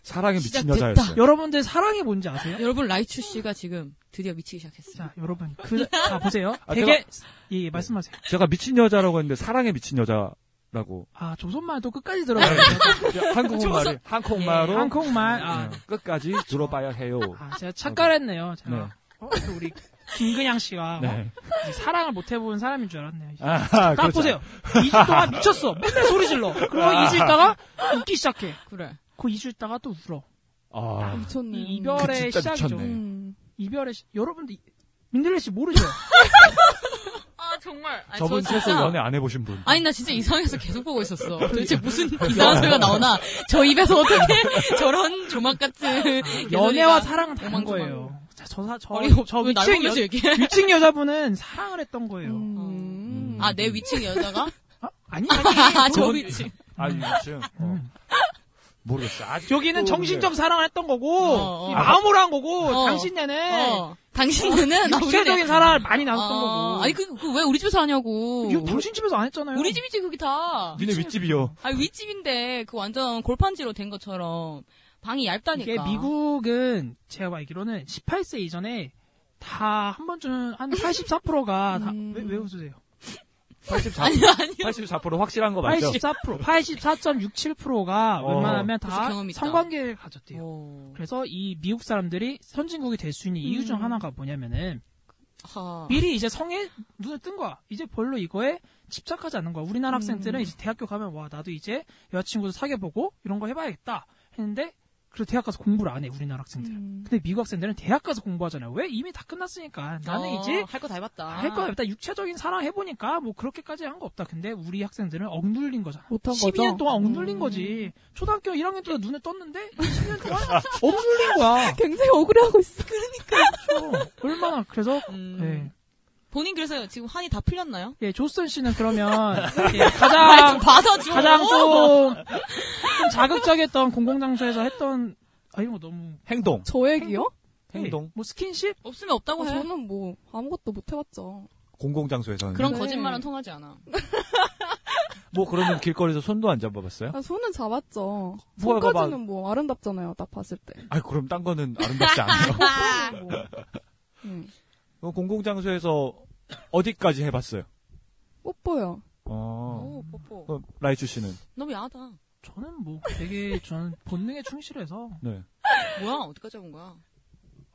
Speaker 9: 사랑에 미친
Speaker 6: 시작됐다. 여자였어요.
Speaker 1: 여러분들 사랑이 뭔지 아세요?
Speaker 6: 여러분, 라이츄 씨가 지금 드디어 미치기 시작했어요.
Speaker 1: 자, 여러분. 그, 자, 보세요.
Speaker 9: 아,
Speaker 1: 되게,
Speaker 9: 제가- 네,
Speaker 1: 예, 예, 말씀하세요.
Speaker 9: 제가 미친 여자라고 했는데 사랑에 미친 여자라고. 네,
Speaker 1: 아, 조선말 또 끝까지 들어가야 돼요.
Speaker 9: 한국말이
Speaker 1: 조선-
Speaker 9: 한국말로
Speaker 1: 예, 한국말. 아,
Speaker 9: 예, 끝까지 들어봐야 해요.
Speaker 1: 아, 제가 착각을 했네요. 제가.
Speaker 9: 네.
Speaker 1: 어, 또 우리 김근양 씨가
Speaker 9: 네.
Speaker 1: 이제 사랑을 못 해본 사람인 줄 알았네요.
Speaker 9: 아,
Speaker 1: 딱
Speaker 9: 그렇죠.
Speaker 1: 보세요. 2주 동안 미쳤어. 맨날 소리 질러. 그리고
Speaker 9: 아.
Speaker 1: 2주 있다가 웃기 시작해.
Speaker 6: 그래.
Speaker 1: 그 2주 있다가 또 울어.
Speaker 9: 아,
Speaker 6: 음.
Speaker 10: 미쳤네.
Speaker 1: 이 이별의
Speaker 9: 그 진짜
Speaker 1: 시작이죠.
Speaker 9: 미쳤네.
Speaker 10: 음.
Speaker 1: 이별의 시... 여러분들 민들레 씨 모르죠?
Speaker 6: 아, 정말. 아니,
Speaker 9: 저분
Speaker 6: 저
Speaker 9: 최소
Speaker 6: 진짜-
Speaker 9: 연애 안 해보신 분.
Speaker 6: 아니, 나 진짜 이상해서 계속 보고 있었어. 도대체 무슨 이상한 소리가 나오나. 저 입에서 어떻게 저런 조막 같은.
Speaker 1: 연애와 사랑은 다른
Speaker 6: 도망, 도망.
Speaker 1: 거예요. 자, 저, 사, 저,
Speaker 6: 아니,
Speaker 1: 저
Speaker 6: 왜
Speaker 1: 위층,
Speaker 6: 날 보면서
Speaker 1: 여,
Speaker 6: 얘기해?
Speaker 1: 위층 여자분은 사랑을 했던 거예요.
Speaker 10: 음.
Speaker 6: 아, 내 위층 여자가?
Speaker 1: 아니,
Speaker 6: 아,
Speaker 1: 아니.
Speaker 6: 저 위층.
Speaker 9: 아,
Speaker 1: 음.
Speaker 9: 지금 어. 모르겠어. 아직
Speaker 1: 여기는
Speaker 9: 또
Speaker 1: 정신적
Speaker 9: 모르겠어요.
Speaker 1: 사랑을 했던 거고,
Speaker 6: 어, 어.
Speaker 1: 이 마음으로 한 거고,
Speaker 6: 어.
Speaker 1: 당신네는
Speaker 6: 어. 당신은 아,
Speaker 1: 육체적인 사랑을 많이 나눴던 거고.
Speaker 6: 아니, 그, 그, 왜 우리 집에서 하냐고.
Speaker 1: 이거 당신 집에서 안 했잖아요.
Speaker 6: 우리 집이지, 그게 다.
Speaker 9: 니네 윗집이요.
Speaker 6: 아, 윗집인데, 그 완전 골판지로 된 것처럼. 방이 얇다니까. 어.
Speaker 1: 이게 미국은 제가 알기로는 18세 이전에 다 한 번쯤 한 84%가 다,
Speaker 10: 음.
Speaker 1: 왜, 왜 웃으세요?
Speaker 9: 84,
Speaker 6: 아니, 아니.
Speaker 9: 84% 확실한 거 맞죠?
Speaker 1: 84%, 84.67%가
Speaker 9: 어.
Speaker 1: 웬만하면 다
Speaker 6: 그래서 경험이 있다. 어.
Speaker 1: 성관계를 가졌대요.
Speaker 6: 오.
Speaker 1: 그래서 이 미국 사람들이 선진국이 될 수 있는 이유
Speaker 6: 음.
Speaker 1: 중 하나가 뭐냐면은
Speaker 6: 하.
Speaker 1: 미리 이제 성에 눈을 뜬 거야. 이제 별로 이거에 집착하지 않는 거야. 우리나라
Speaker 10: 음.
Speaker 1: 학생들은 이제 대학교 가면 와 나도 이제 여자친구도 사귀어보고 이런 거 해봐야겠다 했는데 그래서 대학 가서 공부를 안 해 우리나라 학생들은.
Speaker 10: 음.
Speaker 1: 근데 미국 학생들은 대학 가서 공부하잖아요. 왜 이미 다 끝났으니까 나는
Speaker 6: 아.
Speaker 1: 이제
Speaker 6: 어, 할 거 다 해봤다.
Speaker 1: 할 거야. 일단 육체적인 사랑 해보니까 뭐 그렇게까지 한 거 없다. 근데 우리 학생들은 억눌린 거잖아.
Speaker 10: 못한 거죠?
Speaker 1: 12년 동안 억눌린 거지. 초등학교 1학년 때도 눈에 떴는데 10년 동안 억눌린 거야.
Speaker 10: 굉장히 억울해하고 있어.
Speaker 1: 그래서 얼마나 그래서
Speaker 6: 음.
Speaker 1: 예.
Speaker 6: 본인 그래서 지금 한이 다 풀렸나요?
Speaker 1: 예, 조선 씨는 그러면 예,
Speaker 6: 아, 좀
Speaker 1: 가장
Speaker 6: 받아줘.
Speaker 1: 가장 좀, 좀 자극적이었던 공공장소에서 했던 아 이런 거 너무
Speaker 9: 행동.
Speaker 10: 저 얘기요?
Speaker 9: 행동.
Speaker 1: 예, 뭐 스킨십
Speaker 6: 없으면 없다고
Speaker 10: 아,
Speaker 6: 해.
Speaker 10: 저는 뭐 아무것도 못 해봤죠.
Speaker 9: 공공장소에서는.
Speaker 6: 그런
Speaker 10: 네.
Speaker 6: 거짓말은 통하지 않아.
Speaker 9: 뭐 그러면 길거리에서 손도 안 잡아봤어요?
Speaker 10: 아, 손은 잡았죠.
Speaker 9: 뭐가 봐봐.
Speaker 10: 손까지는 뭐 아름답잖아요. 딱 봤을 때.
Speaker 9: 아 그럼 딴 거는 아름답지 않아요. 네.
Speaker 10: 뭐. 음.
Speaker 9: 어, 공공장소에서 어디까지 해봤어요?
Speaker 10: 뽀뽀요.
Speaker 9: 어.
Speaker 6: 오, 뽀뽀.
Speaker 9: 어, 라이추 씨는?
Speaker 6: 너무 야하다.
Speaker 1: 저는 뭐 되게 저는 본능에 충실해서
Speaker 9: 네.
Speaker 6: 뭐야? 어디까지 해본 거야?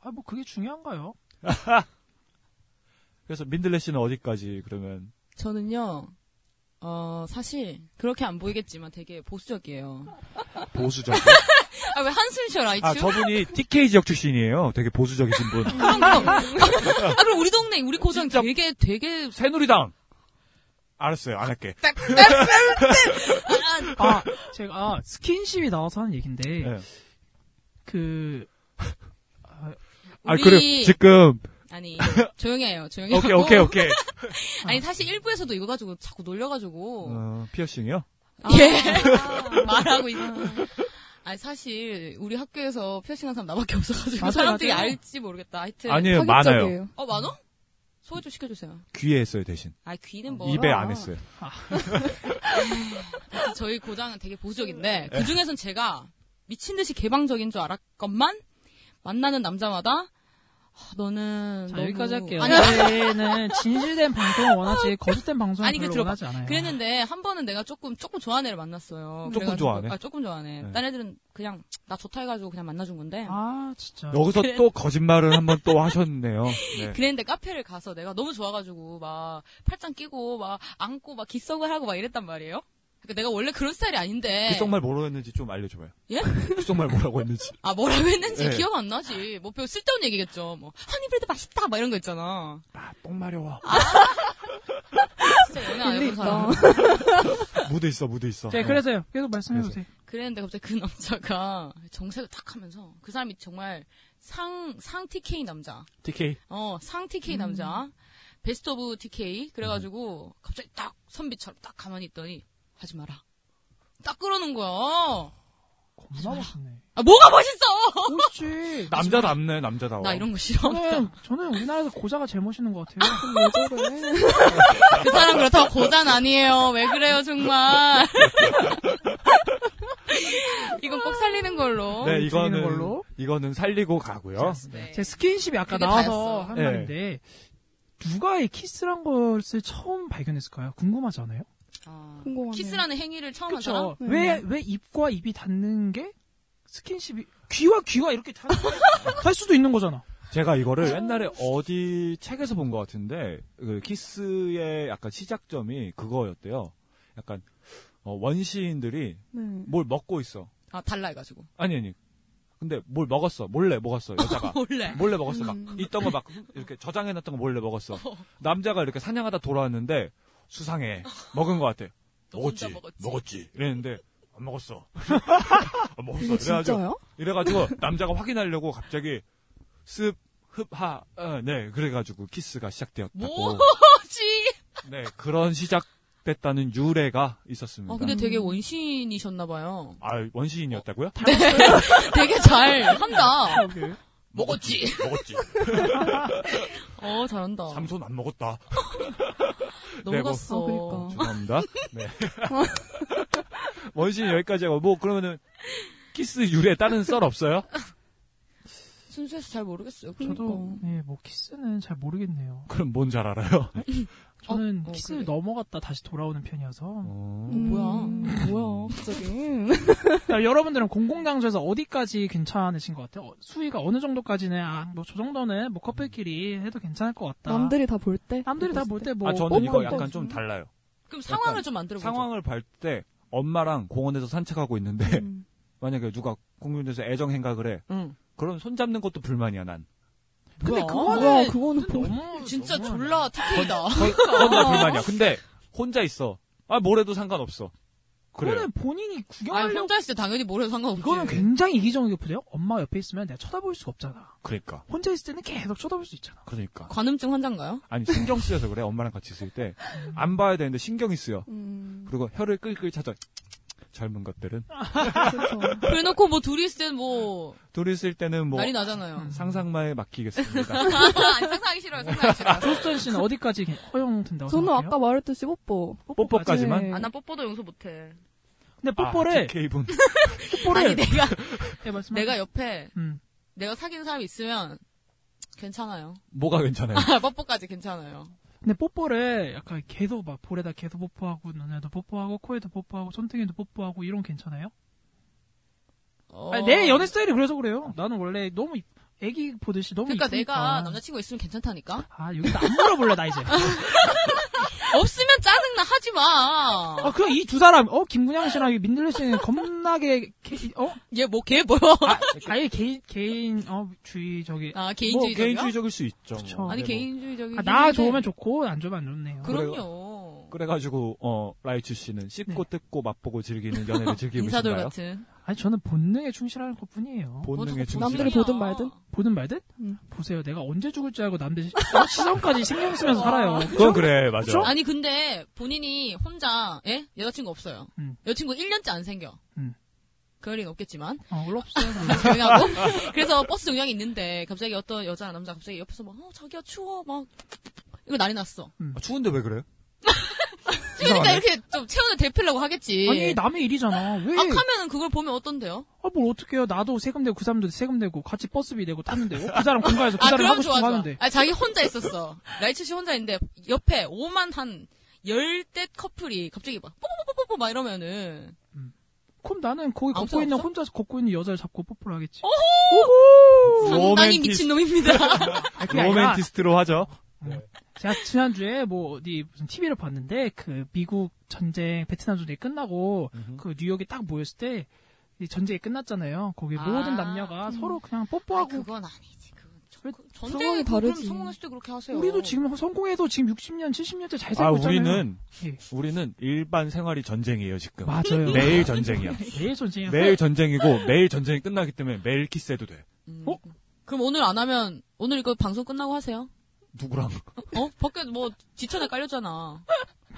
Speaker 1: 아 뭐 그게 중요한가요?
Speaker 9: 그래서 민들레 씨는 어디까지 그러면?
Speaker 6: 저는요. 어 사실 그렇게 안 보이겠지만 되게 보수적이에요.
Speaker 9: 보수적.
Speaker 6: 아 왜 한숨 쉬어 라이츠?
Speaker 9: 아 저분이 TK 지역 출신이에요. 되게 보수적이신 분.
Speaker 6: 그럼 그럼. 아 그럼 우리 동네 우리 고장
Speaker 9: 진짜-
Speaker 6: 되게 되게
Speaker 9: 새누리당. 알았어요. 안 할게.
Speaker 1: 아 제가 아, 스킨십이 나와서 하는 얘긴데
Speaker 9: 네.
Speaker 1: 그
Speaker 9: 아
Speaker 6: 우리- 어?
Speaker 9: 그래 지금
Speaker 6: 아니 조용히 해요. 조용히
Speaker 9: 오케이
Speaker 6: 하고.
Speaker 9: 오케이 오케이.
Speaker 6: 아니 사실 1부에서도 이거 가지고 자꾸 놀려가지고
Speaker 9: 어, 아. 피어싱이요?
Speaker 6: 예. 말하고 있어. 아니, 사실, 우리 학교에서 피어싱한 사람 나밖에 없어가지고,
Speaker 1: 맞아요,
Speaker 6: 사람들이
Speaker 1: 맞아요.
Speaker 6: 알지 모르겠다. 하여튼.
Speaker 9: 아니에요 네, 많아요.
Speaker 10: 파격적이에요.
Speaker 6: 어, 많어? 소개 좀 시켜주세요.
Speaker 9: 귀에 했어요 대신.
Speaker 6: 아, 귀는 뭐.
Speaker 9: 입에 안 했어요.
Speaker 6: 저희 고장은 되게 보수적인데,
Speaker 9: 네.
Speaker 6: 그중에선 제가 미친듯이 개방적인 줄 알았건만, 만나는 남자마다, 아, 너는.
Speaker 1: 자,
Speaker 6: 너무-
Speaker 1: 여기까지 할게요.
Speaker 9: 네.
Speaker 6: 아니,
Speaker 1: 저희는 진실된 방송을 원하지 거짓된 방송을
Speaker 6: 아니, 그
Speaker 1: 별로
Speaker 6: 들어봐.
Speaker 1: 원하지 않아요.
Speaker 6: 그랬는데, 한 번은 내가 조금, 조금 좋아하는 애를 만났어요.
Speaker 9: 조금
Speaker 6: 그래가지고-
Speaker 9: 좋아하네?
Speaker 6: 아, 조금 좋아하네.
Speaker 9: 네.
Speaker 6: 딴 애들은 그냥, 나 좋다 해가지고 그냥 만나준 건데.
Speaker 1: 아 진짜
Speaker 9: 여기서
Speaker 6: 그래.
Speaker 9: 또 거짓말을 한번 또 하셨네요. 네.
Speaker 6: 그랬는데 카페를 가서 내가 너무 좋아가지고 막 팔짱 끼고 막 안고 막 기성을 하고 막 이랬단 말이에요. 그러니까 내가 원래 그런 스타일이 아닌데.
Speaker 9: 귓속말 뭐라고 했는지 좀 알려줘봐요.
Speaker 6: 네. 예?
Speaker 9: 귓속말 뭐라고 했는지.
Speaker 6: 아 뭐라고 했는지
Speaker 9: 네.
Speaker 6: 기억 안 나지. 뭐 별 쓸데없는 얘기겠죠. 뭐 허니브레드 맛있다 막 이런 거 있잖아.
Speaker 9: 아, 똥 마려워.
Speaker 6: 진짜 연애 안 해본 사람.
Speaker 10: 그러니까.
Speaker 9: 무드 있어, 무드 있어.
Speaker 1: 네, 그래서요. 계속 말씀해보세요.
Speaker 6: 그랬는데 갑자기 그 남자가 정색을 딱 하면서 그 사람이 정말 상 상 TK 남자.
Speaker 12: TK.
Speaker 10: 음.
Speaker 6: 어 상 TK 남자. 베스트 오브 DK 그래가지고 갑자기 딱 선비처럼 딱 가만히 있더니 하지 마라. 딱 그러는 거야.
Speaker 11: 겁나 멋있네.
Speaker 6: 아 뭐가 멋있어?
Speaker 11: 멋있지.
Speaker 9: 남자답네 남자다워.
Speaker 6: 나 이런 거 싫어.
Speaker 11: 저는, 저는 우리나라에서 고자가 제일 멋있는 것 같아요.
Speaker 6: 그 사람 그렇다고 고단 아니에요. 왜 그래요 정말? 이건 꼭 살리는 걸로.
Speaker 9: 네 이거는
Speaker 11: 재밌는 걸로?
Speaker 9: 이거는 살리고 가고요.
Speaker 6: 네.
Speaker 11: 제 스킨십이 아까
Speaker 6: 그게
Speaker 11: 나와서
Speaker 6: 다였어.
Speaker 11: 한
Speaker 9: 네.
Speaker 11: 말인데 누가 이 키스란 것을 처음 발견했을까요? 궁금하지 않아요?
Speaker 10: 궁금하네요.
Speaker 6: 키스라는 행위를 처음 한 사람?
Speaker 11: 그렇죠. 왜왜 입과 입이 닿는 게 스킨십이 귀와 귀가 이렇게 닿는 게할 수도 있는 거잖아.
Speaker 9: 제가 이거를 옛날에 어디 책에서 본 것 같은데 그 키스의 약간 시작점이 그거였대요. 약간 어, 원시인들이
Speaker 10: 네.
Speaker 9: 뭘 먹고 있어.
Speaker 6: 아 달라 해가지고.
Speaker 9: 아니 아니. 근데 뭘 먹었어. 몰래 먹었어. 여자가.
Speaker 6: 몰래.
Speaker 9: 먹었어. 막 있던 거 막 이렇게 저장해 놨던 거 몰래 먹었어. 남자가 이렇게 사냥하다 돌아왔는데 수상해. 먹은 것 같아.
Speaker 6: 뭐
Speaker 9: 먹었지. 먹었지. 이랬는데 안 먹었어. 안 먹었어.
Speaker 10: 이거 진짜요?
Speaker 9: 이래가지고 남자가 확인하려고 갑자기 습 흡하 어, 네 그래가지고 키스가 시작되었다고
Speaker 6: 뭐지?
Speaker 9: 네 그런 시작됐다는 유래가 있었습니다.
Speaker 6: 아 근데 어, 되게 원신이셨나 봐요.
Speaker 9: 아, 원시인이었다고요?
Speaker 6: 되게 잘 한다. 먹었지.
Speaker 9: 먹었지.
Speaker 6: 어 잘한다.
Speaker 9: 삼손 안 먹었다.
Speaker 6: 너무 갔어. 어.
Speaker 10: 아, 그러니까.
Speaker 9: 죄송합니다. 네. 원신 여기까지 하고 뭐 그러면은 키스 유래 다른 썰 없어요?
Speaker 6: 순수해서 잘 모르겠어요. 그러니까.
Speaker 11: 저도 네, 뭐 키스는 잘 모르겠네요.
Speaker 9: 그럼 뭔 잘 알아요?
Speaker 6: 음.
Speaker 11: 저는
Speaker 6: 어,
Speaker 11: 키스를
Speaker 6: 그러게.
Speaker 11: 넘어갔다 다시 돌아오는 편이어서
Speaker 6: 음,
Speaker 10: 음, 뭐야?
Speaker 9: 음.
Speaker 10: 뭐야? 갑자기.
Speaker 11: 자, 여러분들은 공공장소에서 어디까지 괜찮으신 것 같아요? 어, 수위가 어느 정도까지는 아, 뭐 저 정도는 뭐 커플끼리 해도 괜찮을 것 같다.
Speaker 10: 남들이 다 볼 때?
Speaker 11: 남들이 다 볼 때뭐
Speaker 9: 아 저는
Speaker 10: 어,
Speaker 9: 이거
Speaker 10: 약간
Speaker 9: 약간 좀 달라요.
Speaker 6: 그럼 상황을
Speaker 9: 약간
Speaker 6: 좀 만들어 보죠.
Speaker 9: 상황을 볼 때 엄마랑 공원에서 산책하고 있는데
Speaker 10: 음.
Speaker 9: 만약에 누가 공중에서 애정 행각을 해.
Speaker 6: 응.
Speaker 9: 그럼 손 잡는 것도 불만이야 난.
Speaker 11: 근데
Speaker 1: 어,
Speaker 6: 뭐야?
Speaker 9: 네.
Speaker 10: 뭐야,
Speaker 11: 그거는
Speaker 10: 어, 그거는 보...
Speaker 11: 네. 너무
Speaker 6: 아, 진짜
Speaker 11: 너무
Speaker 6: 졸라 특혜다. 어.
Speaker 9: 그건 나 불만이야. 근데 혼자 있어. 아 뭐래도 상관없어. 그래.
Speaker 11: 그거는 본인이
Speaker 6: 아니
Speaker 11: 구경하려고
Speaker 6: 혼자 있을 때 당연히 모래도 상관없지.
Speaker 11: 이거는 굉장히 이기적이고 부대요. 엄마 옆에 있으면 내가 쳐다볼 수가 없잖아.
Speaker 9: 그러니까.
Speaker 11: 혼자 있을 때는 계속 쳐다볼 수 있잖아.
Speaker 9: 그러니까.
Speaker 6: 관음증 환자인가요?
Speaker 9: 아니 신경 쓰여서 그래. 엄마랑 같이 있을 때 안 봐야 되는데 신경이 쓰여.
Speaker 10: 음,
Speaker 9: 그리고 혀를 끌끌 찾아. 젊은 것들은 아,
Speaker 10: 그렇죠.
Speaker 6: 그래놓고 뭐 둘이 있을 때뭐
Speaker 9: 둘이 있을 때는 뭐
Speaker 6: 난리 나잖아요.
Speaker 9: 상상만에 맡기겠습니다.
Speaker 6: 아니, 상상하기 싫어요. 상상하기 싫어요.
Speaker 11: 조스턴 씨는 어디까지 허용된다고
Speaker 10: 저는
Speaker 11: 생각해요?
Speaker 10: 아까 말했듯이 뽀뽀.
Speaker 9: 뽀뽀까지만.
Speaker 10: 네.
Speaker 5: 아, 나 뽀뽀도 용서 못해.
Speaker 11: 근데
Speaker 9: 아,
Speaker 11: 뽀뽀를
Speaker 9: 케이분.
Speaker 11: 뽀뽀를
Speaker 6: 아니 내가
Speaker 11: 네, 말씀하세요.
Speaker 6: 내가 옆에
Speaker 11: 음.
Speaker 6: 내가 사귀는 사람이 있으면 괜찮아요.
Speaker 9: 뭐가 괜찮아요?
Speaker 6: 뽀뽀까지 괜찮아요.
Speaker 11: 근데 뽀뽀를 약간 계속 막 볼에다 계속 뽀뽀하고 눈에도 뽀뽀하고 코에도 뽀뽀하고 손등에도 뽀뽀하고 이런 거 괜찮아요?
Speaker 6: 어.
Speaker 11: 아니, 내 연애 스타일이 그래서 그래요. 나는 원래 너무 이- 애기 보듯이 너무
Speaker 6: 그러니까
Speaker 11: 이쁘니까.
Speaker 6: 내가 남자친구 있으면 괜찮다니까.
Speaker 11: 아 여기서 안 물어볼래 나 이제.
Speaker 6: 없으면 짜증나 하지 마.
Speaker 11: 아 그냥 이 두 사람 어 김군양 씨랑 이 민들레 씨는 겁나게 개, 어
Speaker 6: 얘 뭐 걔 뭐야?
Speaker 11: 아예 개인 개인 어 주의 저기
Speaker 6: 아
Speaker 9: 뭐
Speaker 6: 개인주의적이야?
Speaker 9: 개인주의적일 수 있죠. 뭐.
Speaker 11: 그쵸.
Speaker 6: 아니
Speaker 9: 네, 뭐.
Speaker 6: 개인주의적이.
Speaker 11: 아, 나 좋으면 좋고 안 좋으면 안 좋네요.
Speaker 6: 그럼요.
Speaker 9: 그래가지고 어 라이츠 씨는 씹고
Speaker 11: 네.
Speaker 9: 뜯고 맛보고 즐기는 연애를 즐기고
Speaker 6: 인사돌
Speaker 9: 있나요?
Speaker 6: 같은.
Speaker 11: 아니 저는 본능에 충실할 것뿐이에요.
Speaker 9: 본능의
Speaker 6: 어떡해,
Speaker 9: 중심.
Speaker 10: 뭐 남들이 보든 말든.
Speaker 11: 보든 말든
Speaker 10: 음.
Speaker 11: 보세요. 내가 언제 죽을 줄 알고 남들 시- 시선까지 신경 쓰면서 살아요.
Speaker 9: 그건 그래 맞아.
Speaker 11: 그쵸?
Speaker 6: 아니 근데 본인이 혼자 예? 여자친구 없어요.
Speaker 11: 음.
Speaker 6: 여자친구 1년째 안 생겨.
Speaker 11: 음.
Speaker 6: 그럴 리는 없겠지만
Speaker 11: 어, 물론 없어요.
Speaker 6: 조용하고 그래서 버스 동향이 있는데 갑자기 어떤 여자 남자 갑자기 옆에서 막 어, 자기야 추워 막 이거 난리 났어.
Speaker 9: 아, 추운데 왜 그래요?
Speaker 6: 그러니까 이렇게 좀 체온을 대피려고 하겠지.
Speaker 11: 아니 남의 일이잖아. 왜?
Speaker 6: 악하면은 그걸 보면 어떤데요?
Speaker 11: 아, 뭘 어떻게 해요. 나도 세금 내고 그 사람도 세금 내고 같이 버스비 내고 탔는데 어, 그 사람 공가에서 그
Speaker 6: 아
Speaker 11: 사람 하고
Speaker 6: 그럼
Speaker 11: 싶은
Speaker 6: 좋아
Speaker 11: 거
Speaker 6: 좋아.
Speaker 11: 하는데
Speaker 6: 아 자기 혼자 있었어. 라이츠 씨 혼자 있는데 옆에 오만 한 열대 커플이 갑자기 막 뽀뽀뽀뽀뽀 막 이러면은
Speaker 11: 그럼 나는 거기
Speaker 6: 아,
Speaker 11: 걷고
Speaker 6: 없어,
Speaker 11: 있는
Speaker 6: 없어?
Speaker 11: 혼자서 걷고 있는 여자를 잡고 뽀뽀를 하겠지.
Speaker 6: 상당히
Speaker 9: 로맨티스-
Speaker 6: 미친 놈입니다.
Speaker 11: 아, 그게 아니라 네.
Speaker 9: 로맨티스트로 하죠.
Speaker 11: 제가 지난주에 뭐 어디 무슨 TV를 봤는데 그 미국 전쟁 베트남 전쟁이 끝나고 그 뉴욕에 딱 모였을 때이 전쟁이 끝났잖아요. 거기
Speaker 6: 아.
Speaker 11: 모든 남녀가 서로 그냥
Speaker 6: 아니,
Speaker 11: 뽀뽀하고
Speaker 6: 그건 아니지. 그건 저-
Speaker 11: 왜
Speaker 6: 그 전쟁이
Speaker 10: 상황이
Speaker 6: 다르지.
Speaker 10: 다르지.
Speaker 6: 성공했을 때 그렇게 하세요.
Speaker 11: 우리도 지금 성공해도 지금 60년 70년째 잘
Speaker 9: 아
Speaker 11: 살고 있잖아요.
Speaker 9: 우리는
Speaker 11: 예.
Speaker 9: 우리는 일반 생활이 전쟁이에요 지금.
Speaker 11: 맞아요.
Speaker 9: 매일 전쟁이야.
Speaker 11: 매일 전쟁이야.
Speaker 9: 매일 전쟁이고 매일 전쟁이 끝나기 때문에 매일 키스해도 돼.
Speaker 6: 음.
Speaker 11: 어?
Speaker 6: 그럼 오늘 안 하면 오늘 이거 방송 끝나고 하세요.
Speaker 9: 누구랑?
Speaker 6: 어? 밖에 뭐 지천에 깔렸잖아.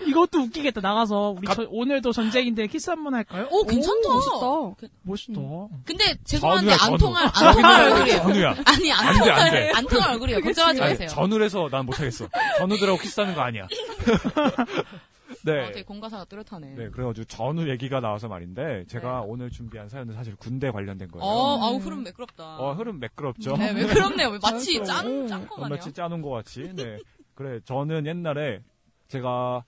Speaker 11: 이것도 웃기겠다. 나가서 우리 저- 오늘도 전쟁인데 키스 한 번 할까요?
Speaker 6: 오,
Speaker 10: 음,
Speaker 6: 괜찮다.
Speaker 11: 멋있다. 멋있다.
Speaker 6: 근데 죄송한데
Speaker 9: 전우야,
Speaker 6: 안
Speaker 9: 전우.
Speaker 6: 통할 안 통할 얼굴이에요.
Speaker 9: 전우야.
Speaker 6: 아니 안
Speaker 9: 안 돼, 안 돼.
Speaker 6: 통할 안 통할 얼굴이에요. 아, 걱정하지
Speaker 9: 아니,
Speaker 6: 마세요.
Speaker 9: 전우라서 난 못하겠어. 전우들하고 키스하는 거 아니야.
Speaker 6: 어,
Speaker 9: 네.
Speaker 6: 되게 공과사가 뚜렷하네.
Speaker 9: 네, 그래가지고 전우 얘기가 나와서 말인데 제가 오늘 준비한 사연은 사실 군대 관련된 거예요.
Speaker 6: 네. 어, 아우 흐름 매끄럽다.
Speaker 9: 어, 흐름 매끄럽죠.
Speaker 6: 네, 매끄럽네요. 마치 짠
Speaker 9: 자연스러워.
Speaker 6: 짠거
Speaker 9: 어,
Speaker 6: 마냥.
Speaker 9: 마치 짜놓은 것 같이. 네. 그래, 저는 옛날에 제가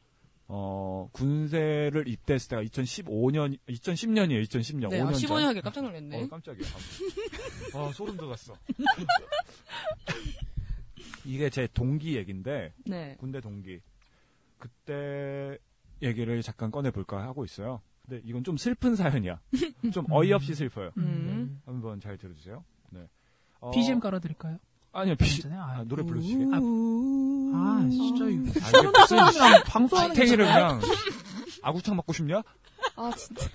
Speaker 9: 어, 군세를 입대했을 때가 2015년, 2010년이에요. 2010년.
Speaker 6: 네,
Speaker 9: 5년
Speaker 6: 15년
Speaker 9: 전.
Speaker 6: 하길 깜짝 놀랐네.
Speaker 9: 어, 깜짝이야. 아, 소름 돋았어. 이게 제 동기 얘긴데
Speaker 6: 네.
Speaker 9: 군대 동기 그때 얘기를 잠깐 꺼내볼까 하고 있어요. 근데 이건 좀 슬픈 사연이야. 좀 어이없이 슬퍼요.
Speaker 11: 음.
Speaker 9: 한번 잘 들어주세요. 네. 어,
Speaker 11: BGM 깔아드릴까요?
Speaker 9: 아니요, 비- 아, 노래 불러주시게.
Speaker 6: 음.
Speaker 11: 아, 아, 진짜 이거
Speaker 9: 아, 이게
Speaker 11: 서른
Speaker 9: 무슨
Speaker 11: 사람이랑 방송하는 게
Speaker 9: 탱이를
Speaker 11: 참-
Speaker 9: 그냥 아구창 맞고 싶냐?
Speaker 10: 아 진짜.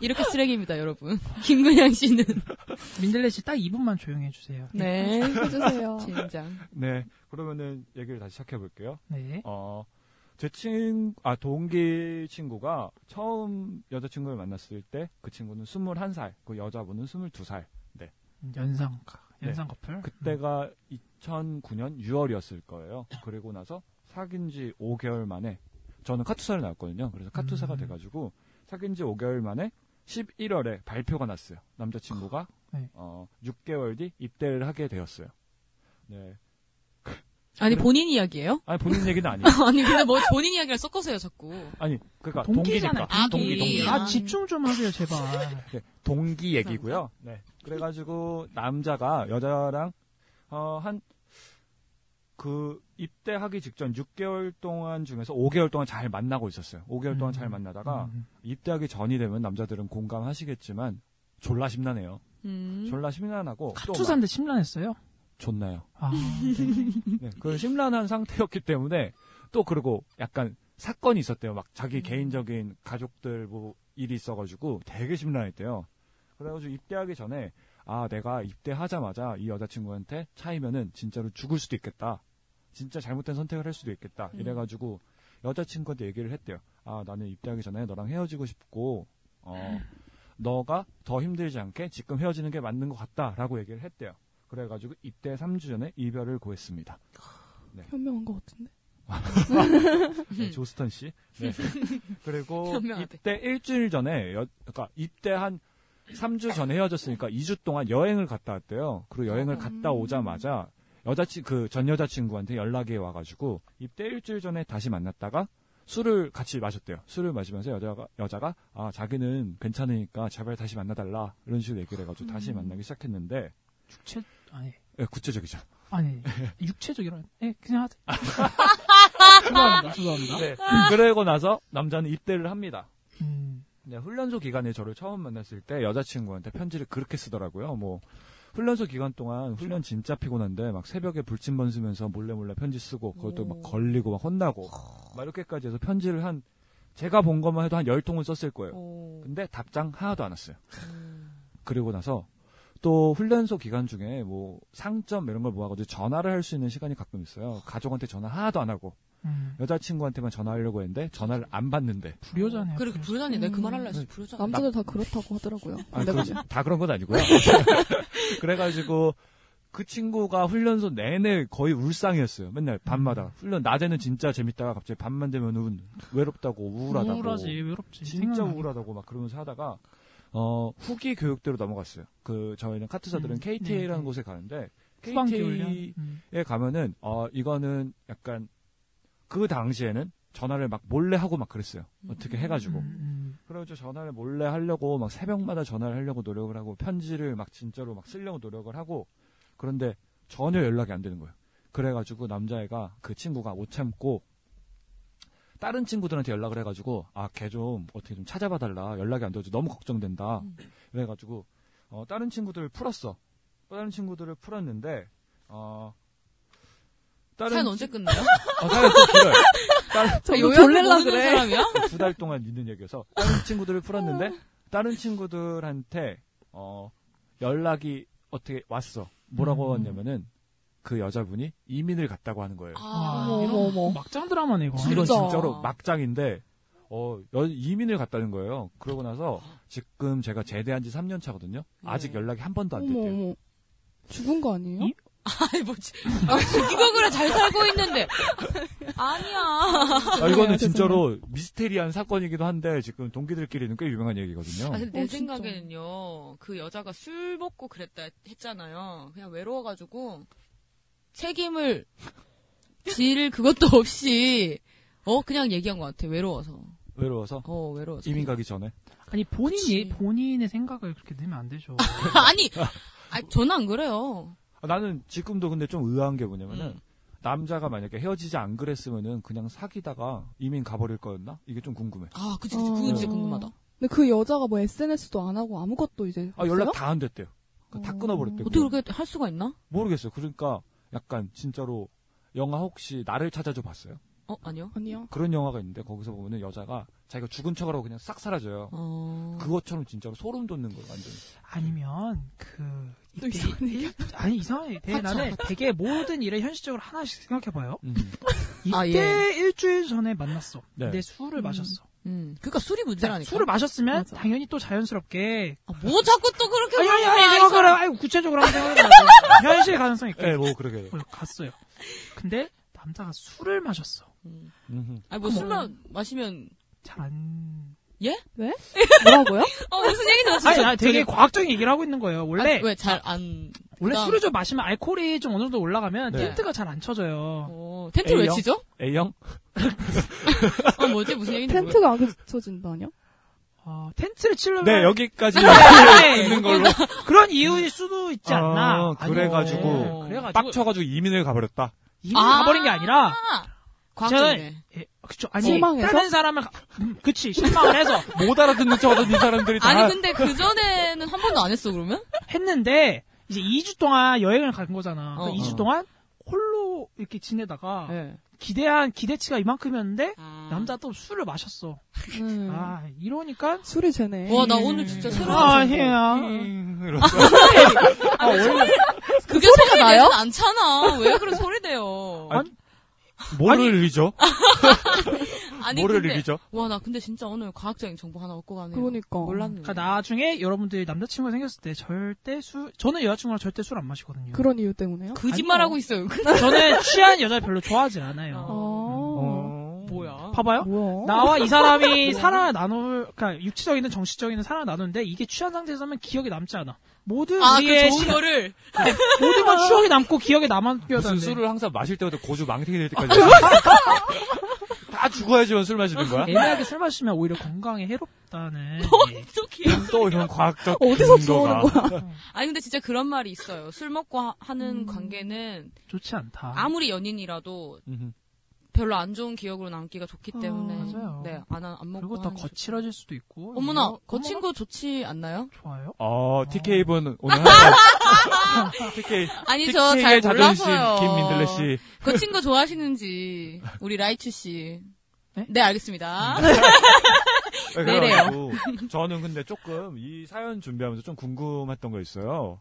Speaker 6: 이렇게 쓰레기입니다, 여러분. 김근양 씨는
Speaker 11: 민들레 씨 딱 2분만 조용히 해주세요.
Speaker 6: 네.
Speaker 10: 해주세요.
Speaker 6: 진장.
Speaker 9: 네. 그러면은 얘기를 다시 시작해 볼게요.
Speaker 11: 네.
Speaker 9: 어, 제 친, 아, 동기 친구가 처음 여자친구를 만났을 때 그 친구는 21살, 그 여자분은 22살. 네.
Speaker 11: 연상
Speaker 9: 네.
Speaker 11: 연상 커플.
Speaker 9: 그때가 2009년 6월이었을 거예요. 그리고 나서 사귄 지 5개월 만에 저는 카투사를 나왔거든요. 그래서 카투사가
Speaker 11: 음.
Speaker 9: 돼가지고 사귄 지 5개월 만에 11월에 발표가 났어요. 남자친구가
Speaker 11: 네.
Speaker 9: 어, 6개월 뒤 입대를 하게 되었어요. 네.
Speaker 6: 아니 본인 이야기예요?
Speaker 9: 아니 본인 얘기는 아니에요.
Speaker 6: 아니 근데 뭐 본인 이야기를 섞으세요 자꾸.
Speaker 9: 아니 그러니까
Speaker 11: 동기잖아요.
Speaker 9: 동기니까
Speaker 6: 아,
Speaker 9: 동기 동기.
Speaker 11: 아 집중 좀 하세요 제발.
Speaker 9: 네, 동기 얘기고요. 네. 그래가지고 남자가 여자랑 한 그 입대하기 직전 6개월 동안 중에서 5개월 동안 잘 만나고 있었어요. 5개월 동안 잘 만나다가 입대하기 전이 되면 남자들은 공감하시겠지만 졸라 심란해요.
Speaker 6: 음.
Speaker 9: 졸라 심란하고 또
Speaker 11: 투사인데 심란했어요.
Speaker 9: 막 좋나요?
Speaker 11: 아,
Speaker 9: 네, 그 심란한 상태였기 때문에 또 그리고 약간 사건이 있었대요. 막 자기 개인적인 가족들 뭐 일이 있어가지고 되게 심란했대요. 그래가지고 입대하기 전에 아 내가 입대하자마자 이 여자친구한테 차이면은 진짜로 죽을 수도 있겠다. 진짜 잘못된 선택을 할 수도 있겠다.
Speaker 6: 음.
Speaker 9: 이래가지고 여자친구한테 얘기를 했대요. 아 나는 입대하기 전에 너랑 헤어지고 싶고 어 너가 더 힘들지 않게 지금 헤어지는 게 맞는 것 같다라고 얘기를 했대요. 그래가지고 입대 3주 전에 이별을 고했습니다.
Speaker 10: 현명한 것 같은데.
Speaker 9: 네, 조스턴 씨. 네. 그리고
Speaker 6: 현명하대.
Speaker 9: 입대 일주일 전에 여- 그러니까 입대 한 3주 전에 헤어졌으니까 2주 동안 여행을 갔다 왔대요. 그리고 여행을 갔다 오자마자 여자친 그전 여자친구한테 연락이 와가지고 입대 일주일 전에 다시 만났다가 술을 같이 마셨대요. 술을 마시면서 여자가 여자가 아 자기는 괜찮으니까 제발 다시 만나달라 이런 식으로 얘기를 해가지고 다시 만나기 시작했는데
Speaker 11: 육체 아니
Speaker 9: 예, 구체적이죠.
Speaker 11: 아니 육체적이라. 네 그냥 하세요. 죄송합니다. 죄송합니다.
Speaker 9: 네. 그러고 나서 남자는 입대를 합니다.
Speaker 11: 음.
Speaker 9: 네, 훈련소 기간에 저를 처음 만났을 때 여자친구한테 편지를 그렇게 쓰더라고요. 뭐 훈련소 기간 동안 훈련 진짜 피곤한데 막 새벽에 불침 번지면서 몰래 몰래 편지 쓰고 그것도 막 걸리고 막 혼나고 막 이렇게까지 해서 편지를 한 제가 본 것만 해도 한 열 통은 썼을 거예요.
Speaker 6: 오.
Speaker 9: 근데 답장 하나도 안 왔어요. 그리고 나서 또 훈련소 기간 중에 뭐 상점 이런 걸 모아가지고 전화를 할 수 있는 시간이 가끔 있어요. 가족한테 전화 하나도 안 하고
Speaker 11: 음.
Speaker 9: 여자친구한테만 전화하려고 했는데 전화를 안 받는데
Speaker 11: 불효자네요.
Speaker 6: 그리고 불효자니 내가 그 말할라 했어.
Speaker 9: 음.
Speaker 6: 불효자.
Speaker 10: 남자들 다 그렇다고 하더라고요.
Speaker 9: 아,
Speaker 10: 내가
Speaker 9: 그, 다 그런 건 아니고요. 그래가지고 그 친구가 훈련소 내내 거의 울상이었어요. 맨날
Speaker 11: 음.
Speaker 9: 밤마다 훈련 낮에는 진짜 재밌다가 갑자기 밤만 되면 은 외롭다고 우울하다고
Speaker 11: 우울하지 외롭지.
Speaker 9: 진짜
Speaker 11: 생각나.
Speaker 9: 우울하다고 막 그러면서 하다가 어, 후기 교육대로 넘어갔어요. 그 저희는 카트사들은
Speaker 11: 음,
Speaker 9: KTA라는
Speaker 11: 네, 네.
Speaker 9: 곳에 가는데
Speaker 11: 후반
Speaker 9: KTA
Speaker 11: 교련. 음.
Speaker 9: 에 가면은 어 이거는 약간 그 당시에는 전화를 막 몰래 하고 막 그랬어요. 어떻게 해가지고
Speaker 11: 음,
Speaker 9: 그래가지고 전화를 몰래 하려고 막 새벽마다 전화를 하려고 노력을 하고 편지를 막 진짜로 막 쓰려고 노력을 하고 그런데 전혀 연락이 안 되는 거예요. 그래가지고 남자애가 그 친구가 못 참고 다른 친구들한테 연락을 해가지고 아 걔 좀 어떻게 좀 찾아봐달라 연락이 안 돼가지고 너무 걱정된다
Speaker 6: 음.
Speaker 9: 그래가지고 어, 다른 친구들을 풀었어 다른 친구들을 풀었는데 어 다른
Speaker 6: 뭐 사연 언제 끝나요?
Speaker 9: 어, 사연 좀 길어요 다른-
Speaker 10: 저거
Speaker 6: 요약을
Speaker 10: 졸릴라
Speaker 6: 모르는
Speaker 10: 뭐 그래.
Speaker 6: 사람이야?
Speaker 9: 두 달 동안 있는 얘기여서 다른 친구들을 풀었는데 다른 친구들한테 어, 연락이 어떻게 왔어 뭐라고
Speaker 11: 음.
Speaker 9: 왔냐면은 그 여자분이 이민을 갔다고 하는 거예요.
Speaker 11: 아, 이런 막장 드라마네 아, 이거.
Speaker 9: 이건 진짜로 막장인데 어, 여- 이민을 갔다는 거예요. 그러고 나서 지금 제가 제대한 지 3년 차거든요. 아직 연락이 한 번도 안
Speaker 10: 어머,
Speaker 9: 됐대요.
Speaker 10: 어머. 죽은 거 아니에요?
Speaker 6: 아이 뭐지? 이거 그래 잘 살고 있는데 아니야.
Speaker 9: 아, 이거는 진짜로 미스테리한 사건이기도 한데 지금 동기들끼리는 꽤 유명한 얘기거든요.
Speaker 11: 어.
Speaker 6: 아, 근데 내 생각에는요, 그 여자가 술 먹고 그랬다 했잖아요. 그냥 외로워가지고 책임을 질 그것도 없이 어 그냥 얘기한 것 같아. 외로워서.
Speaker 9: 외로워서.
Speaker 6: 어 외로워서.
Speaker 9: 이민 가기 전에.
Speaker 11: 아니 본인이 본인의 생각을 그렇게 내면 안 되죠.
Speaker 6: 아니, 아 저는 안 그래요.
Speaker 9: 아, 나는 지금도 근데 좀 의아한 게 뭐냐면은 남자가 만약에 헤어지지 안 그랬으면은 그냥 사귀다가 이민 가버릴 거였나? 이게 좀 궁금해.
Speaker 6: 아, 그치,
Speaker 10: 그치. 그건 진짜
Speaker 6: 궁금하다.
Speaker 11: 네,
Speaker 10: 근데 그 여자가 뭐 SNS도 안 하고 아무것도 이제.
Speaker 9: 아 연락 다 안 됐대요. 그러니까 다 끊어버렸대요.
Speaker 6: 어떻게
Speaker 11: 뭐.
Speaker 6: 그렇게 할 수가 있나?
Speaker 9: 모르겠어요. 그러니까 약간 진짜로 영화 혹시 나를 찾아줘 봤어요?
Speaker 6: 어 아니요.
Speaker 10: 아니요.
Speaker 9: 그런 영화가 있는데 거기서 보면은 여자가 자기가 죽은 척하고 그냥 싹 사라져요.
Speaker 6: 어.
Speaker 9: 그것처럼 진짜로 소름 돋는 거예요, 완전.
Speaker 11: 아니면 그 이상해. 아니 이상해. 되게
Speaker 9: 화차,
Speaker 11: 나는
Speaker 9: 화차.
Speaker 11: 되게 모든 일을 현실적으로 하나씩 생각해봐요. 이때
Speaker 6: 아, 예.
Speaker 11: 일주일 전에 만났어.
Speaker 6: 네.
Speaker 11: 근데 술을
Speaker 6: 음.
Speaker 11: 마셨어.
Speaker 6: 음. 그러니까 술이
Speaker 11: 자,
Speaker 6: 문제라니까.
Speaker 11: 술을 마셨으면 당연히 또 자연스럽게
Speaker 6: 뭐 자꾸 또 그렇게
Speaker 11: 아니 아니 아니
Speaker 6: 물어봐, 이
Speaker 11: 생각을
Speaker 6: 사람.
Speaker 11: 아니 구체적으로 한번 생각해봐. 현실 가능성 있게.
Speaker 9: 네, 뭐 그러게.
Speaker 11: 어, 갔어요. 근데 남자가 술을 마셨어.
Speaker 9: 음.
Speaker 6: 아니 뭐
Speaker 11: 그럼
Speaker 6: 술만 마시면
Speaker 11: 잘안
Speaker 6: 예?
Speaker 10: 왜? 뭐라고요?
Speaker 6: 어 무슨 얘기죠? 진짜.
Speaker 11: 아니, 나 되게
Speaker 6: 저기-
Speaker 11: 과학적인 얘기를 하고 있는 거예요. 원래
Speaker 6: 아니, 왜잘 안?
Speaker 11: 원래
Speaker 6: 그다음-
Speaker 11: 술을 좀 마시면 알코올이 좀 어느 정도 올라가면
Speaker 6: 네.
Speaker 11: 텐트가 어, 잘 안 쳐져요.
Speaker 6: 어, 텐트를 왜 A형? 치죠?
Speaker 9: A형?
Speaker 6: 어 뭐지 무슨 얘기인지
Speaker 10: 텐트가 안 그쳐진다뇨?
Speaker 11: 아, 텐트를 치려면
Speaker 9: 네, 여기까지
Speaker 11: 네.
Speaker 9: 있는 걸로.
Speaker 11: 그런 이유일 수도 있지 않나.
Speaker 9: 아, 그래가지고
Speaker 11: 아니요. 그래가지고
Speaker 9: 빡쳐가지고 이민을 가버렸다.
Speaker 11: 이미 가버린 게 아니라
Speaker 6: 과학적이네.
Speaker 11: 저는- 예, 그쵸. 아니
Speaker 6: 실망해서?
Speaker 11: 다른 사람을 가- 음, 그치 실망을 해서
Speaker 9: 못 알아듣는 척하던 이 사람들이 다.
Speaker 6: 아니 근데 그 전에는 한 번도 안 했어 그러면?
Speaker 11: 했는데 이제 2주 동안 여행을 간 거잖아. 그러니까
Speaker 6: 어. 예.
Speaker 11: 2주
Speaker 6: 어.
Speaker 11: 동안 홀로 이렇게 지내다가 기대한 기대치가 이만큼이었는데 남자 또 술을 마셨어.
Speaker 6: 음.
Speaker 11: 아 이러니까
Speaker 10: 음. 술이 쟤네.
Speaker 6: 와 나 오늘 진짜 새로
Speaker 11: 아
Speaker 6: 알았어.
Speaker 11: 해야.
Speaker 6: 음. 아, 원래 그게
Speaker 11: 소리가
Speaker 6: 소리가
Speaker 11: 나요?
Speaker 6: 나요? 않잖아. 왜 그런 소리 내요?
Speaker 9: 뭐를 이죠?
Speaker 6: 아니
Speaker 9: 뭐를
Speaker 6: 근데
Speaker 9: 이기죠?
Speaker 6: 와나 근데 진짜 오늘 과학적인 정보 하나 얻고 가네요. 몰랐네.
Speaker 11: 그러니까 나중에 여러분들이 남자친구가 생겼을 때 절대 술, 저는 여자친구랑 절대 술 안 마시거든요.
Speaker 10: 그런 이유
Speaker 6: 음,
Speaker 10: 때문에요?
Speaker 6: 거짓말하고 있어요. 어.
Speaker 11: 저는 취한 여자 별로 좋아하지 않아요.
Speaker 9: 어.
Speaker 6: 뭐야?
Speaker 10: 아,
Speaker 11: 봐봐요. 나와 이 사람이
Speaker 6: 뭐?
Speaker 11: 사랑을 나눌, 그러니까 육체적이든 정신적이든 사랑을 나누는데 이게 취한 상태에서 하면 기억이 남지 않아. 모든
Speaker 6: 아, 그
Speaker 11: 우리의
Speaker 6: 좋은
Speaker 11: 시-
Speaker 6: 거를.
Speaker 11: 모든 건 추억이 남고 기억에 남았겨야
Speaker 9: 무슨
Speaker 11: 되는데.
Speaker 9: 술을 항상 마실 때부터 고주 망태기 될 때까지. 다 죽어야지만 술 마시는 거야?
Speaker 11: 애매하게 술 마시면 오히려 건강에 해롭다는.
Speaker 9: 또 이런 과학적
Speaker 11: 어디서
Speaker 9: 근거가.
Speaker 11: 들어오는 거야?
Speaker 6: 아니 근데 진짜 그런 말이 있어요. 술 먹고 하,
Speaker 11: 음.
Speaker 6: 하는 관계는
Speaker 11: 좋지 않다.
Speaker 6: 아무리 연인이라도
Speaker 9: 음흠.
Speaker 6: 별로 안 좋은 기억으로 남기가 좋기 때문에
Speaker 11: 맞아요.
Speaker 6: 네, 안, 하- 안 먹고
Speaker 11: 그리고 더
Speaker 6: 하는 게
Speaker 11: 거칠어질 수도 있고.
Speaker 6: 좋- 어머나,
Speaker 11: 이거-
Speaker 6: 거친 거 좋지 않나요?
Speaker 11: 좋아요.
Speaker 9: 어, TK분 오늘 항상 TK.
Speaker 6: 아니 저 잘
Speaker 9: 자존심,
Speaker 6: 몰라서요.
Speaker 9: 김민들레 씨.
Speaker 6: 거친 거 좋아하시는지 우리 라이츠 씨. 네, 알겠습니다.
Speaker 9: 음. 그래가지고 저는 근데 조금 이 사연 준비하면서 좀 궁금했던 거 있어요.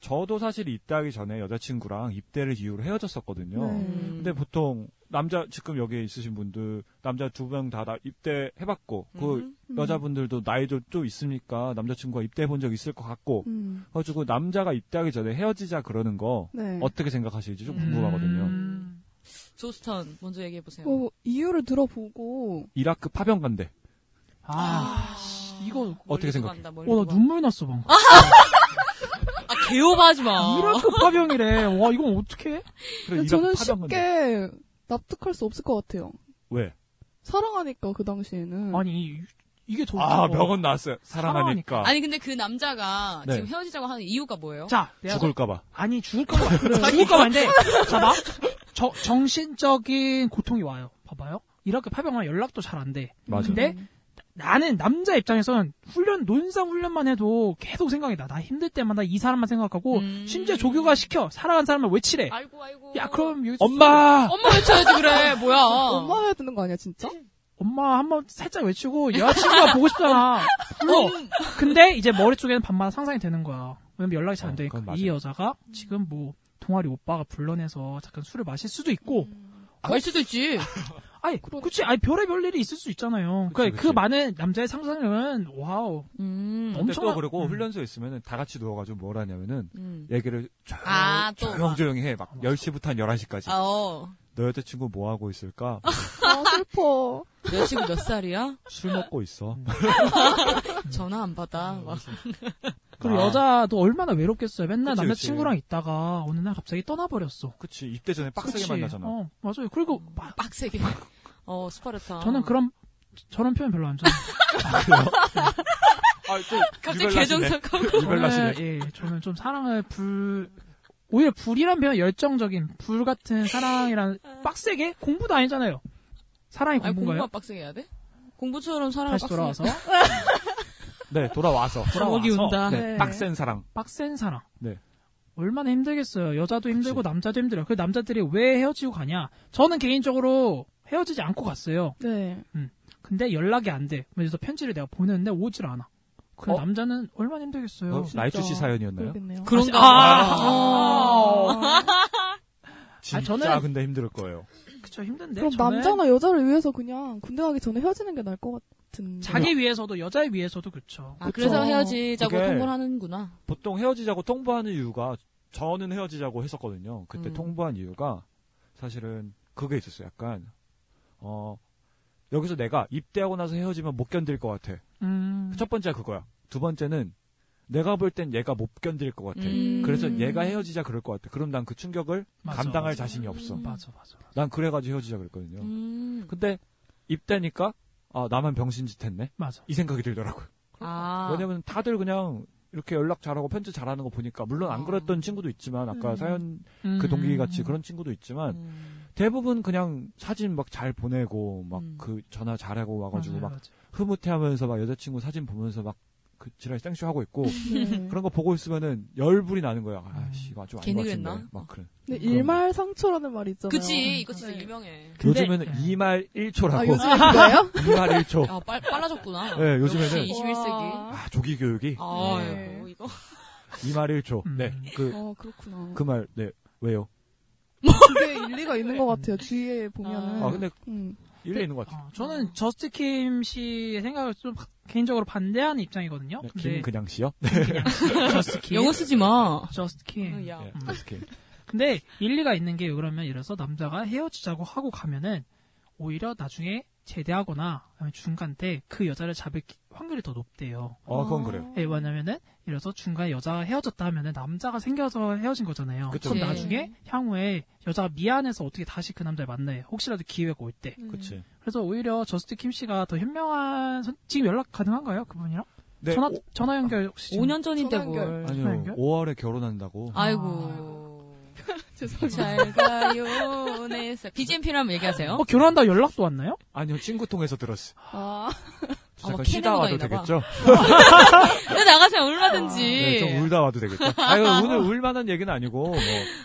Speaker 9: 저도 사실 입대하기 전에 여자친구랑 입대를 이유로 헤어졌었거든요.
Speaker 4: 네.
Speaker 6: 음.
Speaker 9: 근데 보통 남자 지금 여기에 있으신 분들 남자 두 명 다 입대 해봤고 그
Speaker 4: 음.
Speaker 9: 여자분들도 나이도 좀 있으니까 남자친구가 입대해 본 적 있을 것 같고
Speaker 4: 음.
Speaker 9: 그래가지고 남자가 입대하기 전에 헤어지자 그러는 거
Speaker 10: 네.
Speaker 9: 어떻게 생각하실지 좀 궁금하거든요.
Speaker 6: 음. 조스턴 먼저 얘기해 보세요.
Speaker 10: 뭐, 이유를 들어보고.
Speaker 9: 이라크 파병 간대.
Speaker 11: 아, 씨, 이거
Speaker 9: 어떻게 생각해?
Speaker 6: 간다,
Speaker 11: 어, 나 눈물 났어 방금.
Speaker 6: 아, 개요하지 마.
Speaker 11: 이라크 파병이래. 와, 이건 어떻게?
Speaker 10: 근데 저는 쉽게 납득할 수 없을 것 같아요.
Speaker 9: 왜?
Speaker 10: 사랑하니까, 그 당시에는.
Speaker 11: 아니, 이게 더.
Speaker 9: 아 명언 나왔어요. 사랑하니까.
Speaker 6: 아니 근데 그 남자가
Speaker 9: 네.
Speaker 6: 지금 헤어지자고 하는 이유가 뭐예요?
Speaker 11: 자, 내가 그,
Speaker 9: 죽을까봐.
Speaker 11: 아니 죽을까 봐. 죽을까 봐인데. 어, 봐봐. 저, 정신적인 고통이 와요. 봐봐요. 이렇게 파병하 연락도 잘 안 돼.
Speaker 9: 맞아.
Speaker 11: 근데
Speaker 10: 음.
Speaker 11: 나- 나는 남자 입장에선 훈련 논사 훈련만 해도 계속 생각이 나. 나 힘들 때마다 이 사람만 생각하고 뭐? 심지어 조교가 시켜 사랑하는 사람을 외치래.
Speaker 6: 음. 아이고 아이고.
Speaker 11: 야 그럼 여기서
Speaker 9: 엄마.
Speaker 11: 어,
Speaker 6: 엄마 외쳐야지 그래. 뭐야.
Speaker 10: 엄마 해야 되는 거 아니야, 진짜?
Speaker 11: 엄마 한 번 살짝 외치고 여자친구가 보고 싶잖아. 불러.
Speaker 9: 아,
Speaker 11: 그 근데 이제 머릿속에는 밤마다 상상이 되는 거야. 왜냐면 연락이 잘 안 되니까. 이 여자가 지금 뭐 동아리 오빠가 불러내서 잠깐 술을 마실 수도 있고
Speaker 6: 갈 수도 있지.
Speaker 11: 아니, 그치, 아니, 별의별 일이 있을 수 있잖아요. 그러니까 그 많은 남자의 상상력은, 와우.
Speaker 9: 근데 또
Speaker 11: 엄청난-
Speaker 9: 그리고
Speaker 11: 음.
Speaker 9: 훈련소에 있으면 다 같이 누워가지고 뭘 하냐면은
Speaker 6: 음.
Speaker 9: 얘기를 조용,
Speaker 6: 아, 또 막.
Speaker 9: 조용히 해. 막 10시부터 한 11시까지.
Speaker 6: 어.
Speaker 9: 너 여자친구 뭐 하고 있을까?
Speaker 10: 아, 슬퍼.
Speaker 6: 내 친구 몇 살이야?
Speaker 9: 술 먹고 있어.
Speaker 11: 음.
Speaker 6: 전화 안 받아. 막.
Speaker 11: 그리고
Speaker 9: 아.
Speaker 11: 여자도 얼마나 외롭겠어요. 맨날
Speaker 9: 그치,
Speaker 11: 남자친구랑 있다가 어느 날 갑자기 떠나버렸어.
Speaker 9: 그치, 입대 전에 빡세게
Speaker 11: 그치.
Speaker 9: 만나잖아.
Speaker 11: 어, 맞아요.
Speaker 6: 음.
Speaker 11: 그리고 막
Speaker 6: 빡세게. 어, 스파르타.
Speaker 11: 저는 그런, 저런 표현 별로 안 좋아해요.
Speaker 6: 갑자기 개정사하고
Speaker 11: 저는, 예, 저는 좀 사랑을 불, 오히려 불이란 표현 열정적인, 불 같은 사랑이란, 빡세게? 공부도 아니잖아요. 사랑이
Speaker 6: 아니, 공부만
Speaker 11: 공부인가요?
Speaker 6: 빡세게 해야 돼? 공부처럼 사랑을
Speaker 11: 다시 돌아와서.
Speaker 6: 빡세게.
Speaker 9: 네, 돌아와서.
Speaker 6: 저기 운다.
Speaker 9: 네, 빡센 사랑.
Speaker 11: 빡센 사랑.
Speaker 9: 네.
Speaker 11: 얼마나 힘들겠어요. 여자도 힘들고 남자도 힘들어요. 그 남자들이 왜 헤어지고 가냐? 저는 개인적으로 헤어지지 않고 갔어요.
Speaker 10: 네.
Speaker 11: 근데 연락이 안 돼. 그래서 편지를 내가 보냈는데 오질 않아. 그 남자는 얼마나 힘들겠어요.
Speaker 9: 어, 라이츄 씨 사연이었나요?
Speaker 10: 그러겠네요.
Speaker 6: 그런가
Speaker 11: 아,
Speaker 6: 봐.
Speaker 11: 아,
Speaker 9: 진짜
Speaker 11: 저는-
Speaker 9: 근데 힘들 거예요.
Speaker 11: 그쵸,
Speaker 9: 네,
Speaker 11: 힘든데.
Speaker 10: 그럼
Speaker 11: 저는
Speaker 10: 남자나 여자를 위해서 그냥 군대 가기 전에 헤어지는 게 나을 것 같은.
Speaker 11: 자기 위해서도 여자에 위해서도 그쵸.
Speaker 6: 아, 그래서
Speaker 10: 그쵸.
Speaker 6: 헤어지자고
Speaker 9: 그게-
Speaker 6: 통보를 하는구나.
Speaker 9: 보통 헤어지자고 통보하는 이유가 저는 헤어지자고 했었거든요. 그때
Speaker 6: 음.
Speaker 9: 통보한 이유가 사실은 그게 있었어요. 약간 어 여기서 내가 입대하고 나서 헤어지면 못 견딜 것 같아.
Speaker 11: 음.
Speaker 9: 첫 번째가 그거야. 두 번째는 내가 볼 땐 얘가 못 견딜 것 같아.
Speaker 6: 음.
Speaker 9: 그래서 얘가 헤어지자 그럴 것 같아. 그럼 난 그 충격을
Speaker 11: 맞아,
Speaker 9: 감당할
Speaker 11: 맞아. 음.
Speaker 9: 자신이 없어.
Speaker 11: 맞아, 맞아.
Speaker 9: 난 그래가지고 헤어지자 그랬거든요.
Speaker 6: 음.
Speaker 9: 근데 입대니까 아 나만 병신짓했네.
Speaker 11: 맞아.
Speaker 9: 이 생각이 들더라고요.
Speaker 6: 아.
Speaker 9: 왜냐면 다들 그냥 이렇게 연락 잘하고 편지 잘하는 거 보니까 물론 안 그랬던 친구도 있지만 아까
Speaker 10: 음.
Speaker 9: 사연 그 동기 같이 그런 친구도 있지만
Speaker 6: 음.
Speaker 9: 대부분 그냥 사진 막 잘 보내고 막
Speaker 6: 음.
Speaker 9: 그 전화 잘하고 와가지고
Speaker 11: 맞아요,
Speaker 9: 막
Speaker 11: 맞아요.
Speaker 9: 흐뭇해하면서 막 여자친구 사진 보면서 막 그 지랄 땡쇼하고 있고
Speaker 10: 네.
Speaker 9: 그런 거 보고 있으면은 열불이 나는 거야. 아씨 이거 좀아닌 것
Speaker 6: 괜히
Speaker 9: 같은데
Speaker 6: 그랬나?
Speaker 9: 막 그래.
Speaker 10: 근데 일말 상처라는 말이 있잖아요.
Speaker 6: 그치, 이거 진짜
Speaker 10: 네.
Speaker 6: 유명해.
Speaker 11: 근데-
Speaker 9: 요즘에는
Speaker 11: 네.
Speaker 9: 2말 1초라고.
Speaker 10: 아, 요즘에 그거예요?
Speaker 9: 2말 1초.
Speaker 6: 아, 빨, 빨라졌구나.
Speaker 9: 네, 요즘에는-
Speaker 6: 역시 21세기.
Speaker 9: 아 조기 교육이
Speaker 6: 아,
Speaker 10: 네.
Speaker 6: 뭐 이거.
Speaker 9: 2말 1초.
Speaker 11: 음.
Speaker 9: 네. 그
Speaker 10: 어, 그렇구나.
Speaker 9: 그 말 네. 왜요?
Speaker 10: 그게 일리가 있는 것 같아요. 뒤에 보면은.
Speaker 9: 아 근데
Speaker 10: 음.
Speaker 9: 일리 있는 것 같아.
Speaker 11: 어, 저는 저스트 킴 씨의 생각을 좀 개인적으로 반대하는 입장이거든요.
Speaker 9: 네,
Speaker 11: 근데
Speaker 9: 김근양 씨요?
Speaker 11: 저스트 킴.
Speaker 6: 영어 쓰지 마.
Speaker 11: 저스트 킴.
Speaker 6: 야.
Speaker 9: 네,
Speaker 11: 음.
Speaker 9: 저스트 킴.
Speaker 11: 근데 일리가 있는 게 그러면 이래서 남자가 헤어지자고 하고 가면은 오히려 나중에 제대하거나 아니면 중간 때 그 여자를 잡을 기- 확률이 더 높대요.
Speaker 9: 어,
Speaker 6: 아,
Speaker 9: 그건 그래요.
Speaker 11: 예, 왜냐면은 이래서 중간에 여자가 헤어졌다 하면은 남자가 생겨서 헤어진 거잖아요.
Speaker 9: 그쵸,
Speaker 11: 럼
Speaker 6: 그쵸.
Speaker 11: 나중에 향후에 여자가 미안해서 어떻게 다시 그 남자를 만나요. 혹시라도 기회가 올 때.
Speaker 9: 그치.
Speaker 11: 그래서 오히려 저스트 킴 씨가 더 현명한 선- 지금 연락 가능한가요? 그분이랑?
Speaker 9: 네,
Speaker 11: 전화
Speaker 9: 오-
Speaker 11: 전화 연결 혹시 지금- 네.
Speaker 6: 5년 전인데
Speaker 10: 선한결.
Speaker 6: 뭘.
Speaker 9: 아니요.
Speaker 11: 연결?
Speaker 9: 5월에 결혼한다고.
Speaker 6: 아. 아이고. 잘 가요, 네. BGM 필요하면 얘기하세요.
Speaker 11: 어, 결혼한다 연락도 왔나요?
Speaker 9: 아니요, 친구 통해서 들었어요.
Speaker 10: 아,
Speaker 9: 잠깐
Speaker 6: 뭐
Speaker 9: 쉬다 와도
Speaker 6: 캐는 거나
Speaker 9: 되겠죠?
Speaker 6: 네, 나가세요, 얼마든지.
Speaker 9: 네, 좀 울다 와도 되겠죠? 아니, 오늘 울만한 얘기는 아니고, 뭐,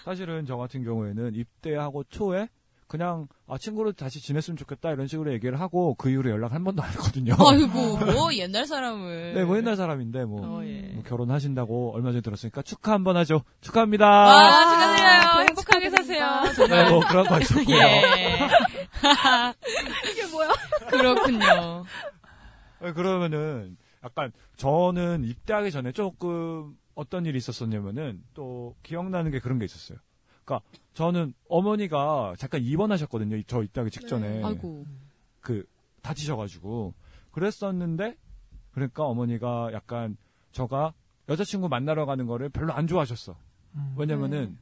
Speaker 9: 사실은 저 같은 경우에는 입대하고 초에 그냥, 아, 친구로 다시 지냈으면 좋겠다, 이런 식으로 얘기를 하고, 그 이후로 연락 한 번도 안 했거든요.
Speaker 6: 아이고, 뭐, 옛날 사람을.
Speaker 9: 네, 뭐 옛날 사람인데, 뭐,
Speaker 6: 예. 어, 예.
Speaker 9: 뭐 결혼하신다고 얼마 전에 들었으니까 축하 한 번 하죠. 축하합니다.
Speaker 6: 아, 축하드려요.
Speaker 10: 아,
Speaker 6: 행복하게 사세요.
Speaker 10: 축하드립니다.
Speaker 9: 네, 뭐 그런 거 있었고요.
Speaker 6: 예. 이게 뭐야? 그렇군요.
Speaker 9: 네, 그러면은 약간 저는 입대하기 전에 조금 어떤 일이 있었었냐면은 또 기억나는 게 그런 게 있었어요. 그러니까 저는 어머니가 잠깐 입원하셨거든요. 저 입대하기 직전에
Speaker 6: 네. 아이고.
Speaker 9: 그 다치셔가지고 그랬었는데 그러니까 어머니가 약간 저가 여자친구 만나러 가는 거를 별로 안 좋아하셨어.
Speaker 11: 음,
Speaker 9: 왜냐면은
Speaker 6: 네.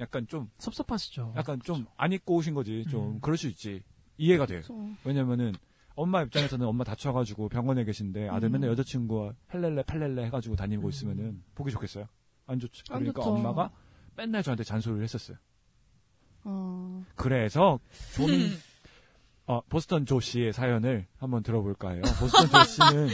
Speaker 9: 약간 좀
Speaker 11: 섭섭하시죠.
Speaker 9: 약간 좀 안 입고 오신 거지. 좀
Speaker 11: 음.
Speaker 9: 그럴 수 있지. 이해가 돼.
Speaker 10: 저.
Speaker 9: 왜냐면은 엄마 입장에서는 엄마 다쳐가지고 병원에 계신데
Speaker 10: 음.
Speaker 9: 아들 맨날 여자친구와 헬렐레 팔렐레 해가지고 다니고 있으면은 보기 좋겠어요? 안 좋죠.
Speaker 10: 안
Speaker 9: 그러니까
Speaker 10: 좋죠.
Speaker 9: 엄마가 맨날 저한테 잔소리를 했었어요.
Speaker 10: 어.
Speaker 9: 그래서 조민 어, 보스턴 조 씨의 사연을 한번 들어볼까 해요. 보스턴 조 씨는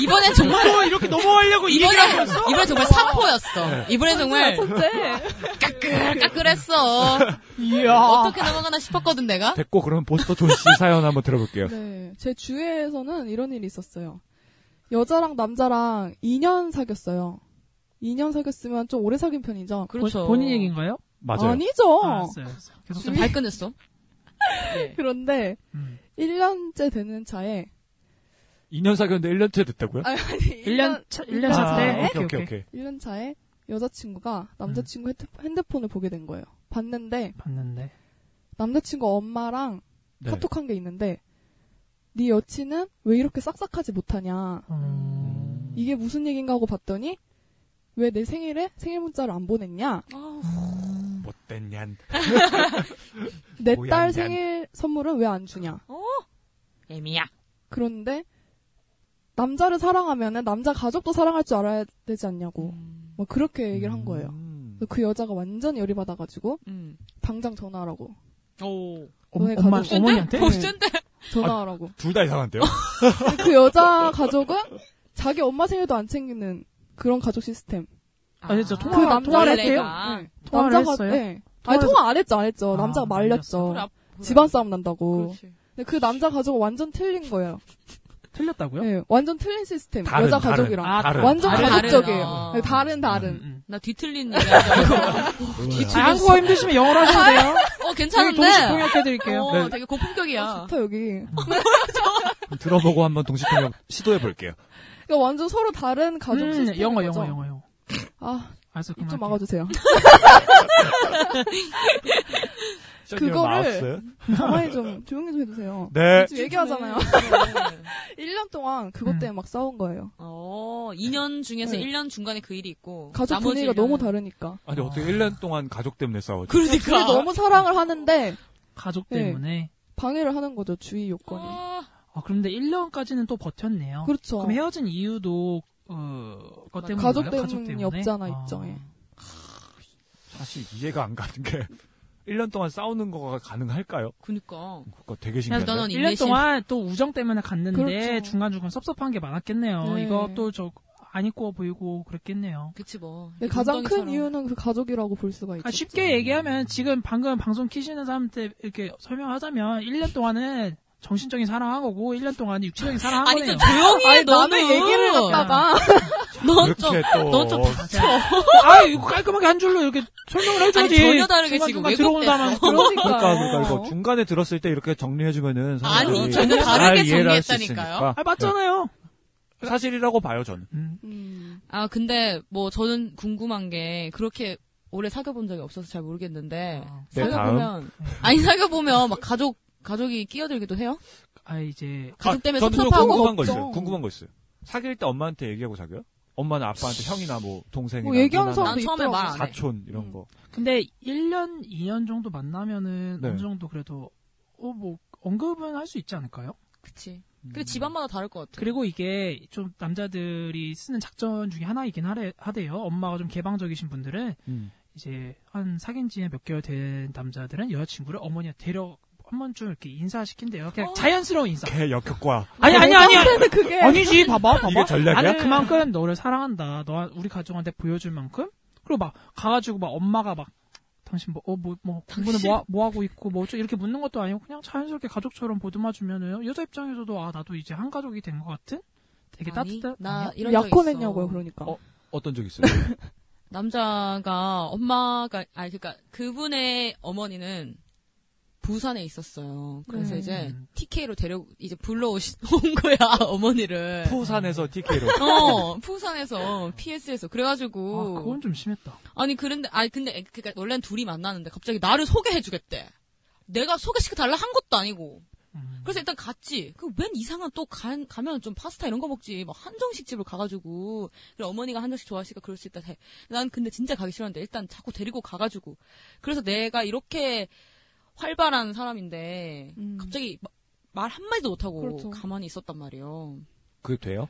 Speaker 6: 이번엔 정말,
Speaker 11: 이렇게 넘어가려고
Speaker 6: 이번엔, 이번엔 정말 사포였어. 이번엔 정말
Speaker 10: 첫째.
Speaker 6: 까끌까끌했어.
Speaker 11: 이야.
Speaker 6: 어떻게 넘어가나 싶었거든, 내가?
Speaker 9: 됐고 그러면 보스턴 조 씨 사연 한번 들어볼게요.
Speaker 10: 네. 제 주위에서는 이런 일이 있었어요. 여자랑 남자랑 2년 사귀었어요. 2년 사귀었으면 좀 오래 사귄 편이죠.
Speaker 11: 그렇죠. 본인 얘기인가요?
Speaker 9: 맞아요.
Speaker 10: 아니죠.
Speaker 11: 아, 알았어요, 알았어요. 계속 좀 발끈했어.
Speaker 10: 네. 그런데
Speaker 9: 음.
Speaker 10: 1년째 되는 차에
Speaker 9: 2년 사귀었는데 1년째 됐다고요?
Speaker 10: 아니, 아니,
Speaker 11: 일년 차- 일년
Speaker 10: 네.
Speaker 11: 차 때?
Speaker 9: 아, 오케이, 오케이, 오케이.
Speaker 10: 1년 차에 여자친구가 남자친구
Speaker 9: 네.
Speaker 10: 핸드- 핸드폰을 보게 된 거예요. 봤는데
Speaker 11: 봤는데
Speaker 10: 남자친구 엄마랑
Speaker 11: 네.
Speaker 10: 카톡한 게 있는데 네 여친은 왜 이렇게 싹싹하지 못하냐.
Speaker 9: 음.
Speaker 11: 음.
Speaker 10: 이게 무슨 얘긴가 하고 봤더니 왜 내 생일에 생일 문자를 안 보냈냐.
Speaker 9: 못된 년.
Speaker 10: 내
Speaker 9: 뭐야,
Speaker 10: 딸
Speaker 9: 난.
Speaker 10: 생일 선물은 왜 안 주냐.
Speaker 5: 애미야.
Speaker 10: 그런데 남자를 사랑하면 남자 가족도 사랑할 줄 알아야 되지 않냐고
Speaker 9: 음.
Speaker 10: 뭐 그렇게 얘기를 한 거예요. 그래서 그 여자가 완전 열이 받아가지고 당장 전화하라고.
Speaker 11: 오.
Speaker 10: 너네
Speaker 11: 음, 엄마, 아,
Speaker 10: 가족
Speaker 6: 음.
Speaker 11: 어머니한테?
Speaker 10: 네,
Speaker 11: 어쩐데?
Speaker 6: 아,
Speaker 10: 전화하라고.
Speaker 9: 둘 다 이상한데요?
Speaker 10: 근데 그 여자 가족은 자기 엄마 생일도 안 챙기는 그런 가족 시스템.
Speaker 11: 아, 진짜
Speaker 10: 그
Speaker 11: 통화, 통화를
Speaker 10: 남자를
Speaker 11: 했대요?
Speaker 6: 음.
Speaker 10: 네.
Speaker 11: 통화를
Speaker 10: 남자가-
Speaker 11: 했어요?
Speaker 10: 네. 아니
Speaker 11: 통화를-
Speaker 10: 통화 안 했죠, 안 했죠.
Speaker 11: 아,
Speaker 10: 남자가
Speaker 11: 말렸어.
Speaker 10: 말렸죠.
Speaker 11: 그래, 앞-
Speaker 10: 네. 집안 싸움 난다고.
Speaker 11: 그렇지.
Speaker 10: 근데 그 남자 가족은 완전 틀린 거예요.
Speaker 11: 틀렸다고요?
Speaker 10: 네, 완전 틀린 시스템.
Speaker 11: 다른,
Speaker 10: 여자
Speaker 11: 다른.
Speaker 10: 가족이랑
Speaker 11: 아, 다른.
Speaker 10: 완전
Speaker 11: 다른.
Speaker 10: 가족적이에요.
Speaker 11: 아.
Speaker 10: 네, 다른 다른.
Speaker 6: 나 뒤틀린 얘기 하자.
Speaker 11: 아, 한국어 힘드시면 영어로 하시면 돼요.
Speaker 6: 어, 괜찮은데.
Speaker 11: 여기 네, 동시 통역해드릴게요.
Speaker 6: 어,
Speaker 9: 네.
Speaker 6: 되게 고품격이야.
Speaker 10: 아, 좋다 여기.
Speaker 9: 들어보고 한번 동시통역 시도해볼게요.
Speaker 10: 그러니까 완전 서로 다른 가족
Speaker 11: 음,
Speaker 10: 시스템.
Speaker 11: 영어,
Speaker 10: 거죠?
Speaker 11: 영어, 영어, 영어.
Speaker 10: 아,
Speaker 11: 알았어,
Speaker 10: 입
Speaker 11: 그만할게요.
Speaker 10: 좀 막아주세요.
Speaker 9: 저기요,
Speaker 10: 그거를
Speaker 9: 마우스.
Speaker 10: 가만히 좀 조용히 좀 해주세요.
Speaker 9: 네.
Speaker 10: 지금 얘기하잖아요.
Speaker 6: 네.
Speaker 10: 1년 동안
Speaker 11: 네.
Speaker 10: 그것 때문에 막 싸운 거예요.
Speaker 6: 어, 2년 중에서
Speaker 10: 네.
Speaker 6: 1년 중간에 그 일이 있고.
Speaker 10: 가족
Speaker 6: 나머지
Speaker 10: 분위기가
Speaker 6: 일년은-
Speaker 10: 너무 다르니까.
Speaker 9: 아니, 어떻게 1년 동안 가족 때문에 싸우지?
Speaker 10: 그러니까.
Speaker 6: 아,
Speaker 10: 너무 사랑을 하는데
Speaker 11: 가족
Speaker 10: 네.
Speaker 11: 때문에.
Speaker 10: 방해를 하는 거죠 주위 요건이.
Speaker 11: 아, 그런데 1년까지는 또 버텼네요.
Speaker 10: 그렇죠.
Speaker 11: 그럼 헤어진 이유도, 어, 것 때문에.
Speaker 10: 가족 때문이 없잖아 있죠. 예.
Speaker 9: 사실 이해가 안 가는 게 1년 동안 싸우는 거가 가능할까요?
Speaker 6: 그니까.
Speaker 9: 그거 되게
Speaker 11: 그래서
Speaker 9: 신기한데.
Speaker 11: 너는 1년 동안 또 우정 때문에 갔는데 중간중간 섭섭한 게 많았겠네요.
Speaker 10: 그렇죠. 네.
Speaker 11: 이것도 저 안 입고 보이고 그랬겠네요.
Speaker 6: 그치 뭐.
Speaker 10: 근데 가장 큰 이유는 그 가족이라고 볼 수가 있죠.
Speaker 6: 그렇죠.
Speaker 11: 아, 쉽게 얘기하면 지금 방금 방송 키시는 사람한테 이렇게 설명하자면 1년 동안은 정신적인 사랑한 거고 1년 동안은 육체적인 사랑한
Speaker 6: 아니,
Speaker 11: 거네요.
Speaker 6: 좀 조용히 해, 아니, 너는.
Speaker 10: 남의 얘기를 갖다가
Speaker 6: 넌 좀,
Speaker 9: 이렇게 또.
Speaker 6: 넌 좀 닥쳐.
Speaker 11: 아, 이거 깔끔하게 한 줄로 이렇게 설명을 해줘야지.
Speaker 6: 아니, 전혀 다르게 지금
Speaker 11: 중간중간 들어온 사람
Speaker 10: 그러니까.
Speaker 9: 그러니까, 그러니까 이거 중간에 들었을 때 이렇게 정리해주면은. 사람들이
Speaker 6: 아니, 전혀
Speaker 9: 잘
Speaker 6: 다르게
Speaker 9: 이해를 할수
Speaker 6: 정리했다니까요.
Speaker 9: 있으니까.
Speaker 11: 아, 맞잖아요.
Speaker 9: 네. 사실이라고 봐요, 전.
Speaker 10: 음.
Speaker 6: 아, 근데 뭐 저는 궁금한 게 그렇게 오래 사귀어본 적이 없어서 잘 모르겠는데.
Speaker 9: 네,
Speaker 6: 사귀어보면. 아니, 사귀어보면 막 가족, 가족이 끼어들기도 해요?
Speaker 11: 아, 이제.
Speaker 6: 가족 때문에
Speaker 9: 저는 좀
Speaker 6: 섭섭하고
Speaker 9: 궁금한 거
Speaker 6: 걱정.
Speaker 9: 있어요. 궁금한 거 있어요. 사귈 때 엄마한테 얘기하고 사겨요? 엄마는 아빠한테 형이나 뭐 동생이나
Speaker 10: 뭐 얘기하는
Speaker 9: 누나나
Speaker 6: 난
Speaker 10: 사람도
Speaker 6: 처음에
Speaker 10: 있더라고.
Speaker 6: 말안 해.
Speaker 9: 사촌 이런 거.
Speaker 11: 근데 1년, 2년 정도 만나면은
Speaker 9: 네.
Speaker 11: 어느 정도 그래도, 어, 뭐, 언급은 할 수 있지 않을까요?
Speaker 9: 네.
Speaker 6: 그치. 근데 집안마다 다를 것 같아.
Speaker 11: 그리고 이게 좀 남자들이 쓰는 작전 중에 하나이긴 하래, 하대요. 엄마가 좀 개방적이신 분들은
Speaker 9: 음.
Speaker 11: 이제 한 사귄 지 몇 개월 된 남자들은 여자친구를 어머니한테 데려 한 번쯤 이렇게 인사시킨대요. 그냥
Speaker 9: 어.
Speaker 11: 자연스러운 인사.
Speaker 9: 개 역효과.
Speaker 11: 아니 아니 아니 아니.
Speaker 10: 그게
Speaker 11: 아니지 봐봐 봐봐
Speaker 9: 이게 전략이야?
Speaker 6: 네.
Speaker 11: 나는 그만큼 너를 사랑한다 너 우리 가족한테 보여줄 만큼 그리고 막 가가지고 막 엄마가 막 당신 뭐 어 뭐 뭐 공부는 뭐, 하- 뭐 하고 있고 뭐 어쩌 이렇게 묻는 것도 아니고 그냥 자연스럽게 가족처럼 보듬어 주면은 여자 입장에서도 아 나도 이제 한 가족이 된 것 같은 되게
Speaker 6: 아니,
Speaker 11: 따뜻한
Speaker 6: 나
Speaker 11: 아니야?
Speaker 6: 이런 적
Speaker 10: 약혼했냐고요
Speaker 6: 있어.
Speaker 10: 그러니까.
Speaker 9: 어, 어떤 적 있어요?
Speaker 6: 남자가 엄마가 아 그러니까 그분의 어머니는 부산에 있었어요. 그래서
Speaker 10: 음.
Speaker 6: 이제 TK로 데려 이제 불러온 거야 어머니를.
Speaker 9: 부산에서 TK로.
Speaker 6: 어 부산에서 PS에서
Speaker 11: 아
Speaker 6: 그래가지고
Speaker 11: 그건 좀 심했다
Speaker 6: 아니 그런데 아니 근데 애- 그러니까 원래는 둘이 만나는데 갑자기 나를 소개해주겠대. 내가 소개시켜 달라 한 것도 아니고. 그래서 일단 갔지. 그 웬 이상한 또 가, 가면 좀 파스타 이런 거 먹지. 막 한정식 집을 가가지고. 그래 어머니가 한정식 좋아하시니까 그럴 수 있다. 해. 난 근데 진짜 가기 싫었는데 일단 자꾸 데리고 가가지고. 그래서 내가 이렇게 활발한 사람인데
Speaker 10: 음.
Speaker 6: 갑자기 마- 말 한마디도 못하고
Speaker 10: 그렇죠.
Speaker 6: 가만히 있었단 말이에요.
Speaker 9: 그게 돼요?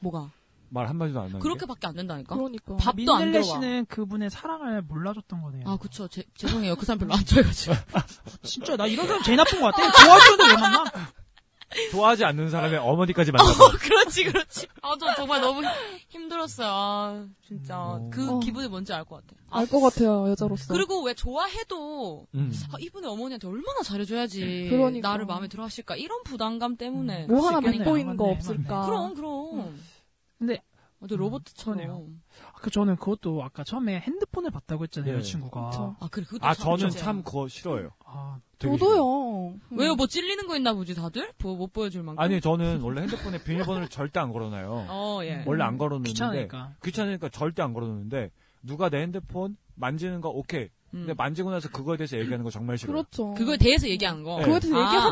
Speaker 6: 뭐가?
Speaker 9: 말 한마디도 안 하는 게?
Speaker 6: 그렇게밖에 안 된다니까?
Speaker 10: 그러니까.
Speaker 6: 밥도 안
Speaker 11: 민들레
Speaker 6: 들어와.
Speaker 11: 씨는 그분의 사랑을 몰라줬던 거네요
Speaker 6: 아 그쵸. 제, 죄송해요. 그 사람 별로 안 좋아해가지고.
Speaker 11: 진짜 나 이런 사람 제일 나쁜 것 같아 좋아하는데 왜 만나
Speaker 9: 좋아하지 않는 사람의 어머니까지 만나서
Speaker 6: 그렇지, 그렇지. 아, 저 정말 너무 힘들었어요. 아, 진짜. 그
Speaker 10: 어.
Speaker 6: 기분이 뭔지 알 것 같아.
Speaker 10: 알 것 같아요 여자로서.
Speaker 6: 그리고 왜 좋아해도,
Speaker 9: 음.
Speaker 6: 아, 이분의 어머니한테 얼마나 잘해줘야지.
Speaker 10: 그러니까.
Speaker 6: 나를 마음에 들어 하실까. 이런 부담감 때문에.
Speaker 10: 뭐 하나
Speaker 11: 있겠네요.
Speaker 10: 믿고 있는 거
Speaker 11: 맞네,
Speaker 6: 음.
Speaker 10: 없을까.
Speaker 6: 그럼, 그럼.
Speaker 11: 근데 음,
Speaker 6: 완전 아, 로봇처럼.
Speaker 11: 그 저는 그것도 아까 처음에 핸드폰을 봤다고 했잖아요
Speaker 9: 네.
Speaker 11: 여자친구가. 아,
Speaker 9: 그쵸.
Speaker 6: 아, 그래, 그것도
Speaker 9: 아
Speaker 6: 참
Speaker 9: 저는
Speaker 6: 문제야.
Speaker 9: 참 그거 싫어요. 되게
Speaker 10: 그렇죠. 저도요.
Speaker 6: 왜요? 뭐 찔리는 거 있나 보지, 다들? 뭐, 못 보여줄 만큼.
Speaker 9: 아니 저는 원래 핸드폰에 비밀번호를 절대 안 걸어놔요.
Speaker 6: 어, 예.
Speaker 9: 원래 안 걸어놓는데
Speaker 6: 귀찮으니까.
Speaker 9: 귀찮으니까 절대 안 걸어놓는데 누가 내 핸드폰 만지는 거 오케이. 근데 만지고 나서 그거에 대해서 얘기하는 거 정말 싫어요.
Speaker 10: 그렇죠.
Speaker 6: 음. 그거에 대해서 얘기한 거. 아,
Speaker 9: 네.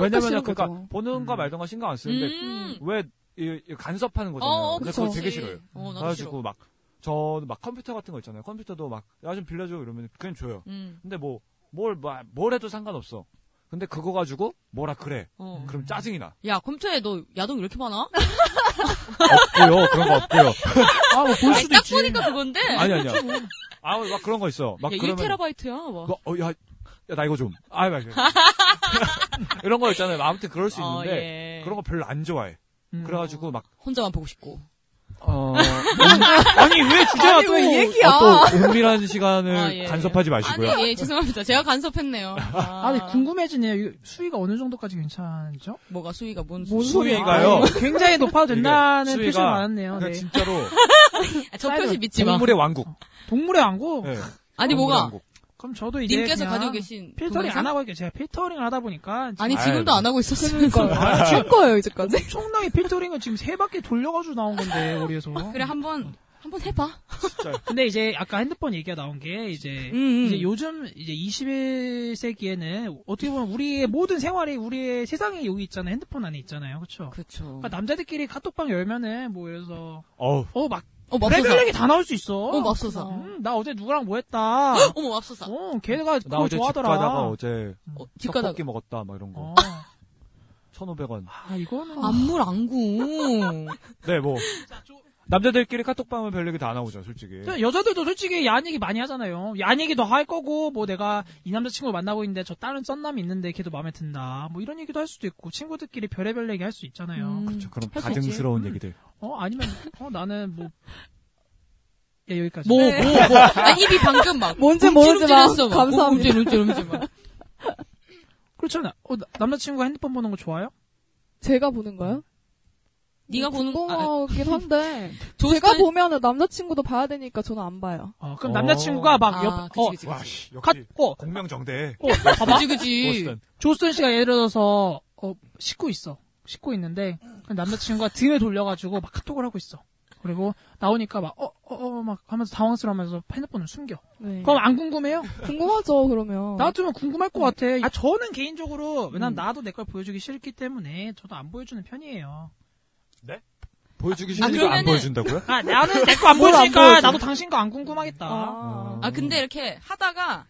Speaker 9: 왜냐면은 그러니까 보는가 말던가 신경 안 쓰는데
Speaker 6: 음.
Speaker 9: 왜 이, 이 간섭하는 거잖아요.
Speaker 6: 어, 어,
Speaker 9: 근데
Speaker 6: 그쵸.
Speaker 9: 그거 되게
Speaker 6: 그치.
Speaker 9: 싫어요.
Speaker 6: 어, 나도
Speaker 9: 그래가지고
Speaker 6: 싫어.
Speaker 9: 막 저도 막 컴퓨터 같은 거 있잖아요. 컴퓨터도 막 야 좀 빌려줘 이러면 그냥 줘요.
Speaker 6: 음.
Speaker 9: 근데 뭐 뭘 뭘 해도 상관없어. 근데 그거 가지고 뭐라 그래.
Speaker 6: 어.
Speaker 9: 그럼 짜증이 나.
Speaker 6: 야, 컴퓨터에 너 야동 왜 이렇게 많아?
Speaker 9: 없고요. 그런 거 없고요. 뭐
Speaker 11: 아,
Speaker 6: 볼 수도 딱 보니까 그건데.
Speaker 9: 아니 아니야. 아막 그런 거 있어. 막
Speaker 6: 야,
Speaker 9: 그러면
Speaker 6: 1테라바이트야. 막.
Speaker 9: 뭐, 어, 야, 야, 나 이거 좀. 아, 막. 이런 거 있잖아요. 아무튼 그럴 수
Speaker 6: 어,
Speaker 9: 있는데
Speaker 6: 예. 음.
Speaker 9: 그런 거 별로 안 좋아해.
Speaker 11: 음.
Speaker 9: 그래가지고 막
Speaker 6: 혼자만 보고 싶고.
Speaker 9: 어, 아니 왜 주제가
Speaker 6: 아니,
Speaker 9: 또,
Speaker 6: 왜 얘기야? 어, 예.
Speaker 9: 어, 또 은밀한 시간을 간섭하지 마시고요.
Speaker 6: 아니, 예, 죄송합니다. 제가 간섭했네요.
Speaker 11: 아, 근데 궁금해지네요. 이거 수위가 어느 정도까지 괜찮죠?
Speaker 6: 뭐가 수위가 뭔
Speaker 11: 뭔
Speaker 6: 수위야?
Speaker 9: 수위가요?
Speaker 11: 아, 굉장히 높아도 된다는
Speaker 9: 이게
Speaker 11: 표시가 많았네요.
Speaker 9: 그냥
Speaker 11: 네.
Speaker 9: 진짜로
Speaker 6: 아, 저 표시 믿지 마.
Speaker 9: 동물의 왕국.
Speaker 11: 동물의 왕국?
Speaker 9: 네.
Speaker 6: 아니, 뭐가?
Speaker 11: 그럼 저도 이제
Speaker 6: 님께서
Speaker 11: 예, 그냥
Speaker 6: 가지고 계신
Speaker 11: 필터링
Speaker 6: 동영상?
Speaker 11: 안 하고 있게 제가 필터링을 하다 보니까 지금-
Speaker 6: 아니, 지금도 안 하고 있었으면서.
Speaker 11: 그러니까요. 아니, 지금
Speaker 10: 거예요
Speaker 6: 네.
Speaker 10: 이제까지.
Speaker 11: 엄청나게 필터링을 지금 세 바퀴 돌려가지고 나온 건데 우리에서.
Speaker 6: 어? 그래, 한 번, 한번 해봐.
Speaker 11: 근데 이제 아까 핸드폰 얘기가 나온 게
Speaker 9: 네.
Speaker 11: 이제,
Speaker 6: 음, 음.
Speaker 11: 이제 요즘 이제 21세기에는 어떻게 보면 우리의 모든 생활이 우리의 세상이 여기 있잖아요 핸드폰 안에 있잖아요 그렇죠. 그러니까 남자들끼리 카톡방 열면은 뭐 예를 들어서
Speaker 9: 어우.
Speaker 11: 어막
Speaker 6: 어, 맙소사.
Speaker 11: 레벨링이 다 나올 수 있어.
Speaker 6: 어, 맙소사.
Speaker 11: 음, 나 어제 누구랑 뭐 했다.
Speaker 6: 어머, 맙소사.
Speaker 11: 어, 걔가
Speaker 9: 나
Speaker 11: 그거
Speaker 9: 어제 집
Speaker 11: 좋아하더라. 어.
Speaker 9: 가다가 어제
Speaker 6: 집 가다가.
Speaker 9: 떡볶이 먹었다 막 이런 거. 1,500원.
Speaker 11: 아 이거는
Speaker 6: 안물 안구.
Speaker 9: 네, 뭐 남자들끼리 카톡방은 별 얘기 다 나오죠, 솔직히.
Speaker 11: 근데 여자들도 솔직히 야한 얘기 많이 하잖아요. 야한 얘기도 할 거고, 뭐 내가 이 남자친구 만나고 있는데 저 다른 썬남이 있는데 걔도 마음에 든다. 뭐 이런 얘기도 할 수도 있고, 친구들끼리 별의별 얘기 할 수 있잖아요.
Speaker 10: 음.
Speaker 9: 그렇죠. 그럼 가증스러운 얘기들.
Speaker 11: 어, 아니면, 어, 나는 뭐. 예, 여기까지.
Speaker 6: 뭐, 뭐, 뭐. 아, 입이 방금 막.
Speaker 10: 뭔지 모르지만
Speaker 6: 움찔움찔했어, 막. 뭐, 움찔,
Speaker 10: 감사합니다.
Speaker 6: 움찔, 움찔, 막.
Speaker 11: 그렇잖아. 어, 나- 남자친구가 핸드폰 보는 거 좋아요?
Speaker 10: 제가 보는 거요?
Speaker 6: 네가 보는 거- 아,
Speaker 10: 궁금하긴 한데
Speaker 6: 조스타-
Speaker 10: 어, 제가 보면은 남자친구도 봐야 되니까 저는 안 봐요.
Speaker 11: 어, 그럼 남자친구가 막
Speaker 6: 아,
Speaker 11: 옆,
Speaker 6: 그치,
Speaker 11: 어,
Speaker 6: 그치, 그치.
Speaker 9: 와, 씨,
Speaker 11: 가,
Speaker 9: 역시
Speaker 11: 어,
Speaker 9: 공명정대.
Speaker 11: 어, 봐봐.
Speaker 6: 그치, 그치.
Speaker 9: 워스턴.
Speaker 11: 조스턴 씨가 예를 들어서, 어, 씻고 있어. 씻고 있는데, 그 남자친구가 등을 돌려가지고 막 카톡을 하고 있어. 그리고 나오니까 막, 어, 어, 어, 막 하면서 당황스러워 하면서 핸드폰을 숨겨.
Speaker 10: 네.
Speaker 11: 그럼 안 궁금해요?
Speaker 10: 궁금하죠 그러면.
Speaker 11: 나 같으면 궁금할 것 어. 같아. 음. 아, 저는 개인적으로, 왜냐면 나도 내 걸 보여주기 싫기 때문에 저도 안 보여주는 편이에요.
Speaker 9: 보여주기
Speaker 6: 아,
Speaker 9: 싫은데
Speaker 6: 그러면은-
Speaker 9: 안 보여준다고요?
Speaker 11: 아, 나는 내 거 안 어.
Speaker 9: 뭘안
Speaker 11: 보여주니까
Speaker 9: 보여줘?
Speaker 11: 나도 당신 거 안 궁금하겠다.
Speaker 6: 아, 근데 이렇게 하다가,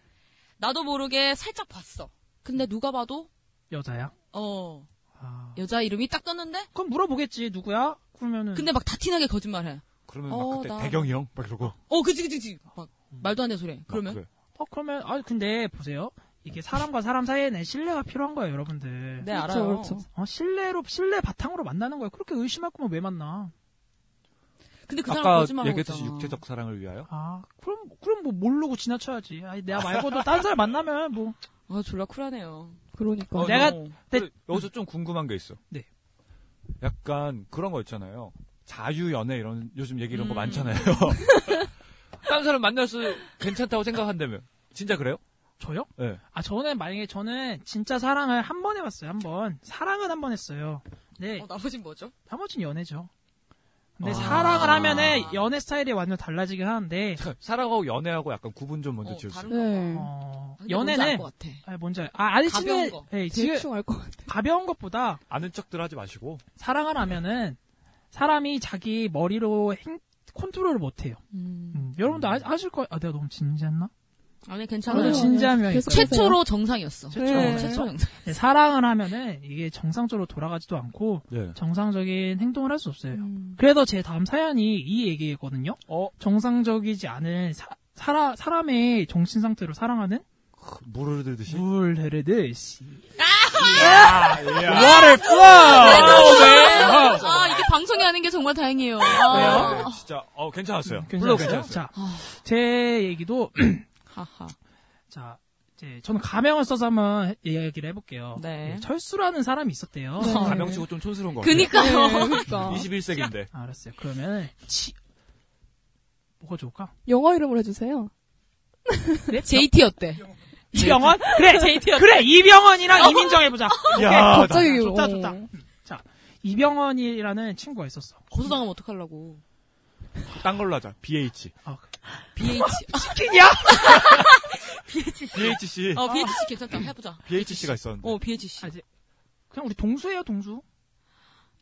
Speaker 6: 나도 모르게 살짝 봤어. 근데 누가 봐도,
Speaker 11: 여자야?
Speaker 6: 어,
Speaker 9: 아.
Speaker 6: 여자 이름이 딱 떴는데,
Speaker 11: 그럼 물어보겠지, 누구야? 그러면은.
Speaker 6: 근데 막 다티나게 거짓말해.
Speaker 9: 그러면
Speaker 6: 어,
Speaker 9: 막 그때
Speaker 6: 나-
Speaker 9: 대경이 형? 막 이러고.
Speaker 6: 어, 그치, 그치, 그치. 막,
Speaker 9: 음.
Speaker 6: 말도 안 되는
Speaker 9: 아,
Speaker 6: 소리. 해. 그러면?
Speaker 9: 그래.
Speaker 11: 어, 그러면, 아, 근데 보세요. 이게 사람과 사람 사이에는 신뢰가 필요한 거예요, 여러분들.
Speaker 6: 네, 알아요.
Speaker 10: 그렇죠, 그렇죠.
Speaker 11: 어, 신뢰로, 신뢰 바탕으로 만나는 거예요. 그렇게 의심할 거면 왜 만나?
Speaker 6: 근데 그 사람
Speaker 9: 아까
Speaker 6: 거짓말하고
Speaker 9: 얘기했듯이
Speaker 6: 있잖아.
Speaker 9: 육체적 사랑을 위하여?
Speaker 11: 아, 그럼, 그럼 뭐 모르고 지나쳐야지. 아니, 내가 말고도 다른 사람 만나면 뭐.
Speaker 6: 아, 졸라 쿨하네요.
Speaker 10: 그러니까.
Speaker 9: 어,
Speaker 11: 내가,
Speaker 6: 어.
Speaker 9: 그래, 여기서 좀 궁금한 게 있어.
Speaker 11: 네.
Speaker 9: 약간 그런 거 있잖아요. 자유 연애 이런 요즘 얘기 이런 거
Speaker 6: 음.
Speaker 9: 많잖아요. 다른 사람 만나서 괜찮다고 생각한다면 진짜 그래요?
Speaker 11: 저요?
Speaker 9: 예. 네.
Speaker 11: 아, 저는 만약에 저는 진짜 사랑을 한 번 해봤어요, 한 번. 사랑은 한 번 했어요. 네,
Speaker 6: 어, 나머진 뭐죠?
Speaker 11: 나머지는 연애죠. 근데 사랑을 하면은 연애 스타일이 완전 달라지긴 하는데,
Speaker 9: 사랑하고 연애하고 약간 구분 좀 먼저
Speaker 6: 어,
Speaker 9: 지을 수. 있어요.
Speaker 6: 다른
Speaker 10: 네.
Speaker 11: 어,
Speaker 6: 아, 근데 뭔지 알것
Speaker 11: 연애는,
Speaker 6: 같아.
Speaker 11: 아, 뭔지, 알- 아, 아니,
Speaker 6: 가벼운
Speaker 11: 지금,
Speaker 6: 거.
Speaker 11: 예, 지금
Speaker 10: 대충 알 것 같아.
Speaker 11: 가벼운 것보다
Speaker 9: 아는 척들 하지 마시고.
Speaker 11: 사랑을 하면은 사람이 자기 머리로 행- 컨트롤을 못해요. 음, 여러분도 아, 아실 거예요. 아, 내가 너무 진지했나?
Speaker 6: 아니,
Speaker 11: 저는
Speaker 6: 괜찮아요.
Speaker 10: 아니요.
Speaker 11: 진지하면
Speaker 10: 네. 계속
Speaker 11: 이거예요.
Speaker 6: 최초로 정상이었어.
Speaker 10: 최초. 네.
Speaker 6: 최초 정상.
Speaker 11: 네, 사랑을 하면은 이게 정상적으로 돌아가지도 않고
Speaker 9: 네.
Speaker 11: 정상적인 행동을 할 수 없어요.
Speaker 10: 음.
Speaker 11: 그래서 제 다음 사연이 이 얘기거든요.
Speaker 9: 어,
Speaker 11: 정상적이지 않은 사, 사라, 사람의 정신 상태로 사랑하는
Speaker 9: 그 물을 들듯이.
Speaker 11: 물 헤르듯이.
Speaker 9: What
Speaker 11: 네?
Speaker 6: 아, 아, 이게 방송에 하는 게 정말 다행이에요. 아.
Speaker 9: 네, 진짜 어 괜찮았어요.
Speaker 6: 음.
Speaker 9: 물론 괜찮았어요.
Speaker 11: 자, 제 얘기도
Speaker 6: 하하.
Speaker 11: 자, 이제 저는 가명을 써서 한번 얘기를 해볼게요.
Speaker 6: 네.
Speaker 11: 예, 철수라는 사람이 있었대요.
Speaker 10: 네.
Speaker 9: 가명치고 좀 촌스러운 어. 거.
Speaker 6: 네, 그니까요.
Speaker 10: 그러니까.
Speaker 11: 아,
Speaker 9: 21세기인데.
Speaker 11: 알았어요. 그러면 치, 뭐가 좋을까?
Speaker 10: 영어 이름을 해주세요.
Speaker 6: JT 어때?
Speaker 11: 이병헌? 그래,
Speaker 6: JT 어때?
Speaker 11: 그래, 이병헌이랑 이민정 해보자.
Speaker 6: 야,
Speaker 11: 오케이.
Speaker 6: 갑자기,
Speaker 11: 아, 좋다,
Speaker 6: 어.
Speaker 11: 좋다.
Speaker 10: 네.
Speaker 11: 자, 이병헌이라는 친구가 있었어.
Speaker 6: 고소당하면 어떡하려고.
Speaker 9: 딴 걸로 하자. BH.
Speaker 6: BH.
Speaker 11: 아. 치킨이야?
Speaker 6: BHC.
Speaker 9: BHC.
Speaker 6: 어, BHC 괜찮다. 해보자.
Speaker 9: BHC가 있었는데.
Speaker 6: 어, BHC.
Speaker 11: 그냥 우리 동수예요, 동수.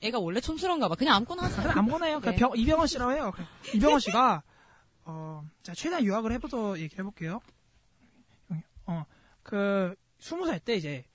Speaker 6: 애가 원래 촌스러운가 봐. 그냥 아무거나 하세요.
Speaker 11: 그냥 아무거나 해요. 그냥 병- 이병헌 씨라고 해요. 그냥. 이병헌 씨가 어, 자, 최대한 요약을 해보서 얘기해 볼게요. 어, 그 스무 살 때 이제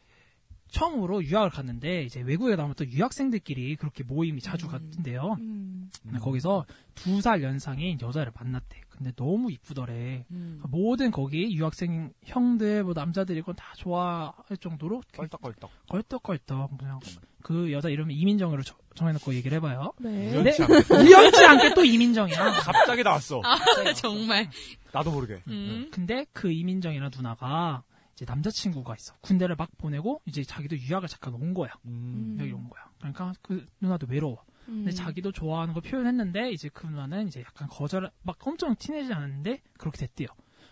Speaker 11: 처음으로 유학을 갔는데 이제 외국에 나오면 또 유학생들끼리 그렇게 모임이 자주 갔던데요. 근데 거기서 두 살 연상인 여자를 만났대. 근데 너무 이쁘더래.
Speaker 6: 음.
Speaker 11: 모든 거기 유학생 형들 뭐 남자들이 건다 좋아할 정도로
Speaker 9: 껄떡껄떡.
Speaker 11: 걸떡걸떡 그냥 그 여자 이름 이민정으로 저- 정해놓고 얘기를 해봐요.
Speaker 10: 네.
Speaker 11: 근데
Speaker 9: 우연치 않게.
Speaker 11: 우연치 않게 또 이민정이야.
Speaker 9: 갑자기 나왔어.
Speaker 11: 네.
Speaker 6: 아, 정말.
Speaker 9: 나도 모르게.
Speaker 11: 근데 그 이민정이라는 누나가 이제 남자친구가 있어. 군대를 막 보내고 이제 자기도 유학을 잠깐 온 거야.
Speaker 6: 음.
Speaker 11: 음.
Speaker 2: 음.
Speaker 9: 음.
Speaker 11: 여기 온 거야. 그러니까 그 누나도 외로워. 근데
Speaker 1: 음.
Speaker 11: 자기도 좋아하는 걸 표현했는데 이제 그 누나는 이제 약간 거절 막 엄청 티내지 않았는데 그렇게 됐대요.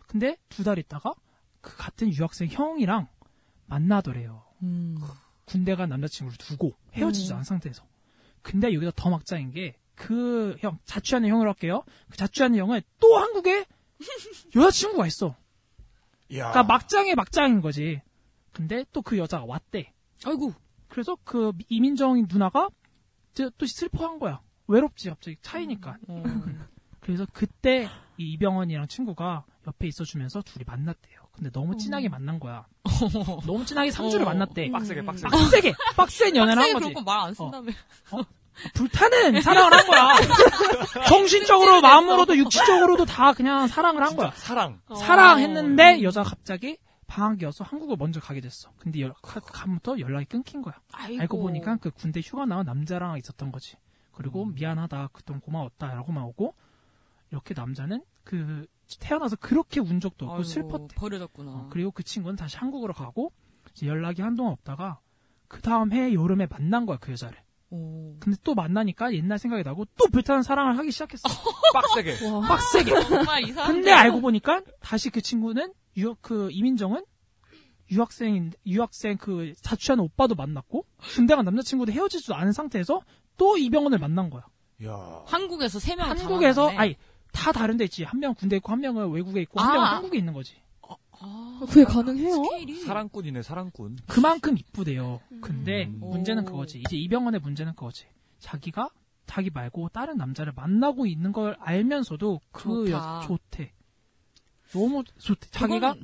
Speaker 11: 근데 두 달 있다가 그 같은 유학생 형이랑 만나더래요.
Speaker 6: 음.
Speaker 11: 군대 간 남자친구를 두고 헤어지지
Speaker 1: 음.
Speaker 11: 않은 상태에서. 근데 여기서 더 막장인 게 그 형 자취하는 형으로 할게요. 그 자취하는 형은 또 한국에 여자친구가 있어.
Speaker 9: 이야.
Speaker 2: 아.
Speaker 11: 그러니까 막장에 막장인 거지. 근데 또 그 여자가 왔대.
Speaker 6: 아이고.
Speaker 11: 그래서 그 이민정 누나가 이제 또 슬퍼한 거야. 외롭지 갑자기 차이니까. 그래서 그때 이 이병헌이랑 친구가 옆에 있어주면서 둘이 만났대요. 근데 너무 진하게 만난 거야. 너무 진하게 3주를
Speaker 6: 어.
Speaker 11: 만났대.
Speaker 10: 음.
Speaker 6: 빡세게, 빡세게.
Speaker 11: 네,
Speaker 10: 아,
Speaker 11: 빡세게. 빡센 연애를
Speaker 6: 빡세게
Speaker 11: 한 거지.
Speaker 6: 그런 거말안 쓴다며.
Speaker 11: 불타는 사랑을 한 거야. 정신적으로도 마음으로도 육체적으로도 다 그냥 사랑을 한 거야.
Speaker 9: 사랑.
Speaker 6: 음.
Speaker 11: 사랑했는데 여자가 갑자기 방학이어서 한국을 먼저 가게 됐어. 근데 연- 가- 가면부터 연락이 끊긴 거야.
Speaker 6: 아이고.
Speaker 11: 알고 보니까 그 군대 휴가 나온 남자랑 있었던 거지. 그리고
Speaker 6: 음.
Speaker 11: 미안하다, 그동안 고마웠다라고만 오고 이렇게 남자는 그 태어나서 그렇게 운 적도 없고
Speaker 6: 아이고,
Speaker 11: 슬펐대.
Speaker 6: 버려졌구나.
Speaker 11: 어, 그리고 그 친구는 다시 한국으로 가고 이제 연락이 한동안 없다가 그 다음 해 여름에 만난 거야 그 여자를. 근데 또 만나니까 옛날 생각이 나고 또 불타는 사랑을 하기 시작했어.
Speaker 9: 빡세게.
Speaker 11: 빡세게.
Speaker 6: 정말 이상한데.
Speaker 11: 근데 알고 보니까 다시 그 친구는 유학 그 이민정은 유학생 유학생 그 자취하는 오빠도 만났고 군대 간 남자친구도 헤어지지도 않은 상태에서 또 이병헌을 만난 거야.
Speaker 9: 야.
Speaker 6: 한국에서 세 명을 다
Speaker 11: 한국에서
Speaker 6: 만났네.
Speaker 11: 아니 다 다른 데 있지. 한 명 군대 있고 한 명은 외국에 있고 한
Speaker 6: 아.
Speaker 11: 명은 한국에 있는 거지.
Speaker 10: 아, 그게 가능해요?
Speaker 6: 어.
Speaker 9: 사랑꾼이네, 사랑꾼.
Speaker 11: 그만큼 이쁘대요.
Speaker 6: 음.
Speaker 11: 근데
Speaker 10: 음.
Speaker 11: 문제는 그거지. 이제 이병헌의 문제는 그거지. 자기가 자기 말고 다른 남자를 만나고 있는 걸 알면서도 그
Speaker 6: 좋다.
Speaker 11: 여자 좋대. 너무 좋대. 자기가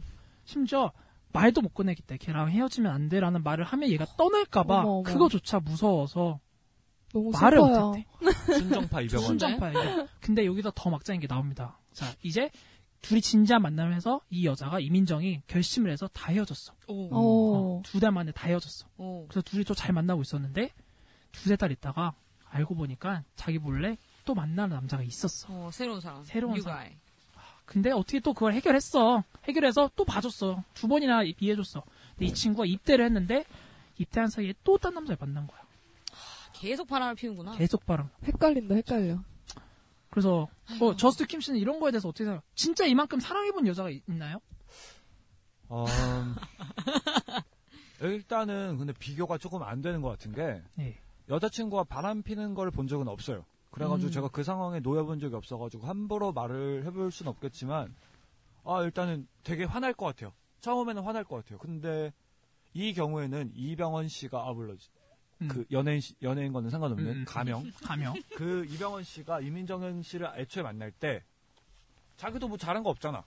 Speaker 11: 심지어 말도 못 꺼내겠대. 걔랑 헤어지면 안 돼라는 말을 하면 얘가 떠날까봐
Speaker 10: 어머, 어머.
Speaker 11: 그거조차 무서워서
Speaker 10: 너무
Speaker 11: 말을
Speaker 10: 슬퍼요.
Speaker 11: 못했대.
Speaker 9: 순정파 이병헌.
Speaker 11: 순정파야. 이거. 근데 여기서 더 막장인 게 나옵니다. 자 이제 둘이 진지한 만남에서 이 여자가 이민정이 결심을 해서 다 헤어졌어.
Speaker 10: 오.
Speaker 11: 두 달 만에 다 헤어졌어. 그래서 둘이 또 잘 만나고 있었는데 두세 달 있다가 알고 보니까 자기 몰래 또 만나는 남자가 있었어.
Speaker 6: 어, 새로운 사랑.
Speaker 11: 새로운
Speaker 6: 뉴가이.
Speaker 11: 사랑. 근데 어떻게 또 그걸 해결했어. 해결해서 또 봐줬어. 두 번이나 이- 이해해줬어. 근데 이 친구가 입대를 했는데 입대한 사이에 또 딴 남자를 만난 거야.
Speaker 6: 계속 바람을 피우는구나.
Speaker 11: 계속 바람.
Speaker 10: 헷갈린다, 헷갈려.
Speaker 11: 그래서 뭐 저스트 킴 씨는 이런 거에 대해서 어떻게 생각? 진짜 이만큼 사랑해본 여자가 있- 있나요?
Speaker 9: 어, 일단은 근데 비교가 조금 안 되는 것 같은 게
Speaker 11: 네.
Speaker 9: 여자친구가 바람 피는 걸 본 적은 없어요. 그래가지고
Speaker 11: 음.
Speaker 9: 제가 그 상황에 놓여본 적이 없어가지고 함부로 말을 해볼 순 없겠지만 아 일단은 되게 화날 것 같아요. 처음에는 화날 것 같아요. 근데 이 경우에는 이병헌 씨가 아 물론 그 연예인 씨- 연예인 거는 상관없는
Speaker 11: 음, 음.
Speaker 9: 가명
Speaker 11: 가명.
Speaker 9: 그 이병헌 씨가 이민정현 씨를 애초에 만날 때 자기도 뭐 잘한 거 없잖아.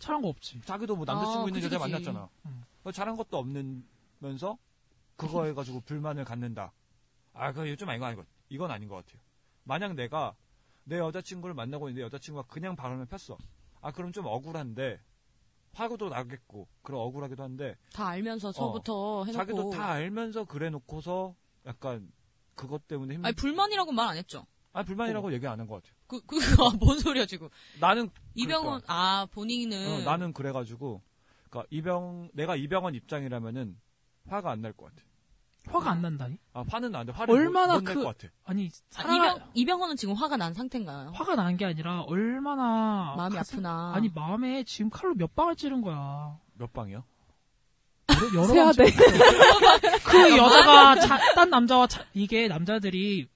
Speaker 11: 잘한 거 없지.
Speaker 9: 자기도 뭐 남자친구
Speaker 11: 아,
Speaker 9: 있는
Speaker 11: 그치,
Speaker 9: 여자
Speaker 11: 그치.
Speaker 9: 만났잖아.
Speaker 6: 음.
Speaker 9: 뭐 잘한 것도 없는면서 그거 해가지고 불만을 갖는다. 아, 그거 좀 아닌 거 아니고 이건 아닌 것 같아요. 만약 내가 내 여자친구를 만나고 있는데 여자친구가 그냥 바람을 폈어. 아, 그럼 좀 억울한데 화도 나겠고 그런 억울하기도 한데
Speaker 6: 다 알면서 저부터
Speaker 9: 어,
Speaker 6: 해놓고.
Speaker 9: 자기도 다 알면서 그래놓고서 약간 그것 때문에 힘들.
Speaker 6: 아니 불만이라고 말 안 했죠.
Speaker 9: 아, 불만이라고 얘기 안 한 것 같아요.
Speaker 6: 그 그거 뭔 소리야 지금?
Speaker 9: 나는
Speaker 11: 그러니까.
Speaker 6: 이병헌 아 본인은
Speaker 9: 어, 나는 그래가지고 그러니까 이병 내가 이병헌 입장이라면은 화가 안 날 것 같아.
Speaker 11: 화가 안 난다니?
Speaker 4: 아 화는 나는데 화를
Speaker 11: 얼마나
Speaker 4: 못, 못
Speaker 11: 그-
Speaker 4: 낼 것 같아.
Speaker 11: 아니
Speaker 6: 아,
Speaker 11: 사람
Speaker 6: 이병 이병헌은 지금 화가 난 상태인가요?
Speaker 11: 화가 난 게 아니라 얼마나
Speaker 6: 마음이
Speaker 11: 가슴-
Speaker 6: 아프나.
Speaker 11: 아니 마음에 지금 칼로 몇 방을 찌른 거야.
Speaker 4: 몇 방이요?
Speaker 11: 여러, 여러 방
Speaker 10: 세아대.
Speaker 11: 그 여자가 자, 딴 남자와 자- 이게 남자들이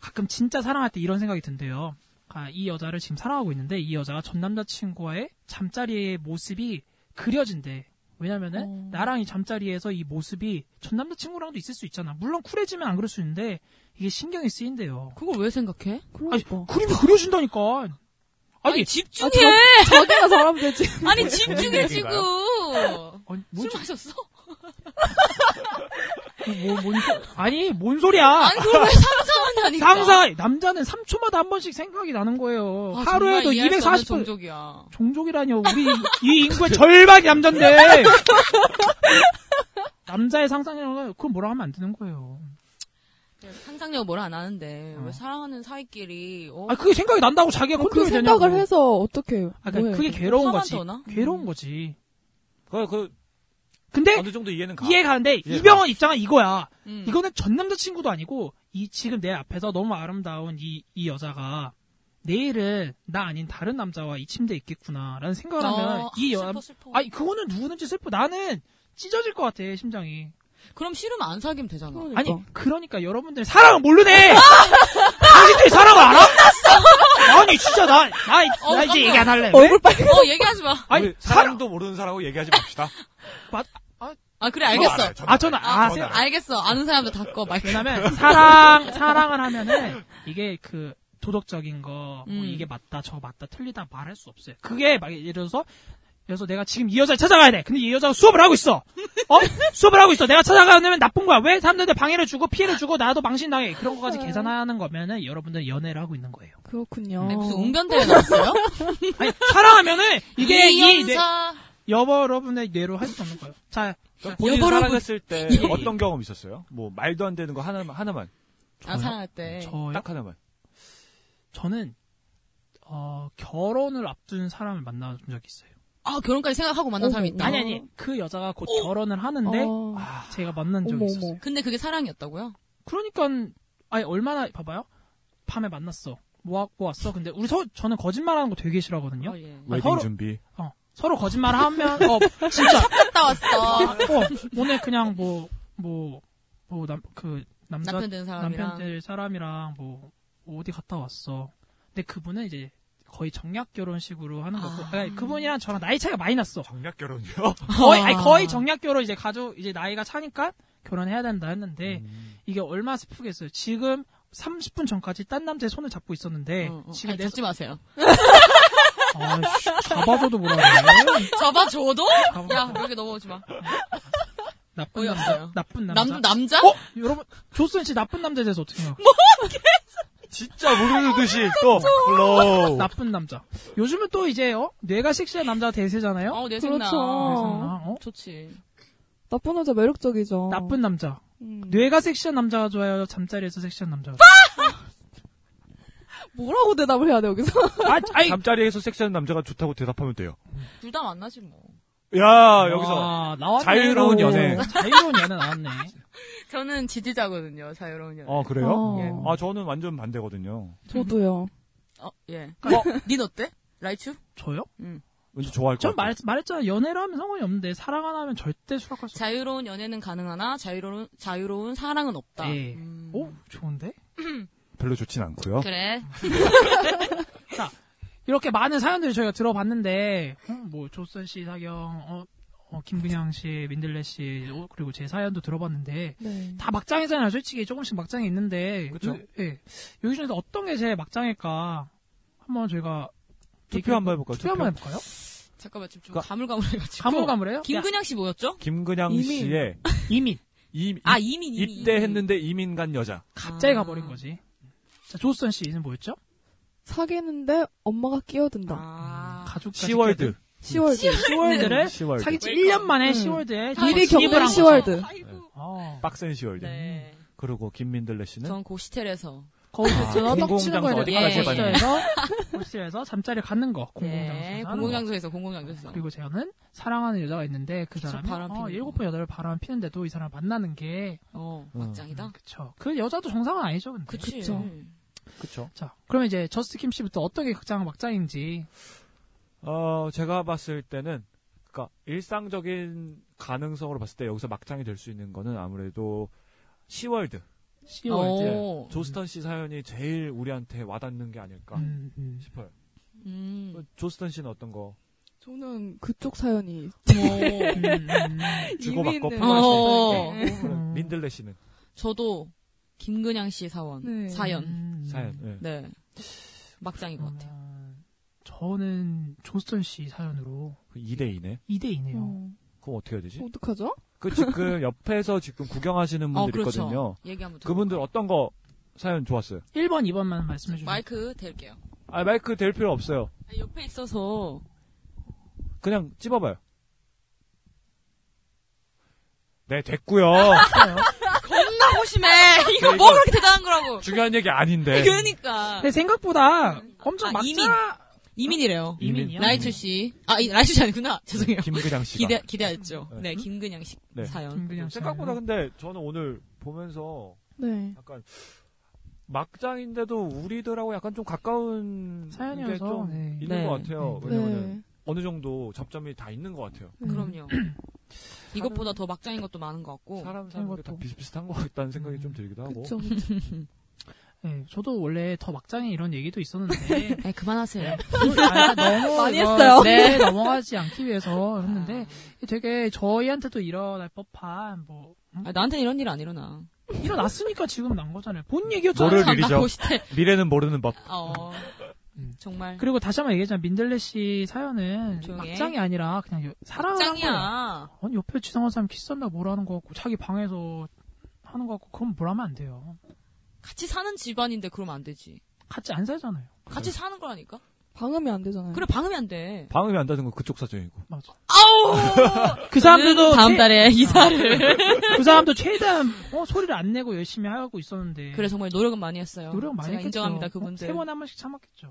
Speaker 11: 가끔 진짜 사랑할 때 이런 생각이 든대요. 아, 이 여자를 지금 사랑하고 있는데 이 여자가 전 남자친구와의 잠자리의 모습이 그려진대. 왜냐면은
Speaker 6: 어.
Speaker 11: 나랑 이 잠자리에서 이 모습이 전 남자친구랑도 있을 수 있잖아. 물론 쿨해지면 안 그럴 수 있는데 이게 신경이 쓰인대요.
Speaker 6: 그걸 왜 생각해?
Speaker 11: 아니
Speaker 10: 그러니까.
Speaker 11: 그림이 그려진다니까. 뭐, 아니,
Speaker 6: 아니
Speaker 10: 아,
Speaker 6: 집중해.
Speaker 10: 저, 저기가 잘하면 되지.
Speaker 6: 아니 집중해 지금.
Speaker 2: 얘기인가요?
Speaker 11: 아니
Speaker 6: 술
Speaker 11: 뭔, 소-
Speaker 6: 마셨어?
Speaker 11: 뭐- 뭔 소- 아니 뭔 소리야?
Speaker 6: 아니 그걸 왜 상상하냐니까.
Speaker 11: 상상 남자는 3초마다 한 번씩 생각이 나는 거예요.
Speaker 6: 아,
Speaker 11: 하루에도
Speaker 6: 정말 이해할 수 없는
Speaker 11: 240분
Speaker 6: 종족이야.
Speaker 11: 종족이라뇨. 우리 이 인구의 절반이 남잔데. 남자의 상상력은 그걸 뭐라 하면 안 되는 거예요.
Speaker 6: 상상력 뭘 안 하는데
Speaker 11: 어.
Speaker 6: 왜 사랑하는 사이끼리 어?
Speaker 11: 아 그게 생각이 난다고 자기가
Speaker 10: 어, 그
Speaker 11: 컨트롤 되냐고.
Speaker 10: 생각을 해서 어떻게 해요?
Speaker 11: 아, 그러니까 그게 괴로운
Speaker 6: 화만
Speaker 11: 거지.
Speaker 6: 더 나?
Speaker 11: 괴로운 거지.
Speaker 4: 그, 그
Speaker 11: 근데
Speaker 4: 어느 정도 이해는 가.
Speaker 11: 이해 가는데
Speaker 4: 이해가
Speaker 11: 이병헌 입장은 이거야.
Speaker 6: 음.
Speaker 11: 이거는 전 남자친구도 아니고 이 지금 내 앞에서 너무 아름다운 이 이 여자가 내일은 나 아닌 다른 남자와 이 침대에 있겠구나라는 생각을 하면
Speaker 6: 어,
Speaker 11: 이
Speaker 6: 아,
Speaker 11: 여,
Speaker 6: 슬퍼, 슬퍼.
Speaker 11: 아니 그거는 누구든지 슬퍼. 나는 찢어질 것 같아 심장이.
Speaker 6: 그럼 싫으면 안 사귀면 되잖아.
Speaker 10: 그러니까.
Speaker 11: 아니 그러니까 여러분들 사랑을 모르네. 당신들 사랑을 알아? 아니 진짜 나나
Speaker 6: 어우,
Speaker 11: 이제
Speaker 6: 깜짝이야.
Speaker 11: 얘기 안 할래.
Speaker 10: 얼굴 빨
Speaker 6: 어 얘기하지 마.
Speaker 11: 아니
Speaker 4: 우리
Speaker 11: 사랑
Speaker 4: 사랑도 모르는 사람하고 얘기하지 맙시다.
Speaker 6: 아 그래 알겠어.
Speaker 4: 알아요, 저는
Speaker 11: 아 저는
Speaker 6: 아,
Speaker 11: 아,
Speaker 4: 저는
Speaker 11: 세-
Speaker 4: 알아요.
Speaker 6: 알겠어. 아는 사람도 다 꺼. 막
Speaker 11: 왜냐면 사랑 사랑을 하면은 이게 그 도덕적인 거, 뭐
Speaker 6: 음.
Speaker 11: 이게 맞다, 저 맞다, 틀리다 말할 수 없어요. 그게 막 예를 들어서, 그래서 내가 지금 이 여자를 찾아가야 돼. 근데 이 여자가 수업을 하고 있어. 어? 수업을 하고 있어. 내가 찾아가면 나쁜 거야. 왜 사람들한테 방해를 주고 피해를 주고 나도 망신당해. 그런 거까지 계산하는 거면은 여러분들 연애를 하고 있는 거예요.
Speaker 10: 그렇군요.
Speaker 6: 아니, 네, 무슨 웅변대회 나왔어요?
Speaker 11: 아니, 사랑하면은 이게 이 내,
Speaker 6: 이연사
Speaker 11: 여보 여러분의 뇌로 할 수 없는 거예요. 자,
Speaker 4: 그러니까 본인
Speaker 6: 여보라고-
Speaker 4: 사랑했을 때
Speaker 6: 예, 예.
Speaker 4: 어떤 경험 있었어요? 뭐 말도 안 되는 거 하나 하나만
Speaker 6: 아 사랑할 때.
Speaker 11: 저요.
Speaker 4: 딱 하나만.
Speaker 11: 저는 어, 결혼을 앞둔 사람을 만나본 적이 있어요.
Speaker 6: 아 결혼까지 생각하고 만난
Speaker 10: 어머,
Speaker 6: 사람이 있다.
Speaker 11: 아니 아니 그 여자가 곧 결혼을 하는데
Speaker 10: 어.
Speaker 11: 아, 제가 만난 적이
Speaker 10: 어머,
Speaker 11: 있었어요.
Speaker 10: 어머.
Speaker 6: 근데 그게 사랑이었다고요?
Speaker 11: 그러니까 아니 얼마나 봐봐요. 밤에 만났어. 뭐하고 왔어? 근데 우리 서 저는 거짓말하는 거 되게 싫어하거든요.
Speaker 6: 어, 예.
Speaker 11: 아, 서로
Speaker 4: 준비.
Speaker 11: 어, 서로 거짓말하면 어 진짜
Speaker 6: 갔다 왔어.
Speaker 11: 어, 오늘 그냥 뭐, 뭐뭐뭐남그 남자
Speaker 6: 남편 된 사람이랑.
Speaker 11: 남편 될 사람이랑 뭐 어디 갔다 왔어. 근데 그분은 이제 거의 정략 결혼식으로 하는 거고
Speaker 6: 아.
Speaker 11: 아니, 그분이랑 저랑 나이 차이가 많이 났어.
Speaker 4: 정략 결혼이요?
Speaker 11: 거의 아니,
Speaker 6: 아.
Speaker 11: 거의 정략교로 이제 가족 이제 나이가 차니까 결혼해야 된다 했는데 이게 얼마나 슬프겠어요. 지금 30분 전까지 딴 남자의 손을 잡고 있었는데
Speaker 6: 어, 어.
Speaker 11: 예, 지금
Speaker 6: 아니,
Speaker 11: 내
Speaker 6: 잡지 마세요.
Speaker 11: 손- 아이씨, 잡아줘도 뭐라 그래.
Speaker 6: 잡아줘도?
Speaker 11: 잡아줘도.
Speaker 6: 야 여기 넘어오지 마.
Speaker 11: 나쁜
Speaker 6: 어이없어요.
Speaker 11: 남자. 나쁜 남자.
Speaker 6: 남 남자? 뭐?
Speaker 11: 어? 여러분 조선 씨 나쁜 남자에 대해서 어떻게 생각해요?
Speaker 4: 진짜 모르는 듯이 또 플로우.
Speaker 11: 나쁜 남자. 요즘은 또 이제 어? 뇌가 섹시한 남자가 대세잖아요.
Speaker 6: 어 내생나.
Speaker 10: 그렇죠.
Speaker 11: 그래서, 어?
Speaker 6: 좋지.
Speaker 10: 나쁜 여자 매력적이죠.
Speaker 11: 나쁜 남자.
Speaker 10: 음.
Speaker 11: 뇌가 섹시한 남자가 좋아요. 잠자리에서 섹시한 남자가.
Speaker 10: 뭐라고 대답을 해야 돼 여기서?
Speaker 4: 아, 아이. 잠자리에서 섹시한 남자가 좋다고 대답하면 돼요.
Speaker 6: 둘 다 만나지 뭐.
Speaker 4: 야
Speaker 11: 좋아요.
Speaker 4: 여기서
Speaker 11: 와, 나왔네.
Speaker 4: 자유로운 연애.
Speaker 11: 자유로운 연애 나왔네.
Speaker 6: 저는 지지자거든요 자유로운 연애.
Speaker 4: 아 그래요?
Speaker 9: 예.
Speaker 10: 어.
Speaker 4: 아 저는 완전 반대거든요.
Speaker 10: 저도요.
Speaker 6: 어, 예.
Speaker 4: 어?
Speaker 6: 닌 어때? 라이츄?
Speaker 11: 저요?
Speaker 4: 왠지 좋아할 것 같아요.
Speaker 11: 전 말, 말했잖아. 네. 연애를 하면 상관이 없는데, 사랑 안 하면 절대 수락할 수 없어.
Speaker 6: 자유로운 연애는 가능하나 자유로운 자유로운 사랑은 없다.
Speaker 11: 예. 어?
Speaker 6: 음.
Speaker 11: 오, 좋은데?
Speaker 4: 별로 좋진 않고요.
Speaker 6: 그래.
Speaker 11: 이렇게 많은 사연들을 저희가 들어봤는데, 어,
Speaker 4: 음.
Speaker 11: 뭐, 조선 씨 사경, 어, 어, 김근영 씨, 민들레 씨, 어, 그리고 제 사연도 들어봤는데,
Speaker 10: 네.
Speaker 11: 다 막장이잖아요. 솔직히 조금씩 막장이 있는데.
Speaker 4: 그쵸.
Speaker 11: 요- 예. 여기 중에서 어떤 게 제 막장일까? 한번 저희가.
Speaker 4: 투표 한번 해볼까요?
Speaker 11: 투표 한번 해볼까요?
Speaker 6: 잠깐만 지금 좀
Speaker 4: 그니까-
Speaker 6: 가물가물해가지고.
Speaker 11: 가물가물해요?
Speaker 6: 김근양 씨 뭐였죠?
Speaker 4: 김근양
Speaker 10: 이민.
Speaker 4: 씨의
Speaker 11: 이미
Speaker 4: 이,
Speaker 6: 아 이민 이민.
Speaker 4: 입대했는데 이민 간 여자.
Speaker 6: 아.
Speaker 11: 갑자기 가버린 거지. 자, 조선 씨는 뭐였죠?
Speaker 10: 사귀는데 엄마가 끼어든다.
Speaker 6: 아.
Speaker 11: 가족
Speaker 4: 시월드. 네.
Speaker 10: 10월.
Speaker 11: 시월드를
Speaker 4: 시월드.
Speaker 11: 사귄 지
Speaker 6: 웰컴.
Speaker 11: 1년 만에
Speaker 10: 음.
Speaker 11: 시월드에
Speaker 10: 미리
Speaker 11: 진입을
Speaker 10: 겪는
Speaker 11: 한 거죠.
Speaker 10: 시월드.
Speaker 6: 아이고.
Speaker 11: 아.
Speaker 9: 음.
Speaker 4: 빡센 시월드.
Speaker 6: 네.
Speaker 4: 그리고 김민들레 씨는
Speaker 6: 전 고시텔에서
Speaker 11: 거기서
Speaker 9: 아,
Speaker 11: 떡 치는 거에
Speaker 9: 공공장소
Speaker 11: 대해서
Speaker 6: 어디까지 해봤냐.
Speaker 11: 홀스에서 홀스에서 네, 잠자리 갖는 거
Speaker 6: 네,
Speaker 11: 공공장소에서 하는 거.
Speaker 6: 공공장소에서 공공장소에서.
Speaker 11: 그리고 저는 사랑하는 여자가 있는데 그
Speaker 6: 계속
Speaker 11: 사람이
Speaker 6: 바람 피는
Speaker 11: 어,
Speaker 6: 거.
Speaker 11: 일곱 번 여덟 번 바람 피는데도 이 사람 만나는 게
Speaker 6: 어,
Speaker 9: 음.
Speaker 6: 막장이다.
Speaker 11: 그쵸. 그 여자도 정상은 아니죠. 근데.
Speaker 6: 그치.
Speaker 11: 그쵸.
Speaker 6: 음.
Speaker 9: 그쵸.
Speaker 11: 자, 그러면 이제 저스트 킴 씨부터 어떻게 극장 막장인지
Speaker 9: 어, 제가 봤을 때는, 그니까, 일상적인 가능성으로 봤을 때 여기서 막장이 될 수 있는 거는 아무래도 시월드.
Speaker 6: 음.
Speaker 11: 10월.
Speaker 6: 오.
Speaker 9: 조스턴 씨 사연이 제일 우리한테 와닿는 게 아닐까
Speaker 11: 음, 음.
Speaker 9: 싶어요. 뭐그
Speaker 6: 음.
Speaker 9: 조스턴 씨는 어떤 거?
Speaker 10: 저는 그쪽 사연이
Speaker 6: 오.
Speaker 11: 음, 음.
Speaker 9: 주고받고
Speaker 10: 의미 있는
Speaker 9: 포괄
Speaker 6: 어.
Speaker 10: 네.
Speaker 11: 어.
Speaker 9: 린들레 씨는
Speaker 6: 음. 저도 김근양 씨 사원
Speaker 10: 네.
Speaker 6: 사연.
Speaker 11: 음.
Speaker 9: 사연. 예.
Speaker 6: 네. 막장인 것 같아요.
Speaker 11: 음, 저는 조스턴 씨 사연으로
Speaker 9: 그 2대 2네.
Speaker 11: 2대 2네요.
Speaker 6: 음.
Speaker 10: 어,
Speaker 9: 그럼 어떻게 해야 되지?
Speaker 10: 어떡하죠?
Speaker 9: 그 지금 옆에서 지금 구경하시는 분들
Speaker 6: 어, 그렇죠.
Speaker 9: 있거든요.
Speaker 6: 얘기 한번 들어.
Speaker 9: 그분들 어떤 거 사연 좋았어요?
Speaker 11: 1번, 2번만 말씀해 주세요.
Speaker 6: 마이크 댈게요.
Speaker 9: 아 마이크 될 필요 없어요.
Speaker 6: 아니, 옆에 있어서
Speaker 9: 그냥 찝어봐요. 네 됐고요.
Speaker 6: 겁나 호심해. 이거
Speaker 9: 네,
Speaker 6: 뭐
Speaker 9: 이거-
Speaker 6: 그렇게 대단한 거라고.
Speaker 9: 중요한 얘기 아닌데.
Speaker 11: 네,
Speaker 6: 그러니까.
Speaker 11: 근데 생각보다 엄청
Speaker 6: 아,
Speaker 11: 막장
Speaker 6: 이민. 이민이래요.
Speaker 11: 아, 이민이요?
Speaker 6: 라이츠 씨. 아, 이- 라이츠 씨 아니구나. 죄송해요.
Speaker 9: 김그장 씨가.
Speaker 6: 기대 기대했죠.
Speaker 9: 네.
Speaker 6: 네, 김근양 씨
Speaker 9: 네.
Speaker 6: 사연.
Speaker 11: 김근영 씨
Speaker 9: 생각보다
Speaker 11: 사연.
Speaker 9: 근데 저는 오늘 보면서
Speaker 10: 네.
Speaker 9: 약간 막장인데도 우리들하고 약간 좀 가까운 게
Speaker 11: 사연이어서
Speaker 9: 좀
Speaker 11: 네.
Speaker 9: 있는
Speaker 6: 네.
Speaker 9: 것 같아요.
Speaker 11: 네.
Speaker 9: 왜냐면은
Speaker 10: 네.
Speaker 9: 어느 정도 접점이 다 있는 것 같아요.
Speaker 6: 음.
Speaker 10: 음.
Speaker 6: 그럼요.
Speaker 11: 음.
Speaker 6: 이것보다 더 막장인 것도 많은 것 같고.
Speaker 9: 사람 사는 게 다
Speaker 11: 이것도.
Speaker 9: 비슷비슷한 것 같다는 생각이 좀 들기도 하고.
Speaker 10: 그쵸.
Speaker 11: 네, 저도 원래 더 막장에 이런 얘기도 있었는데
Speaker 6: 네, 그만하세요.
Speaker 11: 아, 너무
Speaker 10: 많이
Speaker 11: 이거
Speaker 10: 했어요.
Speaker 11: 네, 넘어가지 않기 위해서 했는데
Speaker 6: 아.
Speaker 11: 되게 저희한테도 일어날 법한 뭐 음?
Speaker 6: 아, 나한테는 이런 일 안 일어나.
Speaker 11: 일어났으니까 지금 난 거잖아요. 본 얘기였죠.
Speaker 9: 뭐를
Speaker 6: 참, 나
Speaker 9: 일이죠?
Speaker 6: 고시텔.
Speaker 9: 미래는 모르는 법.
Speaker 6: 어.
Speaker 11: 음.
Speaker 6: 정말.
Speaker 11: 그리고 다시 한번 얘기하자면 민들레 씨 사연은
Speaker 6: 조용히 해.
Speaker 11: 막장이 아니라 그냥 여- 사랑을 한 거예요.
Speaker 6: 짱이야.
Speaker 11: 아니 옆에 지나간 사람 키스한다 뭐라는 거 같고 자기 방에서 하는 거 같고 그럼 뭐라면 안 돼요.
Speaker 6: 같이 사는 집안인데 그러면 안 되지.
Speaker 11: 같이 안 살잖아요.
Speaker 6: 같이 사는 거라니까.
Speaker 10: 방음이 안 되잖아요.
Speaker 6: 그래 방음이 안 돼.
Speaker 9: 방음이 안 되는 건 그쪽 사정이고.
Speaker 11: 맞아.
Speaker 6: 아우.
Speaker 11: 그 사람들도
Speaker 6: 다음
Speaker 11: 최-
Speaker 6: 달에 이사를.
Speaker 11: 그 사람도 최대한 어, 소리를 안 내고 열심히 하고 있었는데
Speaker 6: 그래 정말 노력은 많이 했어요.
Speaker 11: 노력
Speaker 6: 그렇죠.
Speaker 11: 많이
Speaker 6: 제가
Speaker 11: 했겠죠.
Speaker 6: 인정합니다 그분들.
Speaker 11: 세번 한 번씩 참았겠죠.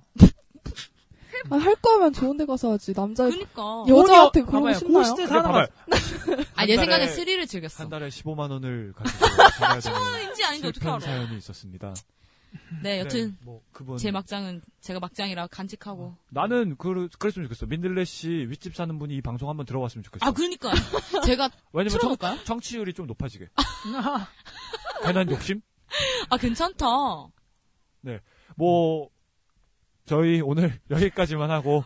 Speaker 10: 아, 할 거면 좋은 데 가서 하지. 남자
Speaker 6: 그니까.
Speaker 10: 여자한테
Speaker 11: 오히려-
Speaker 10: 그러고
Speaker 11: 봐봐요.
Speaker 10: 싶나요?
Speaker 11: 고시대
Speaker 9: 그래,
Speaker 11: 사는
Speaker 9: 봐봐요.
Speaker 11: 거
Speaker 6: 아, 내
Speaker 9: 한 달에-
Speaker 6: 생각에 스릴을 즐겼어.
Speaker 9: 한 달에 15만 원을 가지고 살아야 되는
Speaker 6: 인지 아닌지 어떻게
Speaker 9: 슬픈
Speaker 6: 알아?
Speaker 9: 사연이 있었습니다.
Speaker 6: 네, 여튼
Speaker 9: 네, 뭐 그분
Speaker 6: 제 막장은 제가 막장이라 간직하고.
Speaker 9: 나는 그, 그랬으면 좋겠어. 민들레 씨 윗집 사는 분이 이 방송 한번 들어봤으면 좋겠어.
Speaker 6: 아 그러니까 제가
Speaker 9: 왜냐면 청,
Speaker 6: 틀어볼까요?
Speaker 9: 청취율이 좀 높아지게. 괜한 욕심?
Speaker 6: 아 괜찮다.
Speaker 9: 뭐 저희 오늘 여기까지만 하고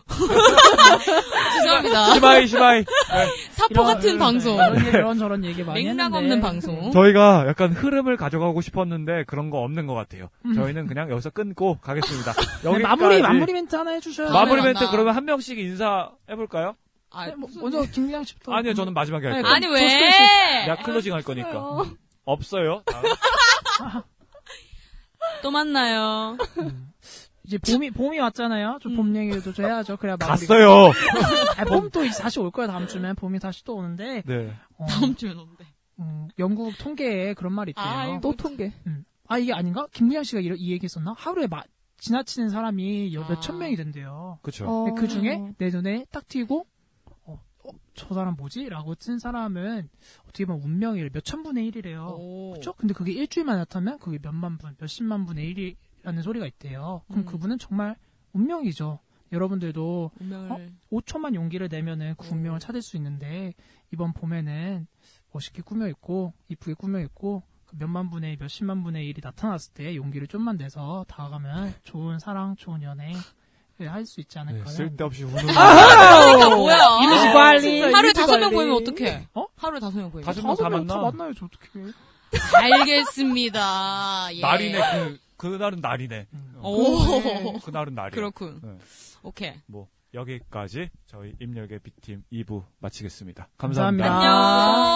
Speaker 6: 죄송합니다.
Speaker 9: 시바이 시바이
Speaker 6: 사포 같은 방송.
Speaker 11: 이런, 이런 저런 얘기 많이
Speaker 6: 맥락
Speaker 11: 했는데.
Speaker 6: 없는 방송.
Speaker 9: 네. 저희가 약간 흐름을 가져가고 싶었는데 그런 거 없는 것 같아요. 저희는 그냥 여기서 끊고 가겠습니다.
Speaker 11: 네,
Speaker 9: 여기까지
Speaker 11: 마무리 마무리 멘트 하나 해주셔야 돼요.
Speaker 9: 마무리 멘트
Speaker 6: 감사합니다.
Speaker 9: 그러면 한 명씩 인사 해볼까요?
Speaker 6: 아,
Speaker 11: 네, 뭐,
Speaker 6: 무슨-
Speaker 11: 먼저 김기량 씨부터.
Speaker 9: 아니요 저는 마지막에 할
Speaker 11: 네,
Speaker 9: 거예요.
Speaker 6: 아니
Speaker 11: 조스틴
Speaker 6: 왜?
Speaker 9: 내가 클로징 할
Speaker 10: 네.
Speaker 9: 거니까 없어요. 다음.
Speaker 6: 또 만나요.
Speaker 11: 이제 봄이 봄이 왔잖아요.
Speaker 6: 음.
Speaker 11: 좀 봄 얘기도 좀 해야죠. 그래야 마무리.
Speaker 9: 갔어요.
Speaker 11: 아, 봄또 다시 올 거예요. 다음 주면 봄이 다시 또 오는데
Speaker 9: 네.
Speaker 11: 어,
Speaker 6: 다음 주면 온대.
Speaker 11: 음, 영국 통계에 그런 말이 있대요.
Speaker 6: 아,
Speaker 11: 아,
Speaker 6: 이거-
Speaker 10: 또 통계.
Speaker 9: 네.
Speaker 11: 이게 아닌가? 김기량 씨가 이러- 이 얘기했었나? 하루에 마- 지나치는 사람이
Speaker 6: 아.
Speaker 11: 몇 천 명이 된대요.
Speaker 9: 그렇죠.
Speaker 10: 어...
Speaker 11: 근데 그 중에 내 눈에 딱 띄고 어, 어, 저 사람 뭐지? 라고 친 사람은 어떻게 보면 운명일 몇천 분의
Speaker 9: 어.
Speaker 11: 1이래요.
Speaker 6: 오.
Speaker 11: 그렇죠? 근데 그게 일주일만 나타나면 그게 몇만 분, 몇십만 분의 1이라는 소리가 있대요. 그럼
Speaker 6: 음.
Speaker 11: 그분은 정말 운명이죠. 여러분들도
Speaker 6: 운명을.
Speaker 9: 어?
Speaker 11: 5초만 용기를 내면은 그 운명을 찾을 수 있는데 이번 봄에는 멋있게 꾸며 입고 이쁘게 꾸며 입고 그 몇만 분의 일, 몇십만 분의 1이 나타났을 때 용기를 좀만 내서 다가가면 좋은 사랑, 좋은 연애 할 수 있지 않을까요?
Speaker 9: 네, 쓸데없이 우는.
Speaker 11: 아.
Speaker 6: 그러니까 뭐야?
Speaker 9: 어,
Speaker 11: 이미지 관리.
Speaker 6: 하루에 다섯 명
Speaker 10: 관리.
Speaker 6: 보이면 어떡해?
Speaker 11: 어?
Speaker 6: 하루에 다섯 명 보이면.
Speaker 9: 다섯 명
Speaker 11: 다섯
Speaker 9: 다
Speaker 11: 명다
Speaker 9: 만나.
Speaker 11: 만나야지 어떻게.
Speaker 6: 알겠습니다. 예.
Speaker 9: 날이네. 그 그날은 날이네.
Speaker 6: 오.
Speaker 9: 그날은 날이야.
Speaker 6: 그렇군.
Speaker 9: 네.
Speaker 6: 오케이.
Speaker 9: 뭐 여기까지 저희 입력의 B팀 2부 마치겠습니다.
Speaker 11: 감사합니다.
Speaker 9: 감사합니다.
Speaker 6: 안녕.